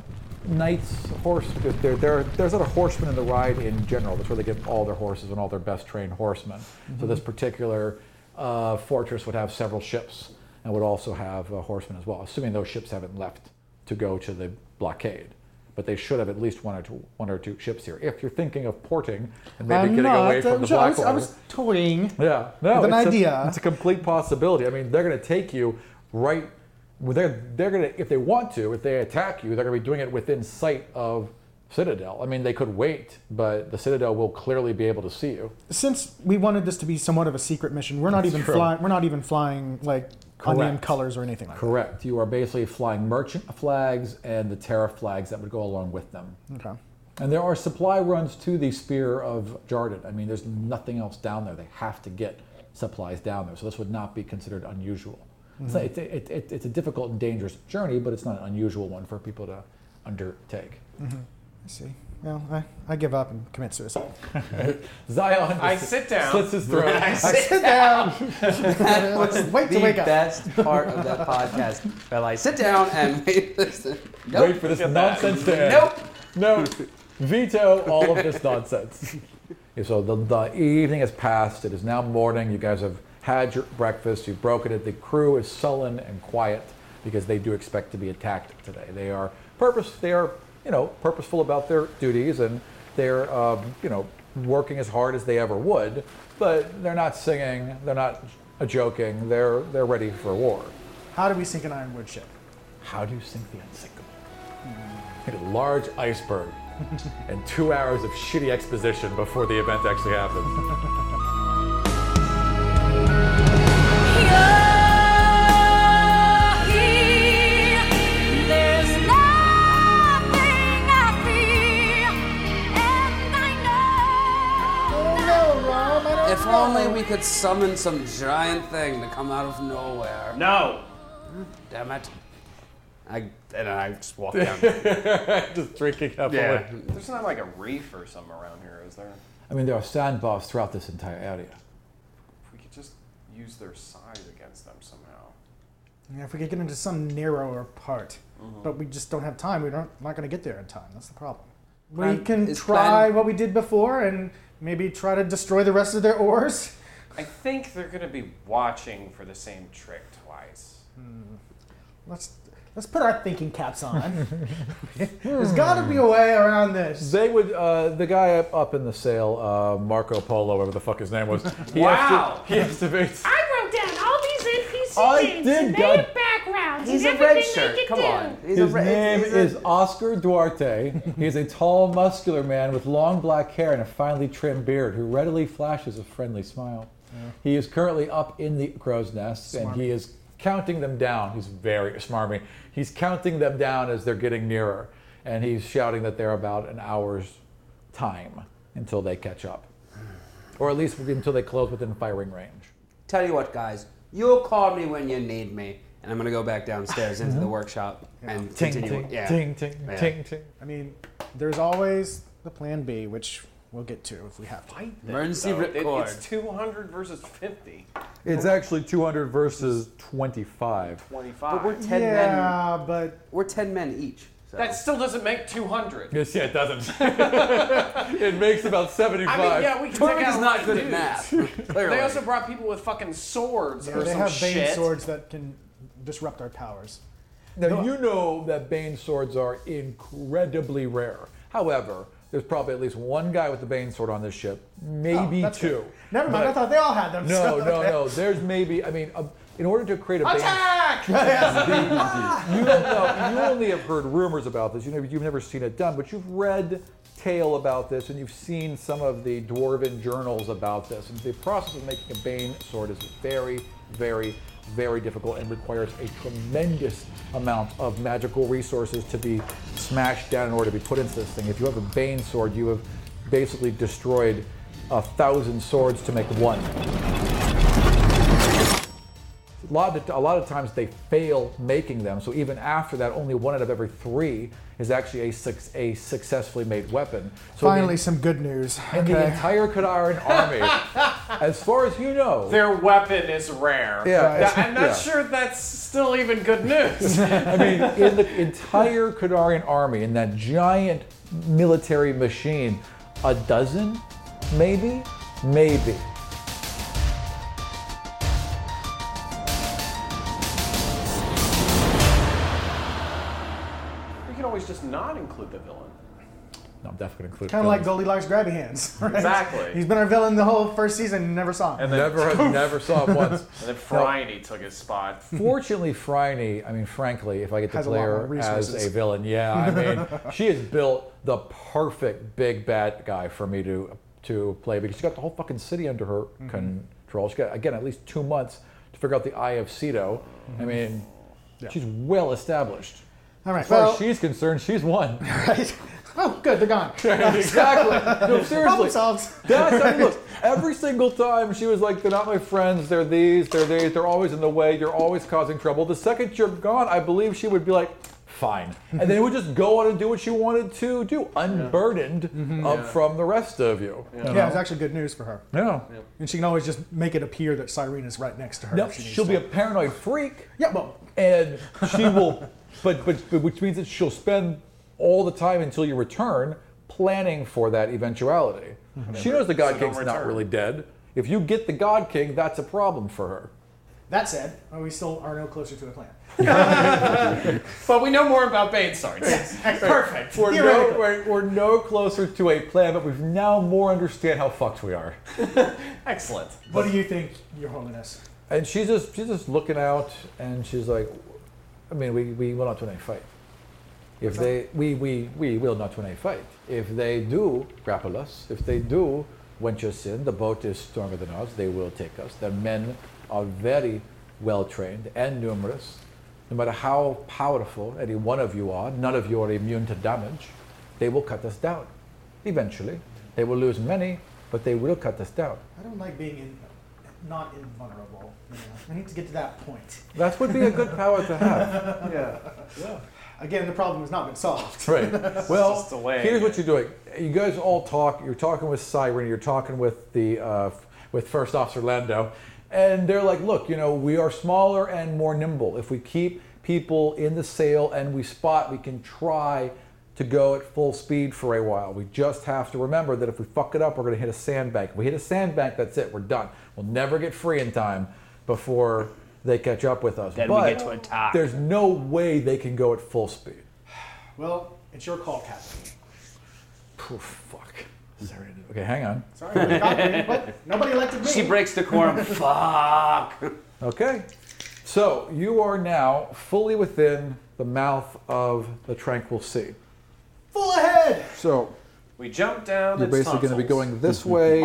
S1: knights, horse. There, there, there's a lot of horsemen in the ride in general. That's where they get all their horses and all their best trained horsemen. So
S18: Mhm.
S1: this particular uh, fortress would have several ships and would also have uh, horsemen as well, assuming those ships haven't left to go to the blockade. But they should have at least one or two, one or two ships here. If you're thinking of porting and maybe
S2: I'm
S1: getting
S2: not,
S1: away from
S2: I'm
S1: the
S2: sure- I
S1: black
S2: was- I
S1: Order-
S2: was toying
S1: Yeah, no,
S2: with an
S1: it's a-
S2: idea.
S1: it's a complete possibility. I mean, they're going to take you right. well, They're they're going to if they want to. If they attack you, they're going to be doing it within sight of Citadel. I mean, they could wait, but the Citadel will clearly be able to see you.
S2: Since we wanted this to be somewhat of a secret mission, we're not
S1: That's
S2: even
S1: true.
S2: flying. We're not even flying like onion
S1: Correct.
S2: colors or anything like
S1: Correct. You are basically flying merchant flags and the tariff flags that would go along with them.
S2: that. Okay.
S1: And there are supply runs to the Spear of Jarden. I mean, there's nothing else down there. They have to get supplies down there. So this would not be considered unusual. It's, not-
S18: Mhm.
S1: it's, it, it, it's a difficult and dangerous journey, but it's not an unusual one for people to undertake.
S2: hmm I see. Well, I, I give up and commit suicide.
S1: Zion
S5: I sit down.
S1: slits his throat.
S5: I sit
S2: down.
S5: That was
S2: Wait
S5: the
S2: to wake up.
S5: best
S3: part of that podcast. Well, I sit down and wait. Listen. Nope.
S1: Wait for this
S3: Look at that.
S1: nonsense to end.
S3: Nope.
S1: No. Veto all of this nonsense. Yeah, so the, the evening has passed. It is now morning. You guys have had your breakfast. You've broken it. The crew is sullen and quiet because they do expect to be attacked today. They are purpose. They are you know purposeful about their duties and they're um, you know working as hard as they ever would. But they're not singing. They're not joking. They're they're ready for war.
S2: How do we sink an ironwood ship?
S1: How do you sink the unsinkable? Hmm. Hit a large iceberg and two hours of shitty exposition before the event actually happens.
S12: If only we could summon some giant thing to come out of nowhere.
S19: No.
S12: Damn it.
S3: I and I just walk
S12: down.
S1: just drinking up.
S5: Yeah.
S1: all
S5: There's not like a reef or something around here, is there?
S1: I mean, there are sandbars throughout this entire area.
S5: If we could just use their side against them somehow.
S2: Yeah, if we could get into some narrower part, but we just don't have time. We're not, not going to get there in time. That's the problem. We
S12: Plan-
S2: can
S12: is
S2: try what we did before and maybe try to destroy the rest of their ores.
S5: I think they're gonna be watching for the same trick twice.
S2: Let's let's put our thinking caps on. There's got to be a way around this.
S1: They would, uh, the guy up, up in the sail, uh, Marco Polo, whatever the fuck his name was. He
S20: Wow.
S1: acti- he activates.
S20: I wrote down all these NPC
S1: I
S20: names
S1: did,
S20: and
S1: God-
S20: their backgrounds
S3: He's
S20: and
S3: a red
S20: everything
S3: shirt,
S20: they could
S3: come
S20: do.
S3: on.
S1: His name is Oscar Duarte. He is a tall, muscular man with long black hair and a finely trimmed beard who readily flashes a friendly smile. He is currently up in the crow's nest and
S18: Smarmy.
S1: he is counting them down. He's very smarmy. He's counting them down as they're getting nearer and he's shouting that they're about an hour's time until they catch up. Or at least until they close within firing range.
S3: Tell you what, guys, you'll call me when you need me, and I'm gonna go back downstairs into the workshop and
S2: Ting,
S3: continue.
S2: ting,
S3: yeah.
S2: ting, ting,
S3: Yeah.
S2: ting, I mean, there's always the plan B, which we'll get to if we have to.
S5: So it- It's 200 versus 50.
S1: It's actually 200 versus 25.
S5: 25.
S3: But we're 10 men.
S2: Yeah, but
S3: we're 10 men each. So.
S5: That still doesn't make 200.
S1: Yes, yeah, it doesn't. it makes about 75.
S5: I mean, yeah, we can take out a lot of dudes.
S3: Clearly.
S5: They also brought people with fucking swords
S2: Yeah,
S5: or
S2: they
S5: some
S2: have
S5: shit.
S2: vein swords that can disrupt our powers.
S1: Now, you know that Bane swords are incredibly rare. However, there's probably at least one guy with the Bane sword on this ship, maybe
S2: Oh,
S1: two.
S2: that's good. Never mind. I
S1: But-
S2: thought they all had them.
S1: No,
S2: so-
S1: no,
S2: okay.
S1: no. There's maybe, I mean, um, in order to create a
S2: Attack!
S1: Bane. The- you don't know. You only have heard rumors about this. You know, you've never seen it done, but you've read tale about this and you've seen some of the dwarven journals about this. And the process of making a Bane sword is very, very, very difficult and requires a tremendous amount of magical resources to be smashed down in order to be put into this thing. If you have a Bane sword, you have basically destroyed a thousand swords to make one. a lot of, a lot of times they fail making them. So even after that, only one out of every three is actually a suc- a successfully made weapon. So the-
S2: Finally, some good news.
S1: and the
S2: Okay.
S1: entire Kadaran army, as far as you know,
S5: Their weapon is rare.
S1: Yeah,
S5: Th-
S1: it's-
S5: I'm not
S1: yeah.
S5: sure that's still even good news.
S1: I mean, in the entire Kadarian army, in that giant military machine, a dozen, maybe, maybe.
S5: we can always just not include the villain.
S1: No, I'm definitely gonna include.
S2: Kind of like Goldilocks grabby hands. right?
S5: Exactly.
S2: He's been our villain the whole first season. and Never saw him.
S1: And then- Never- never saw him once.
S5: And then Friday took his spot.
S1: Fortunately, Franny, I mean, frankly, if I get to
S5: Has a
S1: play
S5: lot more
S1: her as
S5: resources.
S1: a villain, yeah, I mean, she has built the perfect big bad guy for me to to play because she got the whole fucking city under her
S5: Mm-hmm.
S21: Mhm.
S1: control. She got again at least two months to figure out the Eye of Cedo. I
S5: Mm-hmm.
S21: Mhm.
S1: mean, she's well established.
S2: All right,
S1: As far
S2: well-
S1: as she's concerned, she's won.
S2: Oh, good. They're gone.
S1: exactly. No,
S2: Problem
S1: seriously.
S2: solved.
S1: That's I mean, look. Every single time she was like, "They're not my friends. They're these. They're these. They're always in the way. You're always causing trouble." The second you're gone, I believe she would be like, "Fine," and then would just go on and do what she wanted to do, unburdened of,
S2: Yeah.
S1: from the rest of you.
S2: Yeah, it's actually good news for her.
S1: Yeah.
S2: And she can always just make it appear that Cyrene is right next to her.
S1: No,
S2: if she needs
S1: she'll
S2: to.
S1: be a paranoid freak.
S2: Yeah, well,
S1: and she will, but, but but which means that she'll spend all the time until you return planning for that eventuality.
S21: Mhm.
S1: She knows the God
S21: So don't
S1: King's not
S21: return.
S1: really dead. If you get the God King, that's a problem for her.
S2: That said, we still are no closer to a plan.
S5: But we know more about Bane Sards. Perfect.
S1: We're no, we're, we're no closer to a plan, but we now more understand how fucked we are.
S5: Excellent.
S2: What do you think, Your Holiness?
S1: And she's just she's just looking out, and she's like, I mean, we, we will not win a fight. If they we, we we will not win a fight. If they do grapple us, if they do wench us in, the boat is stronger than ours. They will take us. Their men are very well trained and numerous. No matter how powerful any one of you are, none of you are immune to damage. They will cut us down. Eventually, they will lose many, but they will cut us down.
S2: I don't like being in, not invulnerable. you know. I need to get to that point.
S1: That would be a good power to have.
S2: yeah. Again, the problem has not been solved.
S1: Right. Well,
S2: It's just delaying
S1: here's what you're doing. You guys all talk. You're talking with Siren. You're talking with the uh, f- with First Officer Lando, and they're like, "Look, you know, we are smaller and more nimble. If we keep people in the sail and we spot, we can try to go at full speed for a while. We just have to remember that if we fuck it up, we're going to hit a sandbank. If we hit a sandbank, that's it. We're done. We'll never get free in time before they catch up with us.
S22: Then we
S1: but
S22: get to attack.
S1: There's no way they can go at full speed.
S2: Well, it's your call, Captain.
S1: Poof, Oh, fuck. Okay, hang on.
S2: Sorry, we're not- what? Nobody elected me.
S1: She breaks the quorum. Fuck. Okay. So you are now fully within the mouth of the tranquil sea.
S2: Full ahead.
S1: So
S5: We jump down.
S1: you're
S5: its
S1: basically going to be
S5: tonsils.
S1: going this way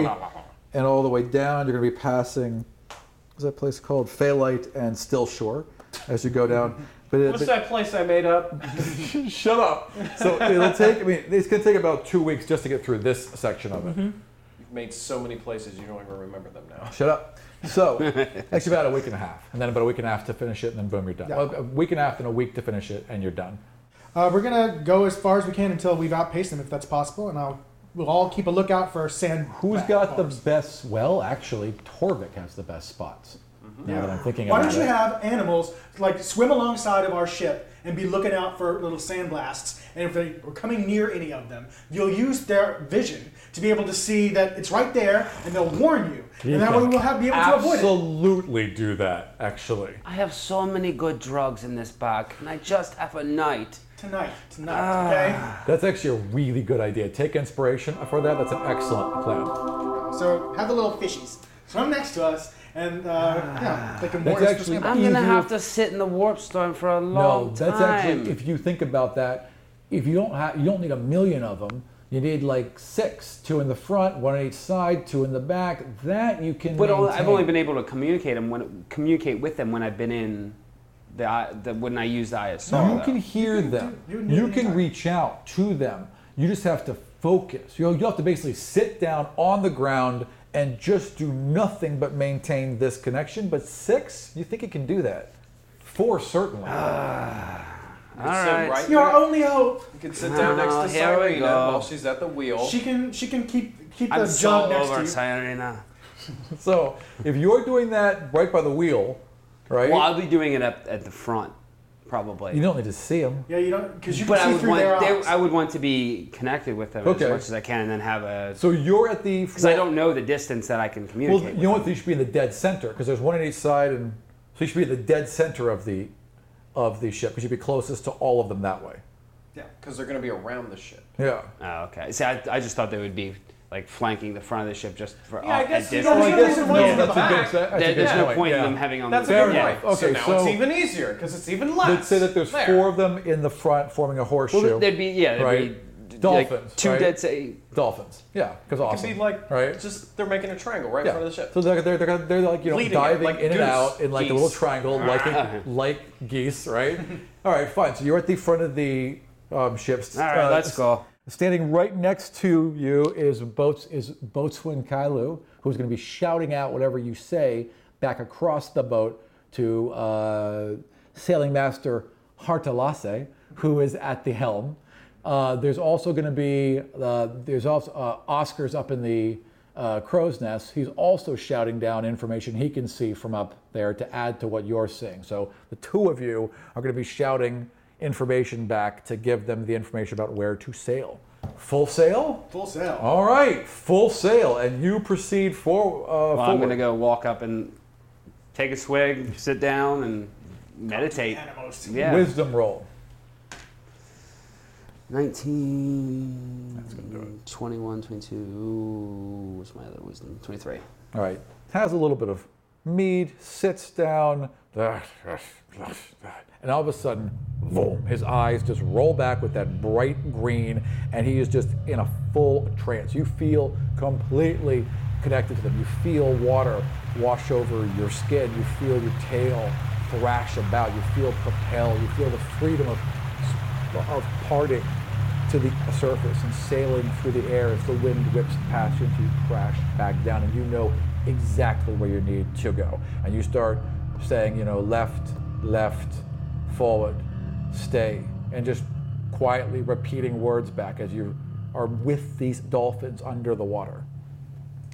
S1: and all the way down. You're going to be passing. What's that place called? Phalite and Still Shore, as you go down. But it,
S5: What's that place I made up?
S1: Shut up. so it'll take. I mean, it's going to take about two weeks just to get through this section of it.
S5: You've made so many places you don't even remember them now.
S1: Shut up. So, actually, about a week and a half, and then about a week and a half to finish it, and then boom, you're done.
S2: Yeah.
S1: Well, a week and a half and a week to finish it, and you're done.
S2: Uh, we're gonna go as far as we can until we've outpaced them, if that's possible, and I'll we'll all keep a lookout for sand.
S1: Who's got the best? Well, actually, Torvik has the best spots. Now that I'm thinking
S2: Mm-hmm. Why
S1: about
S2: don't you
S1: it.
S2: have animals like swim alongside of our ship and be looking out for little sandblasts? And if they are coming near any of them, you'll use their vision to be able to see that it's right there, and they'll warn you.
S1: You
S2: and that
S1: can
S2: way we'll have be able to avoid it.
S1: Absolutely do that, actually.
S3: I have so many good drugs in this bag, and I just have a night.
S2: Tonight, tonight,
S3: Ah.
S1: That's actually a really good idea. Take inspiration for that. That's an excellent plan.
S2: So have the little fishies swim next to us, and uh, yeah, they can
S1: That's
S2: warn us.
S1: actually
S3: I'm gonna
S1: easier-
S3: have to sit in the warp storm for a long
S1: no, that's
S3: time.
S1: actually if you think about that, if you don't have, you don't need a million of them. You need like six, two in the front, one on each side, two in the back. That you can.
S23: But only- I've
S1: maintain.
S23: only been able to communicate them when communicate with them when I've been in the, I- the when I used ISR.
S1: you
S23: though.
S1: can hear them. You, can reach out to them. You just have to focus. You'll, you'll have to basically sit down on the ground and just do nothing but maintain this connection. But six, you think he can do that? Four, certainly.
S23: Ah.
S5: You can sit right
S2: Your
S5: there-
S2: only hope.
S5: You can sit down
S24: Ah,
S5: next to Cyrena while she's at the wheel.
S2: She can. She can keep keep
S5: I'm
S2: the
S5: so
S2: jug next
S5: over
S2: to you.
S1: so if you're doing that right by the wheel, right?
S3: Well, I'll be doing it up at the front, probably.
S1: you don't need to see him.
S2: Yeah, you don't because you
S3: but I
S2: can see
S3: would
S2: through
S3: want
S2: their
S3: they-
S2: eyes.
S3: I would want to be connected with them
S1: Okay.
S3: as much as I can, and then have a.
S1: So you're at the because
S3: I don't know the distance that I can communicate.
S1: Well, you know what? You should be in the dead center because there's one on each side, and so you should be in the dead center of the of the ship because you'd be closest to all of them that way.
S5: Yeah, because they're going to be around the ship.
S1: Yeah.
S3: Oh, okay. See, I, I just thought they would be like flanking the front of the ship just for.
S5: Yeah, I
S3: off-
S5: guess
S3: at
S5: you
S3: distance.
S5: don't need to
S3: Yeah.
S5: leave the That's a good back. se-
S3: There-
S5: that's a
S3: There's
S5: good
S3: no
S5: point,
S3: point in
S5: yeah.
S3: them having on
S5: That's
S3: the.
S5: a
S1: Fair
S5: good
S1: enough.
S5: point.
S1: Okay,
S5: so now
S1: so-
S5: it's even easier because it's even less.
S1: Let's say that there's
S5: There.
S1: four of them in the front forming a horseshoe.
S3: there'd be- yeah, there'd
S1: right?
S3: be, like,
S1: dolphins.
S3: two
S1: right?
S3: dead say-
S1: dolphins. Yeah, because
S5: It
S1: awesome.
S5: could be like
S1: right.
S5: just they're making a triangle right
S1: yeah.
S5: in front of the ship.
S1: So they're, they're, they're, they're like you know
S5: Leading it,
S1: diving
S5: like
S1: in and
S5: goose,
S1: out in like a little
S5: geese.
S1: triangle, like
S5: Ah.
S1: a, like geese, right? All right, fine. So you're at the front of the um, ships.
S3: All right, let's go.
S1: Standing right next to you is boats is boatswain Kailu, who's going to be shouting out whatever you say back across the boat to uh, sailing master Hartalase, who is at the helm. Uh, there's also going to be uh, there's also uh, Oscar's up in the uh, crow's nest. He's also shouting down information he can see from up there to add to what you're seeing. So the two of you are going to be shouting information back to give them the information about where to sail. Full sail.
S2: Full sail.
S1: All right, full sail, and you proceed for. Uh,
S3: Well, I'm
S1: forward.
S3: gonna go walk up and take a swig, sit down, and meditate. Yeah.
S1: Wisdom roll.
S3: 19. That's gonna do it. 21, 22. Ooh, what's my other wisdom? 23.
S1: All right. Has a little bit of mead, sits down, and all of a sudden, boom, his eyes just roll back with that bright green, and he is just in a full trance. You feel completely connected to them. You feel water wash over your skin. You feel your tail thrash about. You feel propelled. You feel the freedom of, of parting to the surface and sailing through the air as the wind whips past you until you crash back down and you know exactly where you need to go. And you start saying, you know, left, left, forward, stay, and just quietly repeating words back as you are with these dolphins under the water.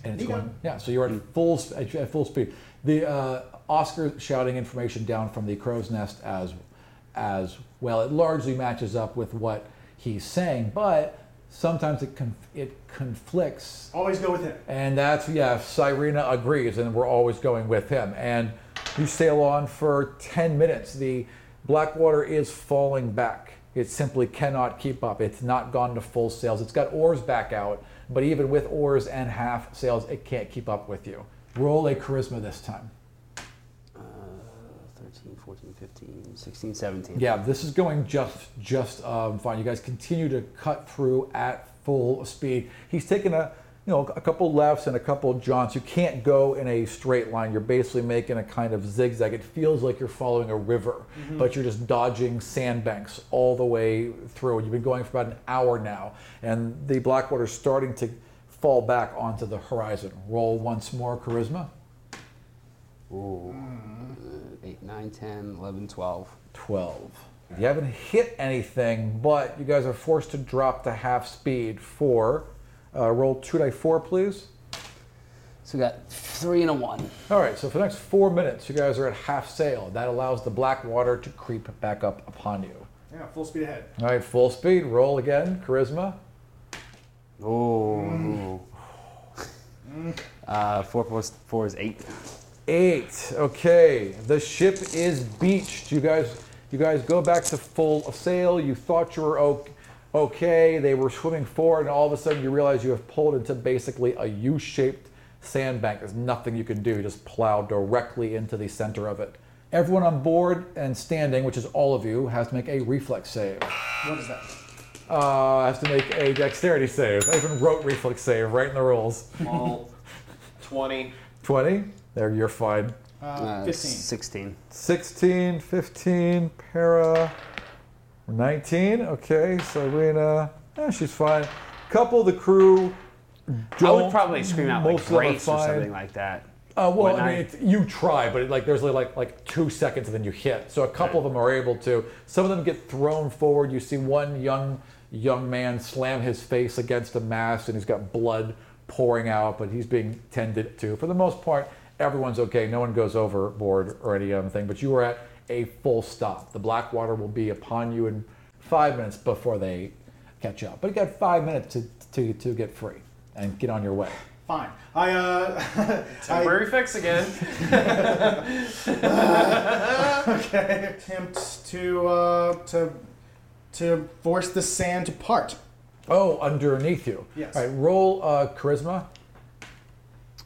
S1: And it's
S2: There you
S1: going, yeah, so you're at full, sp- at at full speed. The uh, Oscar shouting information down from the crow's nest as as well. It largely matches up with what he's saying, but sometimes it conf- it conflicts.
S2: Always go with him.
S1: And that's yeah, Cyrena agrees, and we're always going with him. And you sail on for ten minutes. The Blackwater is falling back. It simply cannot keep up. It's not gone to full sails. It's got oars back out, but even with oars and half sails, it can't keep up with you. Roll a charisma this time.
S3: Uh, 13, 14, 15, 16, 17.
S1: Yeah, this is going just just um, fine. You guys continue to cut through at full speed. He's taking a you know a couple lefts and a couple jaunts. You can't go in a straight line. You're basically making a kind of zigzag. It feels like you're following a river,
S25: Mhm.
S1: but you're just dodging sandbanks all the way through. You've been going for about an hour now, and the Blackwater's starting to fall back onto the horizon. Roll once more, charisma.
S3: Ooh. Uh, 8, 9, 10, 11, 12.
S1: 12. You haven't hit anything, but you guys are forced to drop to half speed for. Uh, roll 2 die 4, please.
S3: So we got 3 and a 1.
S1: All right, so for the next four minutes, you guys are at half sail. That allows the black water to creep back up upon you.
S2: Yeah, full speed ahead.
S1: All right, full speed, roll again, charisma.
S3: Oh. Uh, 4 plus 4 is 8.
S1: Eight. Okay, the ship is beached. You guys, you guys go back to full sail. You thought you were o- okay. They were swimming forward, and all of a sudden you realize you have pulled into basically a U-shaped sandbank. There's nothing you can do. You just plow directly into the center of it. Everyone on board and standing, which is all of you, has to make a reflex save.
S2: What is that?
S1: Uh, has to make a dexterity save. I even wrote reflex save right in the rules.
S5: All 20.
S1: 20? There, you're fine.
S5: Uh, Uh, 15.
S3: 16.
S1: 16, 15, para 19. Okay, Serena, eh, she's fine. Couple of the crew
S24: I would
S1: don't-
S24: probably scream out like
S1: most of them are
S24: grace or
S1: fine.
S24: something like that.
S1: Uh, well,
S24: When
S1: I mean, it's, you try, but it, like there's only like like two seconds and then you hit. So a couple of them are able to. Some of them get thrown forward. You see one young young man slam his face against a mast, and he's got blood pouring out, but he's being tended to. For the most part, everyone's okay. No one goes overboard or any other thing. But you are at a full stop. The black water will be upon you in five minutes before they catch up. But you got five minutes to to, to get free and get on your way.
S2: Fine. I uh.
S5: Temporary fix again.
S2: okay. Attempt to uh to to force the sand to part.
S1: Oh, underneath you.
S2: Yes.
S1: All right, roll uh, charisma.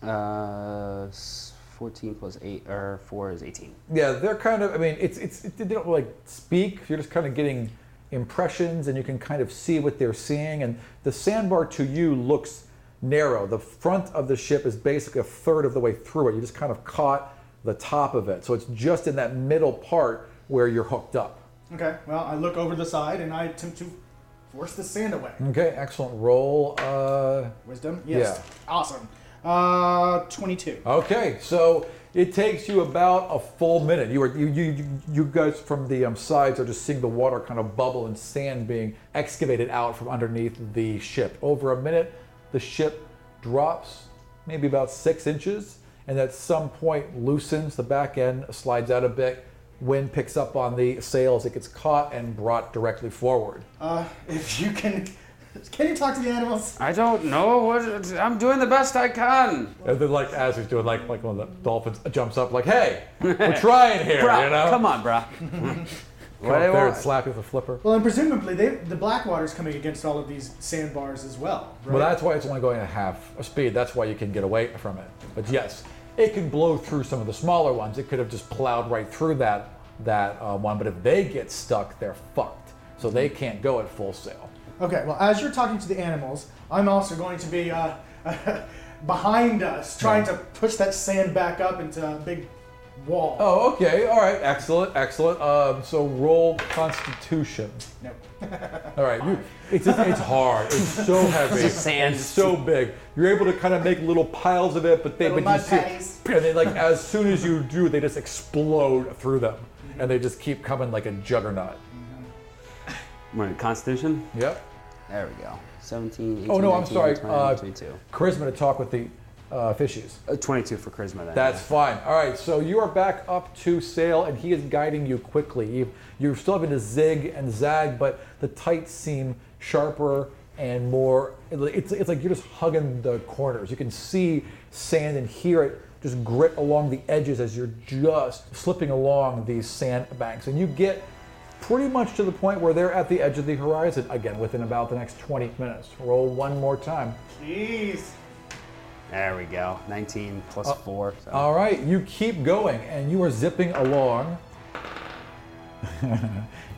S3: Uh, s- 14 plus 8, or 4 is 18.
S1: Yeah, they're kind of. I mean, it's it's it, they don't like speak. You're just kind of getting impressions, and you can kind of see what they're seeing. And the sandbar to you looks narrow. The front of the ship is basically a third of the way through it. You just kind of caught the top of it, so it's just in that middle part where you're hooked up.
S2: Okay. Well, I look over the side and I attempt to force the sand away.
S1: Okay, excellent. Roll. Uh,
S2: Wisdom. Yes. Awesome. Uh, twenty-two.
S1: Okay, so it takes you about a full minute. You are you you you guys from the um, sides are just seeing the water kind of bubble and sand being excavated out from underneath the ship. Over a minute, the ship drops maybe about six inches, and at some point loosens. The back end slides out a bit. Wind picks up on the sails. It gets caught and brought directly forward.
S2: Uh, if you can, can you talk to the animals?
S3: I don't know. What, I'm doing the best I can.
S1: And then, like as he's doing, like like one of the dolphins jumps up, like, "Hey, we're trying here,"
S3: Bruh,
S1: you know.
S3: Come on, bruh.
S1: Come
S3: What
S1: up
S3: do
S1: there
S3: you
S1: and
S3: want?
S1: slap you with a flipper.
S2: Well, and presumably they, the black water's coming against all of these sandbars as well. Right?
S1: Well, that's why it's only going at half speed. That's why you can get away from it. But yes, it can blow through some of the smaller ones. It could have just plowed right through that that uh, one. But if they get stuck, they're fucked. So they can't go at full sail.
S2: Okay, well, as you're talking to the animals, I'm also going to be uh, behind us, trying to push that sand back up into a big wall.
S1: Oh, okay. All right. Excellent. Excellent. Um, so roll Constitution.
S2: No.
S1: All right. You, it's just, it's hard. It's so heavy.
S2: It's sand.
S1: It's so big. You're able to kind of make little piles of it, but they
S2: Little
S1: but
S2: mud
S1: you see,
S2: patties.
S1: and they like as soon as you do, they just explode through them, and they just keep coming like a juggernaut.
S3: We're in Constitution?
S1: Yep.
S3: There we go. 17, 18,
S1: Oh, no, I'm
S3: 19,
S1: sorry,
S3: 20,
S1: uh,
S3: 22.
S1: Charisma to talk with the uh, fishes.
S3: Uh, 22 for charisma then.
S1: That's fine. All right, so you are back up to sail, and he is guiding you quickly. You, you're still having to zig and zag, but the tights seem sharper and more. It's, it's like you're just hugging the corners. You can see sand and hear it just grit along the edges as you're just slipping along these sand banks. And you get pretty much to the point where they're at the edge of the horizon again within about the next 20 minutes. Roll one more time.
S2: Jeez.
S3: There we go. 19 plus
S1: Uh,
S3: 4. So.
S1: All right, you keep going and you are zipping along.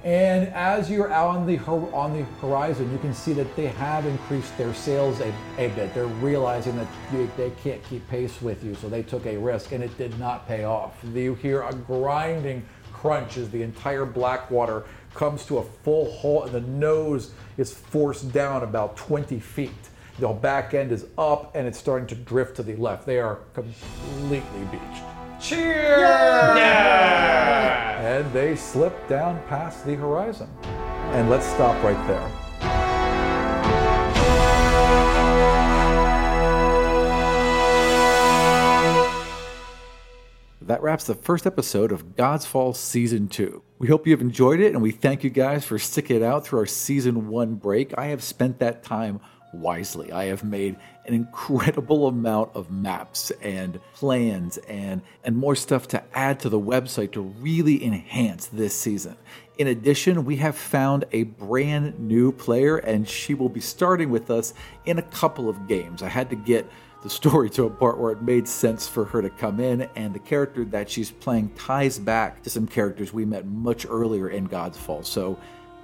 S1: and as you're out on the hor- on the horizon, you can see that they have increased their sales a, a bit. They're realizing that you, they can't keep pace with you, so they took a risk and it did not pay off. You hear a grinding crunch as the entire Blackwater comes to a full halt and the nose is forced down about 20 feet. The back end is up and it's starting to drift to the left. They are completely beached.
S2: Cheers!
S1: And they slip down past the horizon. And let's stop right there. That wraps the first episode of God's Fall Season 2. We hope you've enjoyed it, and we thank you guys for sticking it out through our Season 1 break. I have spent that time wisely. I have made an incredible amount of maps and plans and, and more stuff to add to the website to really enhance this season. In addition, we have found a brand new player, and she will be starting with us in a couple of games. I had to get the story to a part where it made sense for her to come in, and the character that she's playing ties back to some characters we met much earlier in God's Fall. So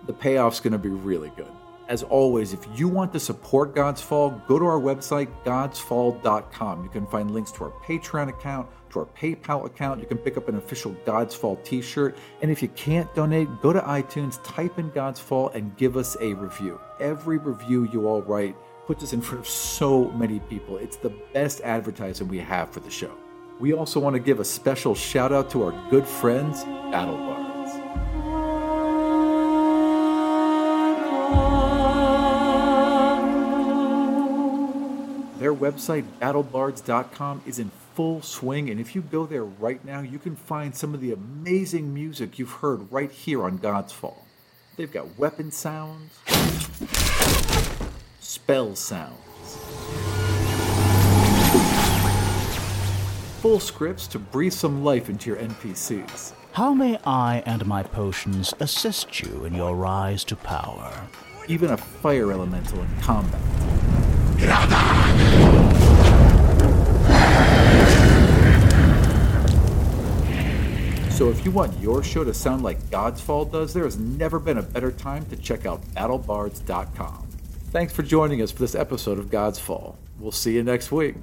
S1: the payoff's going to be really good. As always, if you want to support God's Fall, go to our website, godsfall.com. You can find links to our Patreon account, to our PayPal account. You can pick up an official God's Fall t shirt. And if you can't donate, go to iTunes, type in God's Fall, and give us a review. Every review you all write puts us in front of so many people. It's the best advertising we have for the show. We also want to give a special shout out to our good friends, Battle Bards. Their website, battlebards.com, is in full swing, and if you go there right now, you can find some of the amazing music you've heard right here on God's Fall. They've got weapon sounds, spell sounds, full scripts to breathe some life into your NPCs.
S26: How may I and my potions assist you in your rise to power?
S1: Even a fire elemental in combat. So if you want your show to sound like God's Fall does, there has never been a better time to check out battlebards.com. Thanks for joining us for this episode of God's Fall. We'll see you next week.